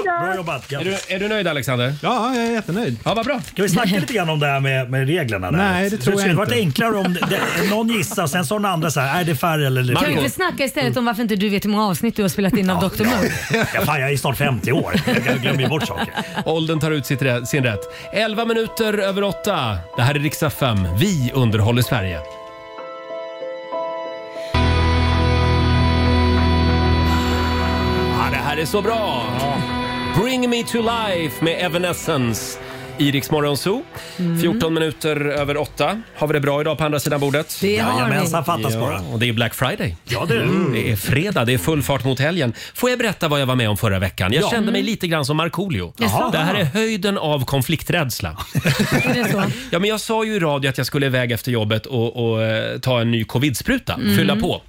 Speaker 9: Bra jobbat.
Speaker 1: Är du,
Speaker 9: Grattis.
Speaker 1: är du nöjd Alexander?
Speaker 5: Ja, jag är jättenöjd.
Speaker 1: Ja, vad bra.
Speaker 9: Ska vi snacka lite grann om det här med, med reglerna? Där?
Speaker 5: Nej, det tror jag
Speaker 9: skulle varit
Speaker 5: inte.
Speaker 9: enklare om det, det, någon gissar sen sa den andra så här, är det färre eller lite
Speaker 1: Marco.
Speaker 2: Kan vi
Speaker 9: fel?
Speaker 2: inte snacka istället om varför inte du vet hur många avsnitt du har spelat in av Dr. Mugg?
Speaker 9: Ja, fan, jag är snart 50 år. Jag glömmer ju bort saker.
Speaker 1: Åldern tar ut sitt, rä- sin rätt. 11 minuter över 8. Det här är riksdag 5. Vi underhåller Sverige. Ja, det här är så bra! Bring me to life med Evanescence. I Rix Morgon Zoo.
Speaker 2: Mm.
Speaker 1: 14 minuter över 8. Har vi det bra idag på andra sidan bordet?
Speaker 2: Det har vi.
Speaker 9: Jajamensan, fattas bara.
Speaker 1: Och det är Black Friday. Mm.
Speaker 9: Ja, det är det.
Speaker 1: Det är fredag, det är full fart mot helgen. Får jag berätta vad jag var med om förra veckan? Jag kände mig lite grann som Markoolio.
Speaker 2: Mm. Jaha.
Speaker 1: Det här är höjden av konflikträdsla.
Speaker 2: Är det så?
Speaker 1: Ja, men jag sa ju i radio att jag skulle iväg efter jobbet och, och eh, ta en ny covid-spruta,
Speaker 2: Mm.
Speaker 1: fylla på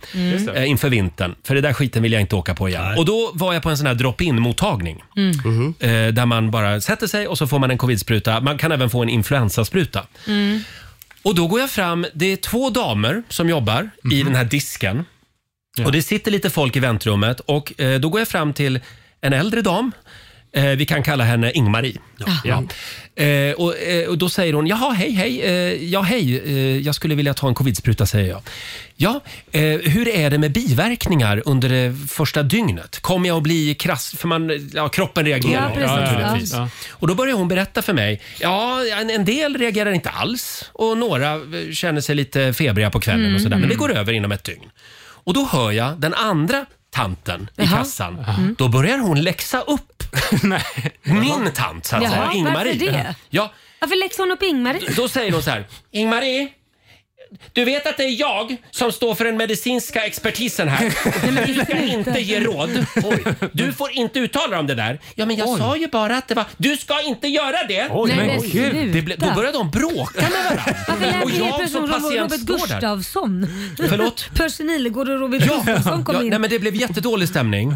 Speaker 1: eh, inför vintern. För det där skiten vill jag inte åka på igen. Och då var jag på en sån här drop-in mottagning.
Speaker 2: Mm-hmm.
Speaker 1: Eh, där man bara sätter sig och så får man en covid-spruta. Man kan även få en influensaspruta. Och då går jag fram, det är två damer som jobbar i den här disken. Och det sitter lite folk i väntrummet och eh, då går jag fram till en äldre dam Eh, vi kan kalla henne Ingmarie. Ja. Eh, och, eh, och då säger hon, jaha hej hej, eh, ja hej, eh, jag skulle vilja ta en covidspruta säger jag. Ja, eh, hur är det med biverkningar under det första dygnet? Kommer jag att bli krass? För man, ja, kroppen reagerar.
Speaker 12: Ja, precis. Ja,
Speaker 1: naturligtvis.
Speaker 12: ja.
Speaker 1: Och då börjar hon berätta för mig, ja en, en del reagerar inte alls och några eh, känner sig lite febriga på kvällen
Speaker 12: Mm.
Speaker 1: och sådär, men det
Speaker 12: Mm.
Speaker 1: går över inom ett dygn. Och då hör jag den andra tanten i
Speaker 12: Jaha.
Speaker 1: kassan.
Speaker 12: Mm.
Speaker 1: Då börjar hon läxa upp min tant, så att
Speaker 2: Jaha,
Speaker 1: säga,
Speaker 2: varför
Speaker 1: Ingmarie.
Speaker 2: det?
Speaker 1: Ja,
Speaker 2: Varför läxar hon upp Ingmarie?
Speaker 1: då säger hon så här. Ingmarie, du vet att det är jag som står för den medicinska expertisen här. Du ska inte ge råd. Du får inte uttala dig om det där. Ja, men jag sa ju bara att det var... Du ska inte göra det!
Speaker 12: Oj, Nej, men men gud. sluta.
Speaker 1: Det ble, då började de bråka med
Speaker 2: Varför
Speaker 1: varandra.
Speaker 2: lät det helt plötsligt som Robert Gustafsson?
Speaker 1: Förlåt?
Speaker 2: Percy Nilegård och Robert
Speaker 1: Ja,
Speaker 2: Gustafsson kom
Speaker 1: ja,
Speaker 2: in.
Speaker 1: nej, men det blev jättedålig stämning.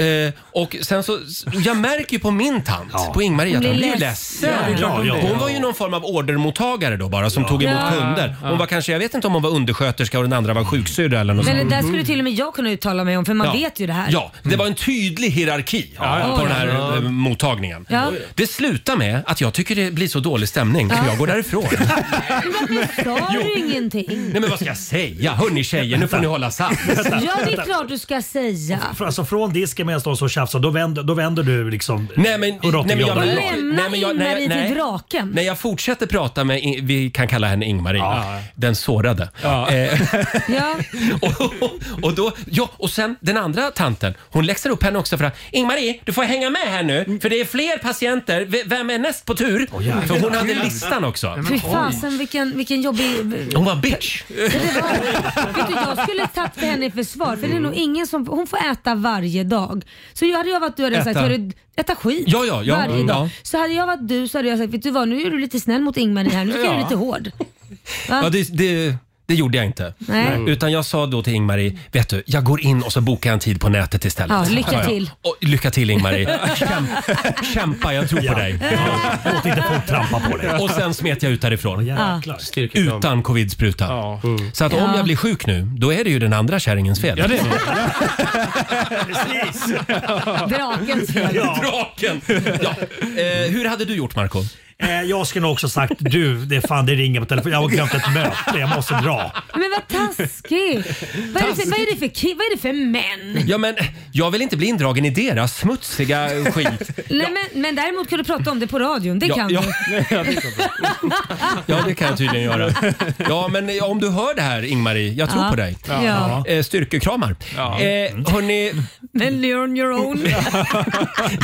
Speaker 1: Eh, och sen så, jag märker ju på min tant, på Ingmarie, att
Speaker 12: Hon
Speaker 1: hon
Speaker 12: blir
Speaker 1: blir
Speaker 12: ledsen.
Speaker 1: ledsen.
Speaker 12: Ja, ja, ja.
Speaker 1: Hon var ju någon form av ordermottagare då bara som tog emot
Speaker 2: Ja.
Speaker 1: kunder. Hon
Speaker 2: Ja.
Speaker 1: var kanske, jag vet inte om hon var undersköterska och den andra var sjuksyrra eller något
Speaker 2: Men det
Speaker 1: sånt.
Speaker 2: där skulle till och med jag kunna uttala mig om för man
Speaker 1: Mm. Ja.
Speaker 2: vet ju det här.
Speaker 1: Ja, det var en tydlig hierarki
Speaker 2: ja.
Speaker 1: på den här
Speaker 2: Ja.
Speaker 1: eh, mottagningen.
Speaker 2: Ja.
Speaker 1: Det slutar med att jag tycker det blir så dålig stämning så
Speaker 2: Ja.
Speaker 1: jag går därifrån.
Speaker 2: Men varför sa
Speaker 1: Jo.
Speaker 2: du ingenting?
Speaker 1: Nej men vad ska jag säga? Hörni tjejer, nu får ni hålla sams.
Speaker 2: Ja, det är klart du ska säga.
Speaker 9: För alltså från disken medan de står och tjafsar, då vänder, då vänder du liksom
Speaker 1: Nej men,
Speaker 9: Och
Speaker 1: nej, men jag,
Speaker 9: Rotterdam.
Speaker 2: Lämna Ingmarie till draken.
Speaker 1: När jag fortsätter prata med, In- vi kan kalla henne Ingmarie, den sårade. Eh,
Speaker 2: Ja.
Speaker 1: och, då, ja, och sen den andra tanten, hon läxar upp henne också för att Ingmarie, du får hänga med här nu för det är fler patienter. V- Vem är näst på tur? för hon hade listan också.
Speaker 2: Fy fasen vilken, vilken jobbig...
Speaker 1: Hon var bitch.
Speaker 2: Vet du, jag skulle tagit för henne i försvar för det är nog
Speaker 1: Mm.
Speaker 2: ingen som... Hon får äta varje dag. Så jag hade jag varit du hade jag sagt,
Speaker 1: Äta.
Speaker 2: hörru, äta skit
Speaker 1: Ja, ja, ja.
Speaker 2: varje
Speaker 1: Mm,
Speaker 2: dag.
Speaker 1: ja.
Speaker 2: Så hade jag varit du så hade jag sagt, vet du vad nu är du lite snäll mot Ingmarie här, nu ska du
Speaker 1: Ja.
Speaker 2: lite hård. Va?
Speaker 1: Ja, det, det, det gjorde jag inte.
Speaker 2: Nej.
Speaker 9: Mm.
Speaker 1: Utan jag sa då till Ingmarie, vet du, jag går in och så bokar jag en tid på nätet istället.
Speaker 2: Ja, lycka
Speaker 1: ja.
Speaker 2: till.
Speaker 1: Och, lycka till Ingmarie. Kämpa, jag tror på dig.
Speaker 9: Låt inte folk trampa på dig.
Speaker 1: Och sen smet jag ut därifrån.
Speaker 9: jäklar.
Speaker 1: Utan covidspruta. Så att om
Speaker 9: Ja.
Speaker 1: jag blir sjuk nu, då är det ju den andra kärringens fel.
Speaker 12: Ja, det är
Speaker 9: Precis.
Speaker 2: Drakens fel.
Speaker 9: Ja.
Speaker 1: Draken! Ja. Eh, hur hade du gjort Marco?
Speaker 9: Eh, jag skulle nog också sagt du, det är fan det ringer på telefonen. Jag har glömt ett möte, jag måste dra.
Speaker 2: Men vad taskigt. Vad är det för, vad är det för, ki- vad är det för män?
Speaker 1: Ja, men jag vill inte bli indragen i deras smutsiga skit.
Speaker 2: Nej, men, men däremot kan du prata om det på radion, det
Speaker 1: Ja,
Speaker 2: kan
Speaker 1: ja.
Speaker 2: du.
Speaker 1: Ja, det kan jag tydligen göra. Ja, men om du hör det här Ingmarie, jag tror
Speaker 2: Ja.
Speaker 1: på dig.
Speaker 2: Ja.
Speaker 1: Eh, Styrkekramar. Eh, hörni,
Speaker 2: Men you're on your own.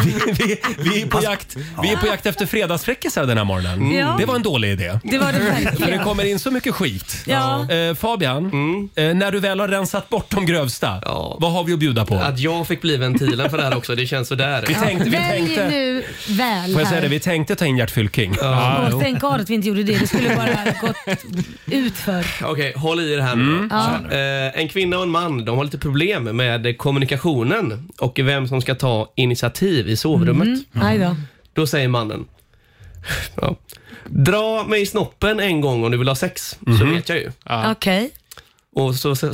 Speaker 1: vi, vi, vi, är på jakt, vi är på jakt efter fredagsfräckisar den här morgonen.
Speaker 2: Mm. Ja.
Speaker 1: Det var en dålig idé.
Speaker 2: Det var det verkligen.
Speaker 1: För det kommer in så mycket skit.
Speaker 2: Ja.
Speaker 1: Eh, Fabian,
Speaker 9: Mm.
Speaker 1: eh, när du väl har rensat bort de grövsta, vad har vi att bjuda på?
Speaker 8: Att jag fick bli ventilen för det här också, det känns sådär.
Speaker 1: Vi tänkte, vi
Speaker 2: Välj
Speaker 1: tänkte,
Speaker 2: nu väl
Speaker 1: får jag säga
Speaker 2: här.
Speaker 1: det, vi tänkte ta in Gert Fylking.
Speaker 8: Ja.
Speaker 2: Åh, tänk God att vi inte gjorde det. Det skulle bara gått ut för.
Speaker 8: Okej, håll i er här nu.
Speaker 1: Mm.
Speaker 8: då.
Speaker 2: Ja.
Speaker 8: Eh, en kvinna och en man de har lite problem med kommunikationen och vem som ska ta initiativ i sovrummet.
Speaker 1: Mm.
Speaker 2: Aj då.
Speaker 8: Då säger mannen. Ja. Dra mig i snoppen en gång om du vill ha sex, så
Speaker 1: Mm-hmm.
Speaker 8: vet jag ju.
Speaker 2: Okej.
Speaker 8: Och så, så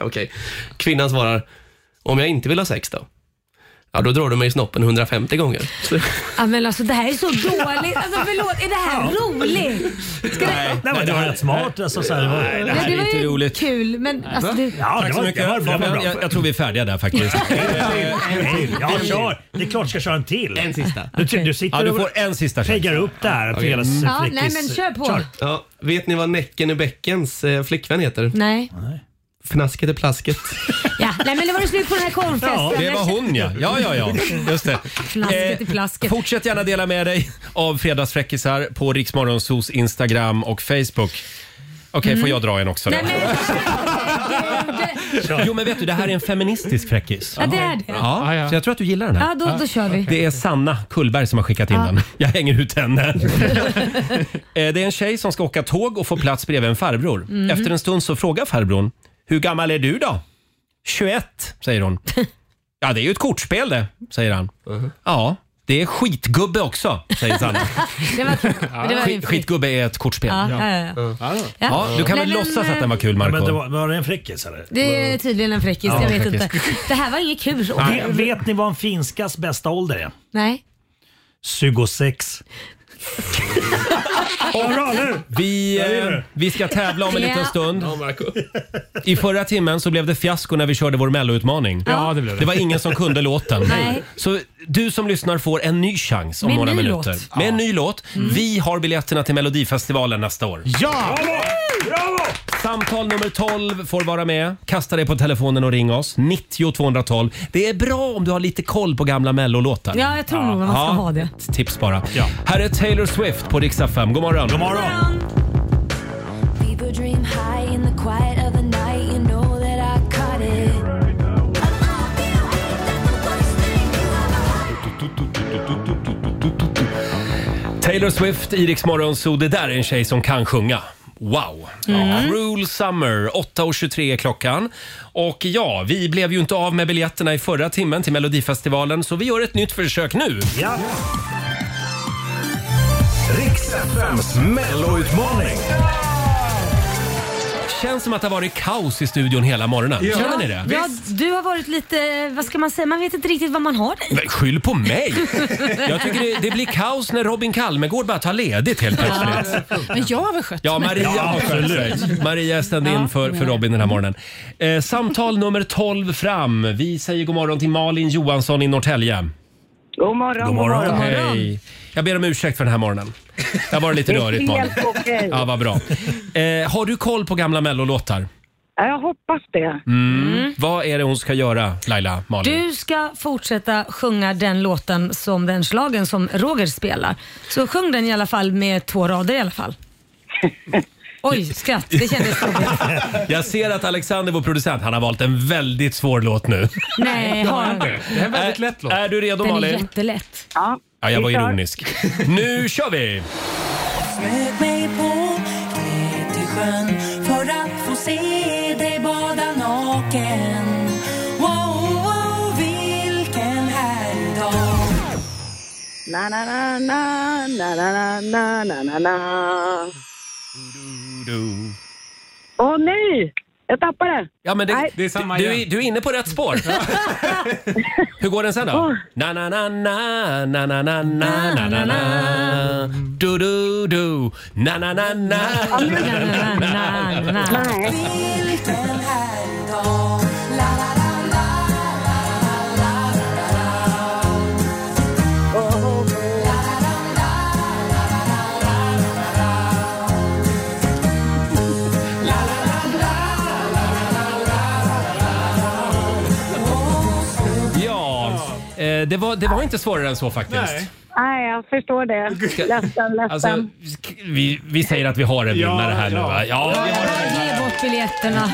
Speaker 8: Okej. Kvinnan svarar. Om jag inte vill ha sex då? Ja, då drar du mig i snoppen 150 gånger. Så,
Speaker 2: Ja, men alltså det här är så dåligt. Alltså förlåt, är det här roligt?
Speaker 9: Nej, men det var rätt smart. Alltså, så här, det var-
Speaker 1: Nej,
Speaker 2: Ja, det var ju
Speaker 1: roligt.
Speaker 2: kul men alltså det...
Speaker 9: Ja, det
Speaker 1: Tack så
Speaker 9: var-
Speaker 1: mycket.
Speaker 9: det var- det var
Speaker 1: Fabian,
Speaker 9: bra.
Speaker 1: jag, jag tror vi är färdiga där faktiskt.
Speaker 9: En till. Ja, kör. Det är klart du ska köra en till. En
Speaker 8: sista.
Speaker 9: Du, ty- du sitter
Speaker 8: Ja, du
Speaker 9: och
Speaker 8: får
Speaker 1: en sista
Speaker 9: peggar upp det här. för
Speaker 8: Okej.
Speaker 9: hela
Speaker 8: Mm.
Speaker 2: Ja,
Speaker 9: flickis-
Speaker 2: nej, men kör på.
Speaker 8: Ja, vet ni vad Näcken i bäckens eh, flickvän heter?
Speaker 2: Nej.
Speaker 8: Fnasket i plasket.
Speaker 2: Ja, nej men det var det slut på den här korvfesten.
Speaker 1: det var hon ja. Ja, ja, ja. Just det. Eh,
Speaker 2: Flasket i flasket.
Speaker 1: Fortsätt gärna dela med dig av fredagsfräckisar på Riksmorgonsos Instagram och Facebook. Okej, får jag dra en också då?
Speaker 2: Nej, men,
Speaker 1: Jo men vet du, det här är en feministisk fräckis.
Speaker 2: Mm. Ja, det är det.
Speaker 9: Ah,
Speaker 1: Ja, så jag tror att du gillar den här.
Speaker 2: Ja, då- då kör vi.
Speaker 1: Det är Sanna Kullberg som har skickat in
Speaker 2: Ja.
Speaker 1: den. Jag hänger ut henne. Eh, det är en tjej som ska åka tåg och få plats bredvid en farbror.
Speaker 12: Mhm.
Speaker 1: Efter en stund så frågar farbrorn, hur gammal är du då?
Speaker 9: Uh-huh.
Speaker 1: 21, säger hon. ja, det är ju ett kortspel det, säger han. Ja, Det är skitgubbe också, säger Sanna.
Speaker 2: Det var kul. Det var
Speaker 1: Skit,
Speaker 2: inflytt.
Speaker 1: skitgubbe är ett kortspel.
Speaker 2: Ja, ja, ja.
Speaker 1: Ja.
Speaker 2: Ja.
Speaker 1: Ja, du kan väl
Speaker 2: Nej, men, eh,
Speaker 1: låtsas att den var kul,
Speaker 9: Ja, men det
Speaker 1: Marco
Speaker 9: var, var det en fräckis eller?
Speaker 2: Det är tydligen en fräckis,
Speaker 9: Ja,
Speaker 2: jag vet
Speaker 9: fräckis.
Speaker 2: inte. Det här var inget kul.
Speaker 9: Ve- Vet ni vad en finskas bästa ålder är?
Speaker 2: Nej.
Speaker 9: 26.
Speaker 1: Vi,
Speaker 9: Ja, det
Speaker 1: eh,
Speaker 9: gör du.
Speaker 1: vi ska tävla om en liten
Speaker 2: Ja.
Speaker 1: stund. I förra timmen så blev det fiasko när vi körde vår melloutmaning.
Speaker 5: Ja, det blev det.
Speaker 1: Det var ingen som kunde låten.
Speaker 2: Nej.
Speaker 1: Så du som lyssnar får en ny chans om
Speaker 2: Med en
Speaker 1: några
Speaker 2: ny
Speaker 1: minuter.
Speaker 2: låt. Mm.
Speaker 1: Med en ny låt. Vi har biljetterna till Melodifestivalen nästa år.
Speaker 5: Ja!
Speaker 1: Samtal nummer 12 får vara med. Kasta dig på telefonen och ring oss. 90 212. Det är bra om du har lite koll på gamla mellolåtar.
Speaker 2: Ja, jag tror nog att man ska
Speaker 1: Ja.
Speaker 2: ha det.
Speaker 1: Ett Tips bara. Här är Taylor Swift på Rix FM. God morgon.
Speaker 9: God morgon!
Speaker 6: People dream high in the quiet of the night. You know that I caught it.
Speaker 1: Taylor Swift, i Rix Morgon, så det där är en tjej som kan sjunga. Wow!
Speaker 2: Mm.
Speaker 1: Ja. Cruel Summer, 8.23 är klockan. Och ja, vi blev ju inte av med biljetterna i förra timmen till Melodifestivalen så vi gör ett nytt försök nu.
Speaker 9: Ja. Riks-FMs melloutmaning.
Speaker 1: Känns som att det har varit kaos i studion hela morgonen. Känner ni det?
Speaker 2: Ja, du har varit lite, vad ska man säga, man vet inte riktigt vad man har dig.
Speaker 1: Men Skyll på mig! Jag tycker det, det blir kaos när Robin Kalmegård bara tar ledigt helt plötsligt.
Speaker 10: Men jag har väl skött
Speaker 1: Ja,
Speaker 10: mig?
Speaker 1: Maria har skött sig. Maria är stand-in för, för Robin den här morgonen. Eh, samtal nummer 12 fram. Vi säger god morgon till Malin Johansson i Norrtälje.
Speaker 3: God morgon,
Speaker 9: God morgon. god morgon.
Speaker 1: Hej. Jag ber om ursäkt för den här morgonen. Det har varit lite rörigt Malin.
Speaker 3: okej.
Speaker 1: Ja, vad bra. Eh, har du koll på gamla mellolåtar? Mm.
Speaker 3: Jag hoppas det.
Speaker 1: Vad är det hon ska göra, Laila, Malin?
Speaker 2: Du ska fortsätta sjunga den låten som den slagen som Roger spelar. Så sjung den i alla fall med två rader i alla fall. Oj, skratt. Det kändes jobbigt.
Speaker 1: Jag ser att Alexander, vår producent, han har valt en väldigt svår låt nu.
Speaker 2: Nej, har han.
Speaker 5: Det är en väldigt lätt låt.
Speaker 1: Är, är du redo
Speaker 2: Den är
Speaker 1: Malin?
Speaker 2: jättelätt.
Speaker 3: Ja,
Speaker 1: Ja, jag var
Speaker 3: vi kör.
Speaker 1: ironisk. Nu kör vi!
Speaker 6: Smög mig på knä till sjön för att få se dig bada naken. Wow, wow, vilken härlig dag.
Speaker 3: Na, na, na, na, na, na, na, na, na, na. Åh nej! Jag tappade det.
Speaker 1: Ja, men det,
Speaker 3: Nej.
Speaker 5: Det är samma
Speaker 1: du,
Speaker 5: igen.
Speaker 1: du är inne på rätt spår. Hur går den sen då? Na na na na na na na na na na na du du du na na na na
Speaker 2: Na, na, na, na, na.
Speaker 3: Nej.
Speaker 6: Vilken härlig dag. La, la, la, la, la, la, la, la, la. La, la, la, la, la, la, la, la, la. La, la, la, la, la, la, la, la, la. Åh, så
Speaker 1: Ja, eh, det var, det var inte svårare än så faktiskt.
Speaker 5: Nej.
Speaker 3: Nej, jag förstår det. Ledsen, ledsen.
Speaker 1: Alltså, vi, vi säger att vi har en
Speaker 5: Ja,
Speaker 1: vinnare här nu
Speaker 5: ja.
Speaker 1: va? Ja, vi har en vinnare.
Speaker 2: Ge bort biljetterna.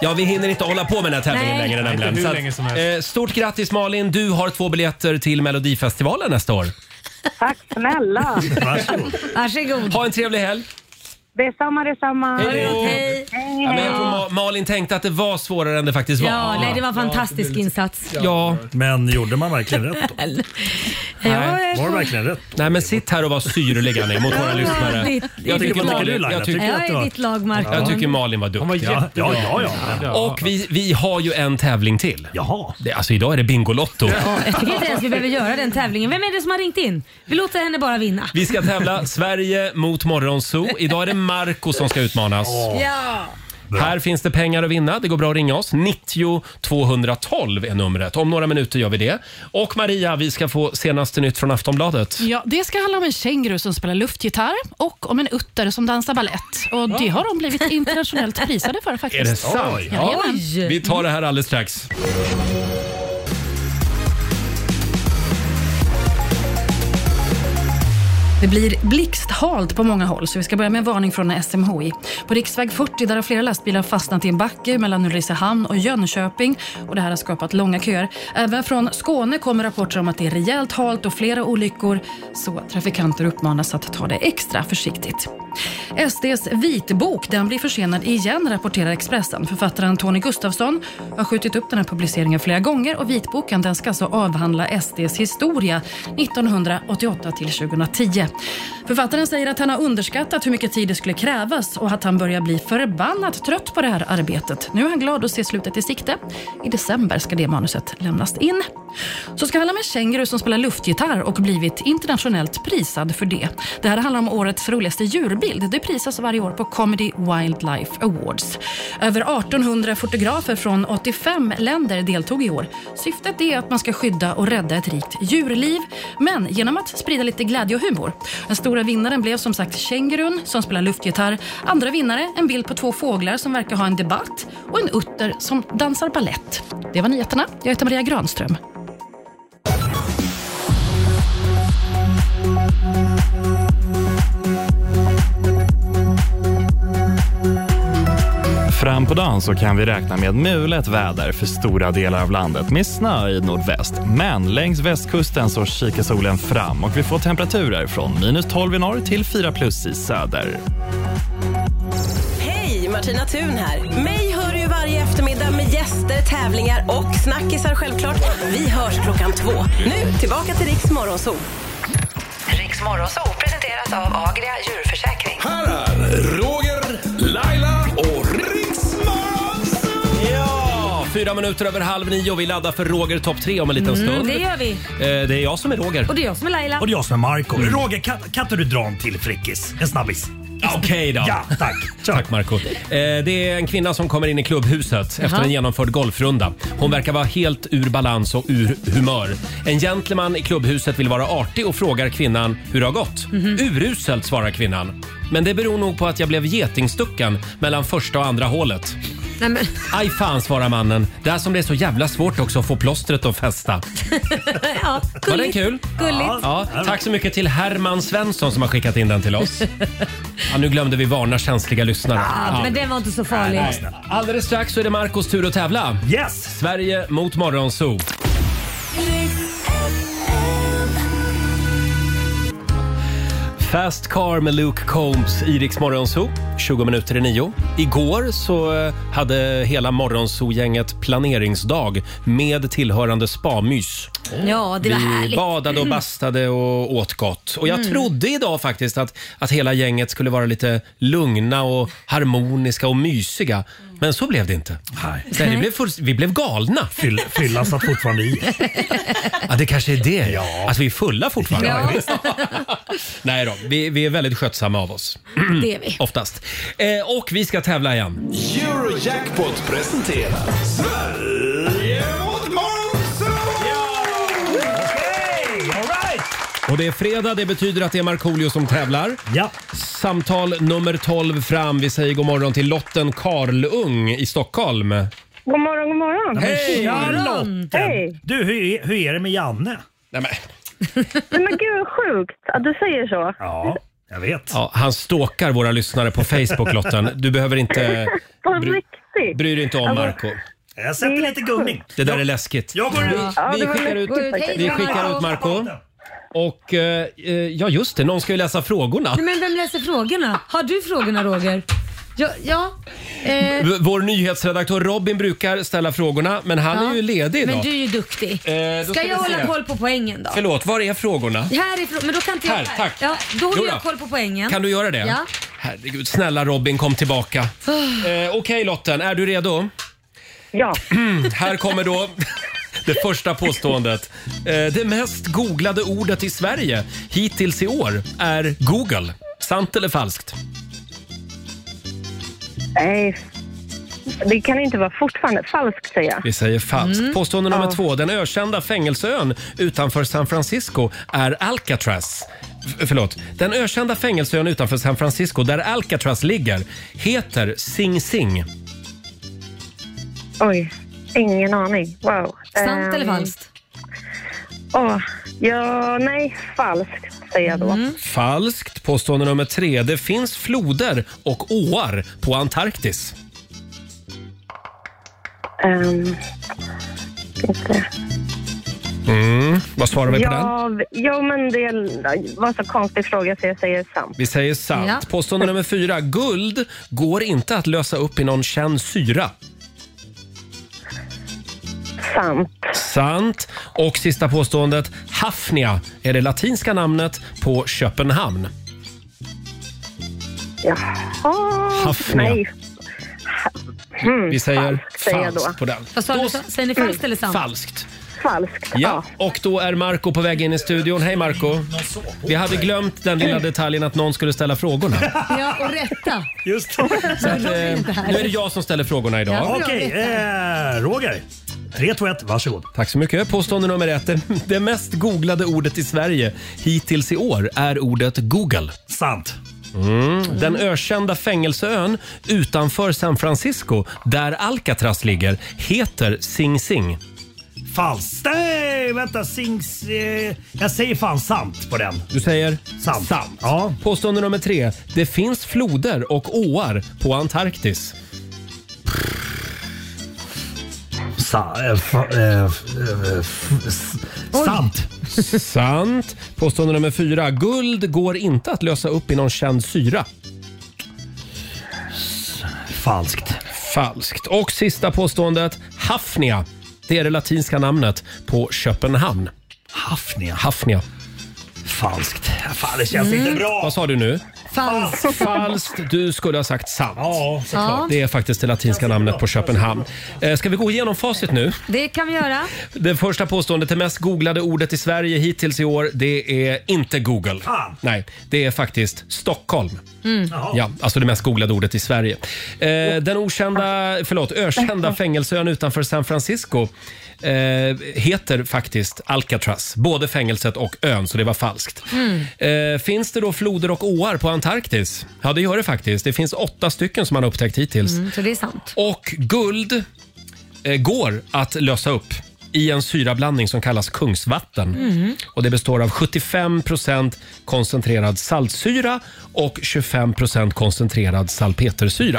Speaker 1: Ja, vi hinner inte hålla på med den här tävlingen
Speaker 2: Nej.
Speaker 1: längre
Speaker 5: Nej, inte
Speaker 1: nämligen.
Speaker 5: hur
Speaker 1: Så att,
Speaker 5: länge som helst.
Speaker 1: eh, stort grattis Malin, du har två biljetter till Melodifestivalen nästa år.
Speaker 3: Tack snälla.
Speaker 9: Varsågod.
Speaker 2: Varsågod.
Speaker 1: Ha en trevlig helg!
Speaker 3: Detsamma, detsamma.
Speaker 1: Hej då.
Speaker 2: Hej.
Speaker 1: Ja, men jag tror Ma- Malin tänkte att det var svårare än det faktiskt var.
Speaker 2: Ja, nej, det var en fantastisk insats.
Speaker 1: Ja.
Speaker 9: Men gjorde man verkligen rätt då?
Speaker 2: Ja, jag
Speaker 9: Var det verkligen rätt?
Speaker 1: Nej men sitt här och var syrlig Annie mot våra
Speaker 2: Ja,
Speaker 1: lyssnare.
Speaker 2: ditt-
Speaker 1: Jag
Speaker 9: ditt
Speaker 1: tycker,
Speaker 9: lag.
Speaker 1: Malin, jag, tycker,
Speaker 2: jag
Speaker 9: det
Speaker 2: är
Speaker 9: var-
Speaker 2: ditt lag, Marko.
Speaker 1: jag tycker Malin var
Speaker 5: Han var
Speaker 1: duktig.
Speaker 5: jättebra.
Speaker 9: Ja, ja, ja.
Speaker 1: Och vi, vi har ju en tävling till.
Speaker 9: Jaha.
Speaker 1: Det, alltså idag är det Bingolotto.
Speaker 2: Jag tycker inte ens vi behöver göra den tävlingen. Vem är det som har ringt in? Vi låter henne bara vinna.
Speaker 1: Vi ska tävla Sverige mot Morgonzoo. Idag är det Marco som ska utmanas.
Speaker 2: Ja.
Speaker 1: Här finns det pengar att vinna. Det går bra att ringa oss. 90 212 är numret. Om några minuter gör vi det. Och Maria, vi ska få senaste nytt från Aftonbladet.
Speaker 10: Ja, det ska handla om en känguru som spelar luftgitarr och om en utter som dansar ballett. Och Det har de blivit internationellt prisade för.
Speaker 1: Är
Speaker 10: faktiskt.
Speaker 1: det sant? Ja.
Speaker 2: Oj.
Speaker 1: Vi tar det här alldeles strax.
Speaker 10: Det blir blixthalt på många håll, så vi ska börja med en varning från SMHI. På riksväg 40 där har flera lastbilar fastnat i en backe mellan Ulricehamn och Jönköping och det här har skapat långa köer. Även från Skåne kommer rapporter om att det är rejält halt och flera olyckor, så trafikanter uppmanas att ta det extra försiktigt. SDs vitbok den blir försenad igen, rapporterar Expressen. Författaren Tony Gustafsson har skjutit upp den här publiceringen flera gånger och vitboken den ska alltså avhandla SDs historia 1988 till 2010. Författaren säger att han har underskattat hur mycket tid det skulle krävas och att han börjar bli förbannat trött på det här arbetet. Nu är han glad att se slutet i sikte. I december ska det manuset lämnas in. Så ska vi handla med känguru som spelar luftgitarr och blivit internationellt prisad för det. Det här handlar om årets roligaste djurbild. Det prisas varje år på Comedy Wildlife Awards. Över 1800 fotografer från 85 länder deltog i år. Syftet är att man ska skydda och rädda ett rikt djurliv, men genom att sprida lite glädje och humor. Den stora vinnaren blev som sagt kängurun som spelar luftgitarr. Andra vinnare, en bild på två fåglar som verkar ha en debatt och en utter som dansar ballett. Det var nyheterna. Jag heter Maria Granström.
Speaker 12: Fram på dagen så kan vi räkna med mulet väder för stora delar av landet med snö i nordväst. Men längs västkusten så kikar solen fram och vi får temperaturer från minus 12 i norr till 4 plus i söder.
Speaker 13: Hej, Martina Thun här. Mig hör du ju varje eftermiddag med gäster, tävlingar och snackisar självklart. Vi hörs klockan två. Nu tillbaka till Riks Morgonzoo.
Speaker 14: Riks Morgonzoo presenteras av Agria djurförsäkring.
Speaker 1: Roger, Laila och Ja, Fyra minuter över halv nio och vi laddar för Roger topp tre om en liten
Speaker 2: Mm,
Speaker 1: stund.
Speaker 2: det gör vi.
Speaker 1: Eh, Det är jag som är Roger.
Speaker 2: Och det är jag som är Laila.
Speaker 9: Och det är jag som är Marco. Roger, kan, kan inte du dra en till fräckis? En snabbis?
Speaker 1: Okej då.
Speaker 9: Ja, tack.
Speaker 1: Tack Marco. Eh, Det är en kvinna som kommer in i klubbhuset efter
Speaker 9: Jaha.
Speaker 1: en genomförd golfrunda. Hon verkar vara helt ur balans och ur humör. En gentleman i klubbhuset vill vara artig och frågar kvinnan hur det har gått. Uruselt svarar kvinnan. Men det beror nog på att jag blev getingstucken mellan första och andra hålet.
Speaker 2: Nej, men,
Speaker 1: Aj fan svarar mannen. Det är som det är så jävla svårt också att få plåstret att fästa.
Speaker 2: ja,
Speaker 1: Var den
Speaker 2: gulligt.
Speaker 1: kul?
Speaker 2: Gulligt.
Speaker 1: Ja, tack så mycket till Herman Svensson som har skickat in den till oss. Ja, nu glömde vi varna känsliga lyssnare. Ja.
Speaker 2: Men den var inte så farlig.
Speaker 1: Nej, nej. Alldeles strax så är det Marcos tur att tävla.
Speaker 9: Yes!
Speaker 1: Sverige mot Morgonzoo. Fast Car med Luke Combs i Rix Morgonzoo, 20 minuter i nio. Igår så eh, hade hela Morgonzoo-gänget planeringsdag med tillhörande spamys.
Speaker 2: Ja, det var
Speaker 1: Vi
Speaker 2: härligt.
Speaker 1: badade och bastade och åt gott. Och jag
Speaker 2: Mm.
Speaker 1: trodde idag faktiskt att, att hela gänget skulle vara lite lugna och harmoniska och mysiga.
Speaker 2: Mm.
Speaker 1: Men så blev det inte. Nej. det blev fullst- vi blev galna. Fyll,
Speaker 9: fyllan satt fortfarande i.
Speaker 1: Ja, det kanske är det. Att vi är fulla fortfarande.
Speaker 2: Ja.
Speaker 1: Nej då, vi, vi är väldigt skötsamma av oss.
Speaker 2: Det är vi.
Speaker 1: Oftast. Eh, och vi ska tävla igen.
Speaker 4: Eurojackpot presenterar Sverige mot
Speaker 1: Och det är fredag, det betyder att det är Markoolio som tävlar.
Speaker 9: Ja.
Speaker 1: Samtal nummer 12 fram. Vi säger god morgon till Lotten Karlung i Stockholm.
Speaker 3: God morgon, god morgon.
Speaker 1: Hej!
Speaker 3: Hej!
Speaker 9: Du, hur, är- hur är det med Janne?
Speaker 1: Nej, men.
Speaker 3: Nej, men gud, sjukt att du säger så.
Speaker 9: Ja, jag vet.
Speaker 1: Ja, han stalkar våra lyssnare på Facebook Lotten. Du behöver inte...
Speaker 3: På
Speaker 1: bry-
Speaker 3: riktigt.
Speaker 1: Bryr dig inte om
Speaker 3: Alltså,
Speaker 1: Marco.
Speaker 9: Jag sätter lite gummi.
Speaker 1: Det där är läskigt.
Speaker 9: Jag går ut.
Speaker 3: Ja,
Speaker 1: Vi,
Speaker 3: det
Speaker 1: vi
Speaker 3: var
Speaker 1: skickar ut,
Speaker 3: läskigt faktiskt.
Speaker 1: vi skickar ut Marco Och eh, eh, ja, just det. Någon ska ju läsa frågorna.
Speaker 2: Nej, men vem läser frågorna? Har du frågorna Roger? Ja. ja. Eh,
Speaker 1: V- Vår nyhetsredaktör Robin brukar ställa frågorna, men han
Speaker 2: ja.
Speaker 1: är ju ledig idag.
Speaker 2: Men du är ju duktig.
Speaker 1: Eh, då
Speaker 2: ska,
Speaker 1: ska vi
Speaker 2: jag hålla
Speaker 1: se.
Speaker 2: koll på poängen då?
Speaker 1: Förlåt, var är frågorna?
Speaker 2: Här är frå- men då kan inte jag...
Speaker 1: Här, tack.
Speaker 2: Ja, då håller
Speaker 1: Jo då.
Speaker 2: jag koll på poängen.
Speaker 1: Kan du göra det?
Speaker 2: Ja.
Speaker 1: Herregud, snälla Robin kom tillbaka.
Speaker 3: Ah.
Speaker 1: Eh, Okej Lotten, är du redo? Mm,
Speaker 3: Ja.
Speaker 1: Här kommer då det första påståendet. Eh, det mest googlade ordet i Sverige hittills i år är Google. Sant eller falskt?
Speaker 3: Nej. Det kan inte vara fortfarande falskt säger jag.
Speaker 1: Vi säger falskt.
Speaker 3: Mm.
Speaker 1: Påstående nummer
Speaker 3: Ja.
Speaker 1: två. Den ökända fängelseön utanför San Francisco är Alcatraz. F- förlåt. Den ökända fängelseön utanför San Francisco där Alcatraz ligger heter Sing Sing.
Speaker 3: Oj, ingen aning. Wow.
Speaker 2: Sant
Speaker 3: Ehm,
Speaker 2: eller falskt?
Speaker 3: Åh, ja, nej, falskt säger jag då.
Speaker 2: Mm.
Speaker 1: Falskt. Påstående nummer tre. Det finns floder och åar på Antarktis.
Speaker 3: Ehm, inte.
Speaker 1: Mm. Vad svarar vi på den?
Speaker 15: Ja, v- jo, men det var en så konstig fråga så jag säger sant.
Speaker 1: Vi säger sant.
Speaker 15: Ja.
Speaker 1: Påstående nummer fyra. Guld går inte att lösa upp i någon känd syra.
Speaker 15: Sant.
Speaker 1: Sant. Och sista påståendet. Hafnia är det latinska namnet på Köpenhamn.
Speaker 15: Jaha.
Speaker 1: Hafnia.
Speaker 15: Nej. Mm,
Speaker 1: Vi säger
Speaker 15: falskt säger jag
Speaker 1: falskt,
Speaker 15: då.
Speaker 1: på den. Mm.
Speaker 2: Vad sa du? Säger ni falskt eller sant?
Speaker 1: Falskt.
Speaker 15: Falskt.
Speaker 1: Ja, och då är Marco på väg in i studion. Hej Marco! Vi hade glömt den lilla detaljen att någon skulle ställa frågorna.
Speaker 2: Ja, och rätta.
Speaker 1: Just det. Så att, eh, nu är det jag som ställer frågorna idag.
Speaker 2: Ja, Okej, bra,
Speaker 1: eh, Roger. 3, 2, 1, varsågod. Tack så mycket. Påstående nummer ett. Det, det mest googlade ordet i Sverige hittills i år är ordet Google. Sant. Mm. Den ökända fängelseön utanför San Francisco, där Alcatraz ligger, heter Sing Sing.
Speaker 9: Falskt. Nej, vänta. Sings... Eh, jag säger fan sant på den.
Speaker 1: Du säger?
Speaker 9: Sant.
Speaker 1: Ja. Påstående nummer tre. Det finns floder och åar på Antarktis.
Speaker 9: Sa, eh, fa, eh, f- eh, f- s- sant.
Speaker 1: Sant. Påstående nummer fyra. Guld går inte att lösa upp i någon känd syra. Falskt. Falskt. Och sista påståendet. Hafnia. Det är det latinska namnet på Köpenhamn. Hafnia. Hafnia. Falskt.
Speaker 9: Fan, det känns inte bra.
Speaker 1: Vad sa du nu?
Speaker 2: Falskt.
Speaker 1: Falskt. Du skulle ha sagt sant. Ja,
Speaker 2: såklart. Ja.
Speaker 1: Det är faktiskt det latinska namnet på Köpenhamn. Eh, Ska vi gå igenom facit nu?
Speaker 2: Det kan vi göra.
Speaker 1: Det första påståendet, det mest googlade ordet i Sverige hittills i år, det är inte Google.
Speaker 2: Fan.
Speaker 1: Nej, det är faktiskt Stockholm.
Speaker 2: Mm.
Speaker 1: Ja, alltså det mest googlade ordet i Sverige. Eh, den okända, förlåt, ökända fängelseön utanför San Francisco eh, heter faktiskt Alcatraz. Både fängelset och ön, så det var falskt.
Speaker 6: Mm.
Speaker 1: Eh, finns det då floder och åar på Antarktis? Ja, det gör det faktiskt. Det finns åtta stycken som man har upptäckt hittills.
Speaker 2: Mm, så det är sant.
Speaker 1: Och guld eh, går att lösa upp i en syrablandning som kallas kungsvatten.
Speaker 2: Mm.
Speaker 1: Och det består av 75 koncentrerad saltsyra och 25 koncentrerad salpetersyra.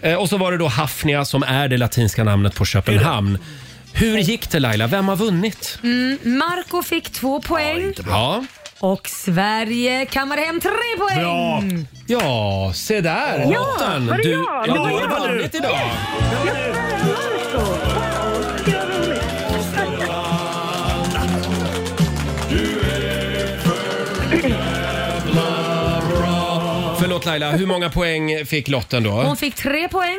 Speaker 1: Eh, Och så var det då Hafnia som är det latinska namnet på Köpenhamn. Hur gick det Laila? Vem har vunnit?
Speaker 2: Mm, Marco fick två poäng
Speaker 1: Ja.
Speaker 2: och Sverige kammade hem tre poäng. Mm.
Speaker 1: Ja, se där!
Speaker 2: Ja,
Speaker 1: Lotten.
Speaker 2: var det
Speaker 1: du,
Speaker 2: jag?
Speaker 1: ja,
Speaker 2: Det
Speaker 1: du
Speaker 2: var
Speaker 1: har
Speaker 2: jag.
Speaker 1: vunnit idag! Förlåt Laila, hur många poäng fick lotten då?
Speaker 2: Hon fick tre poäng.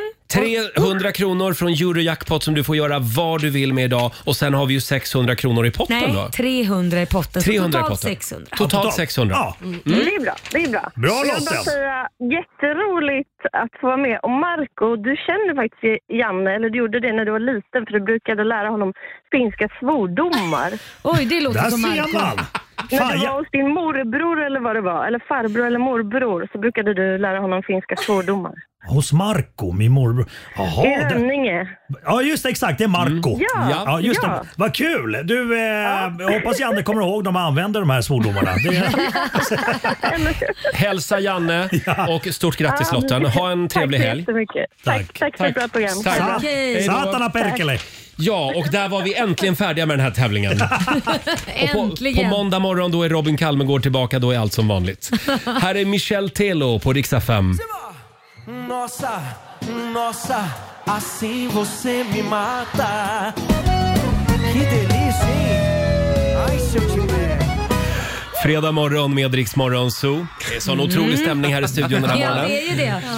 Speaker 1: 300 kronor från Eurojackpot som du får göra vad du vill med idag. Och sen har vi ju 600 kronor i potten
Speaker 2: Nej,
Speaker 1: då.
Speaker 2: 300 i potten.
Speaker 1: 300 i
Speaker 2: så totalt
Speaker 1: potten.
Speaker 2: 600.
Speaker 1: Totalt 600.
Speaker 15: Mm.
Speaker 1: Mm.
Speaker 15: Det är bra. Det är bra.
Speaker 1: Bra,
Speaker 15: Och jag vill
Speaker 1: Lotta.
Speaker 15: bara säga, jätteroligt att få vara med. Och Marco, du känner faktiskt Janne, eller du gjorde det när du var liten, för du brukade lära honom finska svordomar.
Speaker 2: Oj, det låter Där som ser Marco. man.
Speaker 15: När
Speaker 2: Fan,
Speaker 15: du
Speaker 2: jag-
Speaker 15: var hos din morbror eller vad det var, eller farbror eller morbror, så brukade du lära honom finska svordomar.
Speaker 9: Hos Marco, min morbror. Jaha.
Speaker 15: I
Speaker 9: det-
Speaker 15: Rönninge.
Speaker 9: Ja, just det. Exakt. Det är Marco.
Speaker 15: Mm. Ja,
Speaker 9: just
Speaker 15: ja.
Speaker 9: det. Vad kul! Du, eh, jag hoppas Janne kommer ihåg dem och använder de här svordomarna. Det,
Speaker 1: Hälsa Janne och stort grattis
Speaker 15: Ja,
Speaker 1: Lotten. Ha en trevlig
Speaker 15: tack så
Speaker 1: helg.
Speaker 15: jättemycket. Tack, tack för ett bra program.
Speaker 1: Tack. Hej då.
Speaker 9: perkele.
Speaker 1: Ja, och där var vi äntligen färdiga med den här tävlingen. Och på, på
Speaker 2: Äntligen.
Speaker 1: måndag morgon då är Robin Kalmegård tillbaka, då är allt som vanligt. Här är Michel Telo på riksdag 5.
Speaker 4: Nossa, nossa, assim você me mata. Que delícia, hein? Ai, se eu tiver.
Speaker 1: Fredag morgon med Rix Morgon Zoo. Det är sån otrolig stämning här i studion den här
Speaker 2: Mm. Ja,
Speaker 1: morgonen.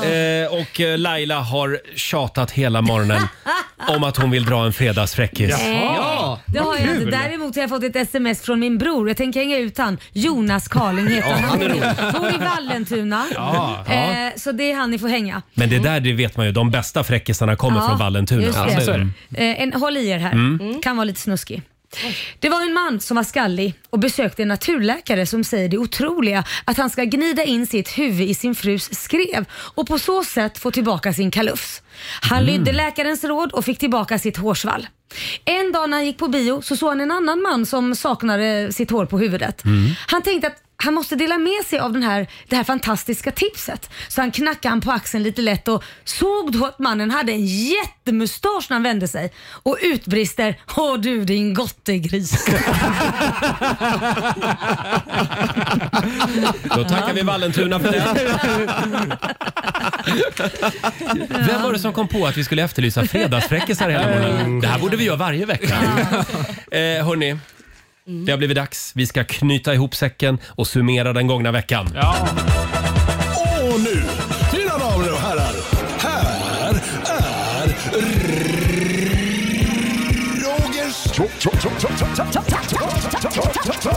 Speaker 2: det är ju det.
Speaker 1: Eh, och eh, Laila har tjatat hela morgonen om att hon vill dra en fredagsfräckis.
Speaker 2: Nej, det har jag inte. Däremot har jag fått ett sms från min bror. Jag tänker hänga ut han. Jonas Karling heter
Speaker 1: Ja,
Speaker 2: han.
Speaker 1: han
Speaker 2: Han
Speaker 1: är
Speaker 2: bor-
Speaker 1: rolig.
Speaker 2: bor i Vallentuna.
Speaker 1: Ja, ja.
Speaker 2: Eh, så det är han ni får hänga.
Speaker 1: Men det där det vet man ju, de bästa fräckisarna kommer
Speaker 2: Ja,
Speaker 1: från Vallentuna.
Speaker 2: just det.
Speaker 1: så är det.
Speaker 2: Eh, en, håll i er här,
Speaker 1: Mm.
Speaker 2: kan vara lite snuskig. Det var en man som var skallig och besökte en naturläkare som säger det otroliga att han ska gnida in sitt huvud i sin frus skrev och på så sätt få tillbaka sin kalufs. Han
Speaker 13: Mm.
Speaker 2: lydde läkarens råd och fick tillbaka sitt hårsvall. En
Speaker 1: Mm.
Speaker 6: Mm.
Speaker 2: dag när han gick på bio så såg han en annan man som saknade sitt hår på huvudet. Han tänkte att han måste dela med sig av den här, det här fantastiska tipset. Så han knackade han på axeln lite lätt och såg då att mannen hade en jättemustasch när han vände sig och utbrister Åh du din gottegris.
Speaker 1: Då tackar vi Vallentuna för det. Vem var det som kom på att vi skulle efterlysa fredagsfräckisar hela morgonen? Det här borde vi göra varje vecka. Mm. Eh, hörni, det har blivit dags. Vi ska knyta ihop säcken och summera den gångna veckan.
Speaker 4: Och nu, mina damer och herrar, här är Rogers... Tre!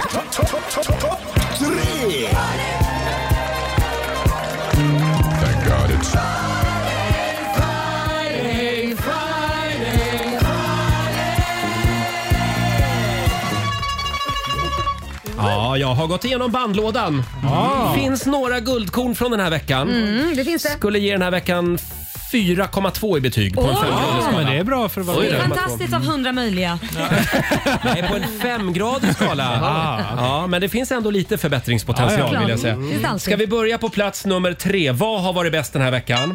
Speaker 4: Thank God it's...
Speaker 1: Ja, jag har gått igenom bandlådan.
Speaker 2: Ja.
Speaker 1: Finns några guldkorn från den här veckan.
Speaker 2: Mm, det finns det.
Speaker 1: Skulle ge den här veckan 4,2 i betyg på en
Speaker 2: Åh!
Speaker 1: femgradig skala.
Speaker 2: Ja, men det är
Speaker 1: bra för
Speaker 2: Det är fantastiskt av hundra möjliga.
Speaker 1: Nej, på en femgradig skala. Ja, men det finns ändå lite förbättringspotential
Speaker 2: Ja, ja.
Speaker 1: vill jag
Speaker 2: Mm. Finns det
Speaker 1: säga.
Speaker 2: alltid.
Speaker 1: Ska vi börja på plats nummer tre. Vad har varit bäst den här veckan?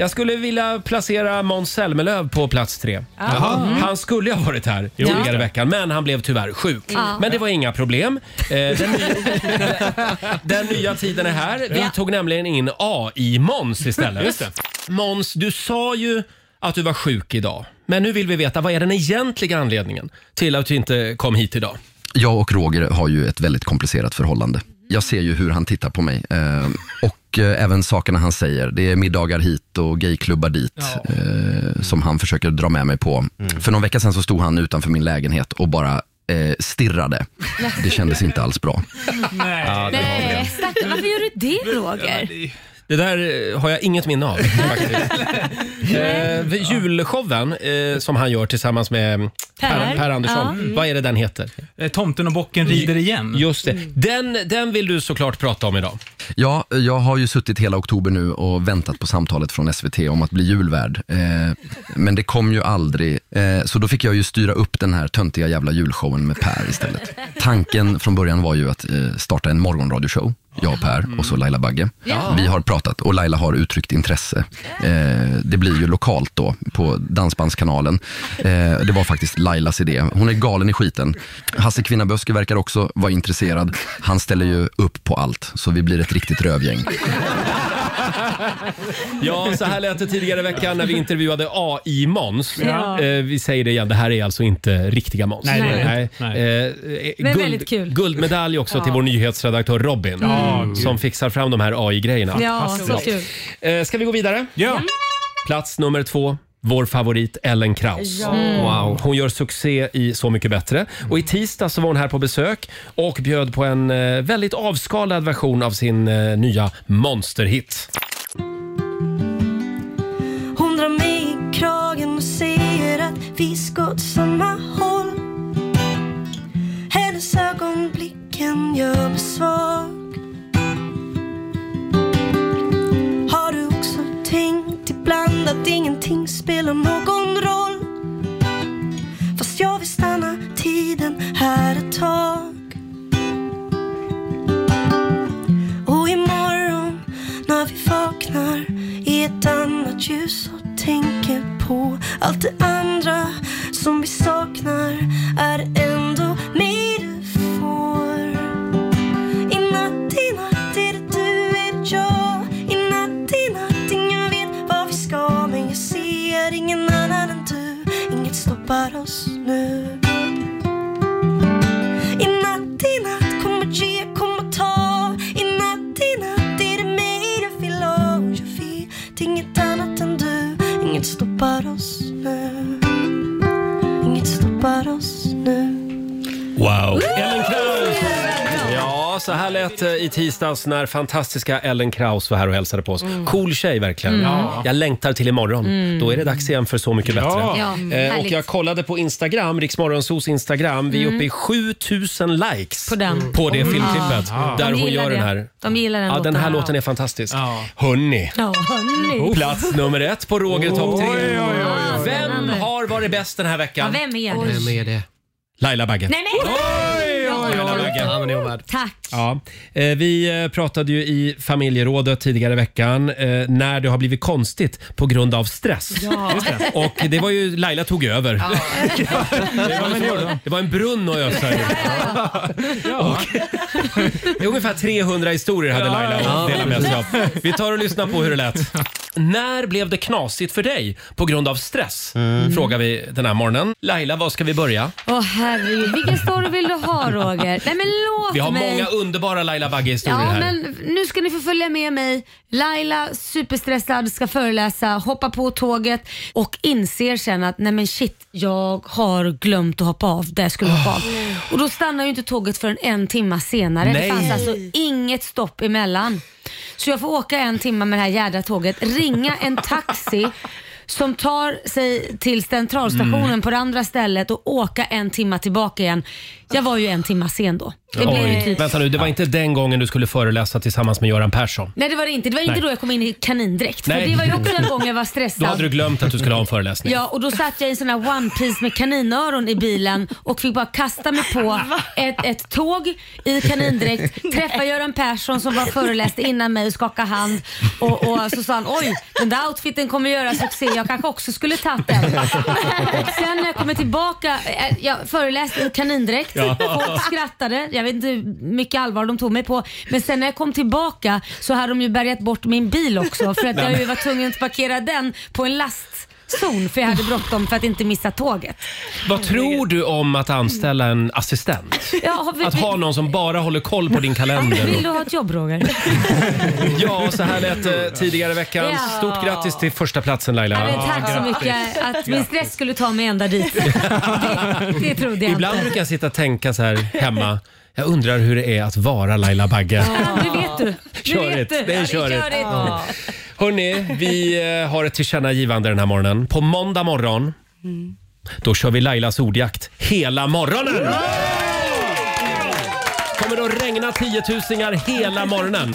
Speaker 1: Jag skulle vilja placera Måns Zelmerlöw på plats tre.
Speaker 4: Jaha. Mm.
Speaker 1: Han skulle ju ha varit här
Speaker 4: Ja.
Speaker 1: tidigare i veckan, men han blev tyvärr sjuk.
Speaker 4: Ja.
Speaker 1: Men det var inga problem. Eh, Den nya, den nya tiden är här. Vi
Speaker 4: Ja.
Speaker 1: tog nämligen in AI-Måns istället.
Speaker 4: Just det.
Speaker 1: Måns, du sa ju att du var sjuk idag. Men nu vill vi veta, vad är den egentliga anledningen till att du inte kom hit idag?
Speaker 11: Jag och Roger har ju ett väldigt komplicerat förhållande. Jag ser ju hur han tittar på mig. Eh, och eh, även sakerna han säger. Det är middagar hit och gayklubbar dit eh, som han försöker dra med mig på. För någon vecka sedan så stod han utanför min lägenhet och bara eh, stirrade. Det kändes inte alls bra.
Speaker 1: Nej.
Speaker 2: Nej, stackarn, varför gör du det Roger?
Speaker 1: Det där eh, har jag inget minne av. faktiskt. eh, vid julshowen eh, som han gör tillsammans med Per,
Speaker 5: Per.
Speaker 1: per Andersson.
Speaker 5: Ja. Mm.
Speaker 1: Vad är det den heter?
Speaker 5: Eh, Tomten och bocken rider igen.
Speaker 1: Just det.
Speaker 5: Mm.
Speaker 1: Den, den vill du såklart prata om idag.
Speaker 11: Ja, jag har ju suttit hela oktober nu och väntat på samtalet från SVT om att bli julvärd. Eh, men det kom ju aldrig, eh, så då fick jag ju styra upp den här töntiga jävla julshowen med Per istället. Tanken från början var ju att eh, starta en morgonradioshow, jag och Per och så Laila Bagge.
Speaker 4: Ja.
Speaker 11: Vi har pratat och Laila har uttryckt intresse. Eh, det blir ju lokalt då på Dansbandskanalen. Eh, det var faktiskt Lailas idé. Hon är galen i skiten. Hasse Kvinnaböske verkar också vara intresserad. Han ställer ju upp på allt, så vi blir ett riktigt rövgäng.
Speaker 1: Ja, så här lät det tidigare i veckan när vi intervjuade AI-Måns.
Speaker 2: Ja.
Speaker 1: Eh, vi säger det igen, det här är alltså inte riktiga Måns.
Speaker 2: Nej, det är det
Speaker 1: Eh, eh,
Speaker 2: Men
Speaker 1: guld,
Speaker 2: väldigt kul.
Speaker 1: Guldmedalj också
Speaker 2: Ja.
Speaker 1: till vår nyhetsredaktör Robin mm,
Speaker 2: Ja, gud.
Speaker 1: som fixar fram de här AI-grejerna.
Speaker 2: Ja, så kul.
Speaker 1: Eh, ska vi gå vidare? Ja. Plats nummer två. Vår favorit Ellen Kraus.
Speaker 4: Ja. Mm.
Speaker 1: Wow. Hon gör succé i Så mycket bättre. Och I tisdag så var hon här på besök och bjöd på en eh, väldigt avskalad version av sin eh, nya monsterhit.
Speaker 6: Hon drar mig i kragen och säger att vi ska åt samma håll Hennes ögonblicken gör mig svag Har du också tänkt ibland att ingenting spelar någon roll? Fast jag vill stanna tiden här ett tag Och imorgon när vi vaknar i ett annat ljus och tänker på allt det andra som vi saknar är det ändå mig du får. I natt, i natt är det du, är det jag. I natt, i natt ingen vet vad vi ska men jag ser ingen annan än du. Inget stoppar oss nu. I natt, i natt kommer ge, kommer ta I natt, i natt är det mig du vill ha Och Jag vet inget annat än du Inget stoppar oss nu Inget stoppar oss nu
Speaker 1: Wow! Ellen Kraus! Ja, så här lät det i tisdags när fantastiska Ellen Kraus var här och hälsade på oss. Cool tjej verkligen.
Speaker 4: Mm. Ja.
Speaker 1: Jag längtar till imorgon.
Speaker 4: Mm.
Speaker 1: Då är det dags igen för Så mycket bättre.
Speaker 4: Ja. Ja,
Speaker 1: eh, och
Speaker 4: härligt.
Speaker 1: jag kollade på Instagram, Riksmorgonsos Instagram. Vi är
Speaker 2: Mm.
Speaker 1: uppe i 7000 likes
Speaker 2: På den.
Speaker 1: på det
Speaker 2: Mm.
Speaker 1: filmklippet.
Speaker 2: Ja.
Speaker 1: Där
Speaker 2: De
Speaker 1: hon
Speaker 2: gillar
Speaker 1: gör den
Speaker 2: det.
Speaker 1: här.
Speaker 2: De gillar den
Speaker 1: ja, den här
Speaker 2: låten.
Speaker 1: låten är fantastisk. Hörni,
Speaker 2: Ja, hörni.
Speaker 1: plats nummer ett på Roger topp tre. Vem
Speaker 2: spännande.
Speaker 1: har varit bäst den här
Speaker 2: Ja,
Speaker 1: veckan?
Speaker 2: vem är det?
Speaker 1: Vem är det? Laila Bagge.
Speaker 2: Nej, nej!
Speaker 1: Oj, oj,
Speaker 2: oj,
Speaker 1: Laila
Speaker 2: oj.
Speaker 1: Bagge.
Speaker 2: Ja,
Speaker 1: men det är hon värd.
Speaker 2: Tack.
Speaker 1: Ja. Eh, Vi eh, pratade ju i familjerådet tidigare i veckan eh, när det har blivit konstigt på grund av stress.
Speaker 2: Ja. Just det.
Speaker 1: Och det var ju Laila tog över. Det, var
Speaker 2: men det gjorde
Speaker 1: en, det var en brunn att ösa ur. Och- Det är Ungefär 300 historier hade Laila att dela med sig av. Vi tar och lyssnar på hur det lät. När blev det knasigt för dig på grund av stress? Frågar vi den här morgonen. Laila, var ska vi börja?
Speaker 2: Åh herregud, vilken story vill du ha Roger? Nej men låt
Speaker 1: Vi har
Speaker 2: mig.
Speaker 1: många underbara Laila Bagge-historier
Speaker 2: Ja,
Speaker 1: här.
Speaker 2: men nu ska ni få följa med mig. Laila, superstressad, ska föreläsa, hoppa på tåget och inser sen att nej men shit, jag har glömt att hoppa av där jag skulle hoppa av.
Speaker 1: Oh.
Speaker 2: Och då stannar ju inte tåget förrän en timma senare.
Speaker 13: Nej.
Speaker 2: Det fanns alltså inget stopp emellan. Så jag får åka en timma med det här jädra tåget, ringa en taxi som tar sig till centralstationen
Speaker 13: Mm.
Speaker 2: på det andra stället och åka en timma tillbaka igen. Jag var ju en timma sen då. Det blev ju
Speaker 1: Oj,
Speaker 2: typ
Speaker 1: vänta nu, det var inte den gången du skulle föreläsa tillsammans med Göran Persson.
Speaker 2: Nej det var det inte. Det var
Speaker 1: Nej.
Speaker 2: inte då jag kom in i kanindräkt. För
Speaker 1: Nej.
Speaker 2: det var ju också en gång jag var stressad.
Speaker 1: Då hade du glömt att du skulle ha en föreläsning.
Speaker 2: Ja, och då satt jag i en sån här one piece med kaninöron i bilen och fick bara kasta mig på ett, ett tåg i kanindräkt, träffa Göran Persson som var föreläste innan mig och skaka hand och, och så sa han oj, den där outfiten kommer göra succé, jag kanske också skulle tagit den. Sen när jag kommer tillbaka, eh, jag föreläste i kanindräkt,
Speaker 13: Ja.
Speaker 2: folk skrattade, jag vet inte hur mycket allvar de tog mig på, men sen när jag kom tillbaka så hade de ju bärgat bort min bil också för att
Speaker 13: Nej,
Speaker 2: jag ju
Speaker 13: men-
Speaker 2: var tvungen att parkera den på en lastzon för jag hade bråttom för att inte missa tåget.
Speaker 1: Vad tror du om att anställa en assistent?
Speaker 2: Ja, har vi-
Speaker 1: Att ha någon som bara håller koll på din kalender?
Speaker 2: Vill du ha ett jobb Roger?
Speaker 1: Ja, så här lät det tidigare i veckan.
Speaker 2: Ja.
Speaker 1: Stort grattis till första platsen
Speaker 2: Ja,
Speaker 1: Laila.
Speaker 2: men tack så
Speaker 1: grattis.
Speaker 2: mycket att min stress skulle ta mig ända dit. Det, det trodde jag
Speaker 1: Ibland
Speaker 2: inte.
Speaker 1: brukar jag sitta och tänka så här hemma. Jag undrar hur det är att vara Laila Bagge.
Speaker 2: Ja, nu vet du. Nu
Speaker 1: Kör
Speaker 2: vet
Speaker 1: det.
Speaker 2: du.
Speaker 1: Det är
Speaker 2: Ja,
Speaker 1: kör det.
Speaker 2: körigt.
Speaker 1: Ja. Hörni, vi eh, har ett tillkännagivande den här morgonen. På måndag morgon, då kör vi Lailas ordjakt hela morgonen! kommer det att regna tiotusingar hela morgonen.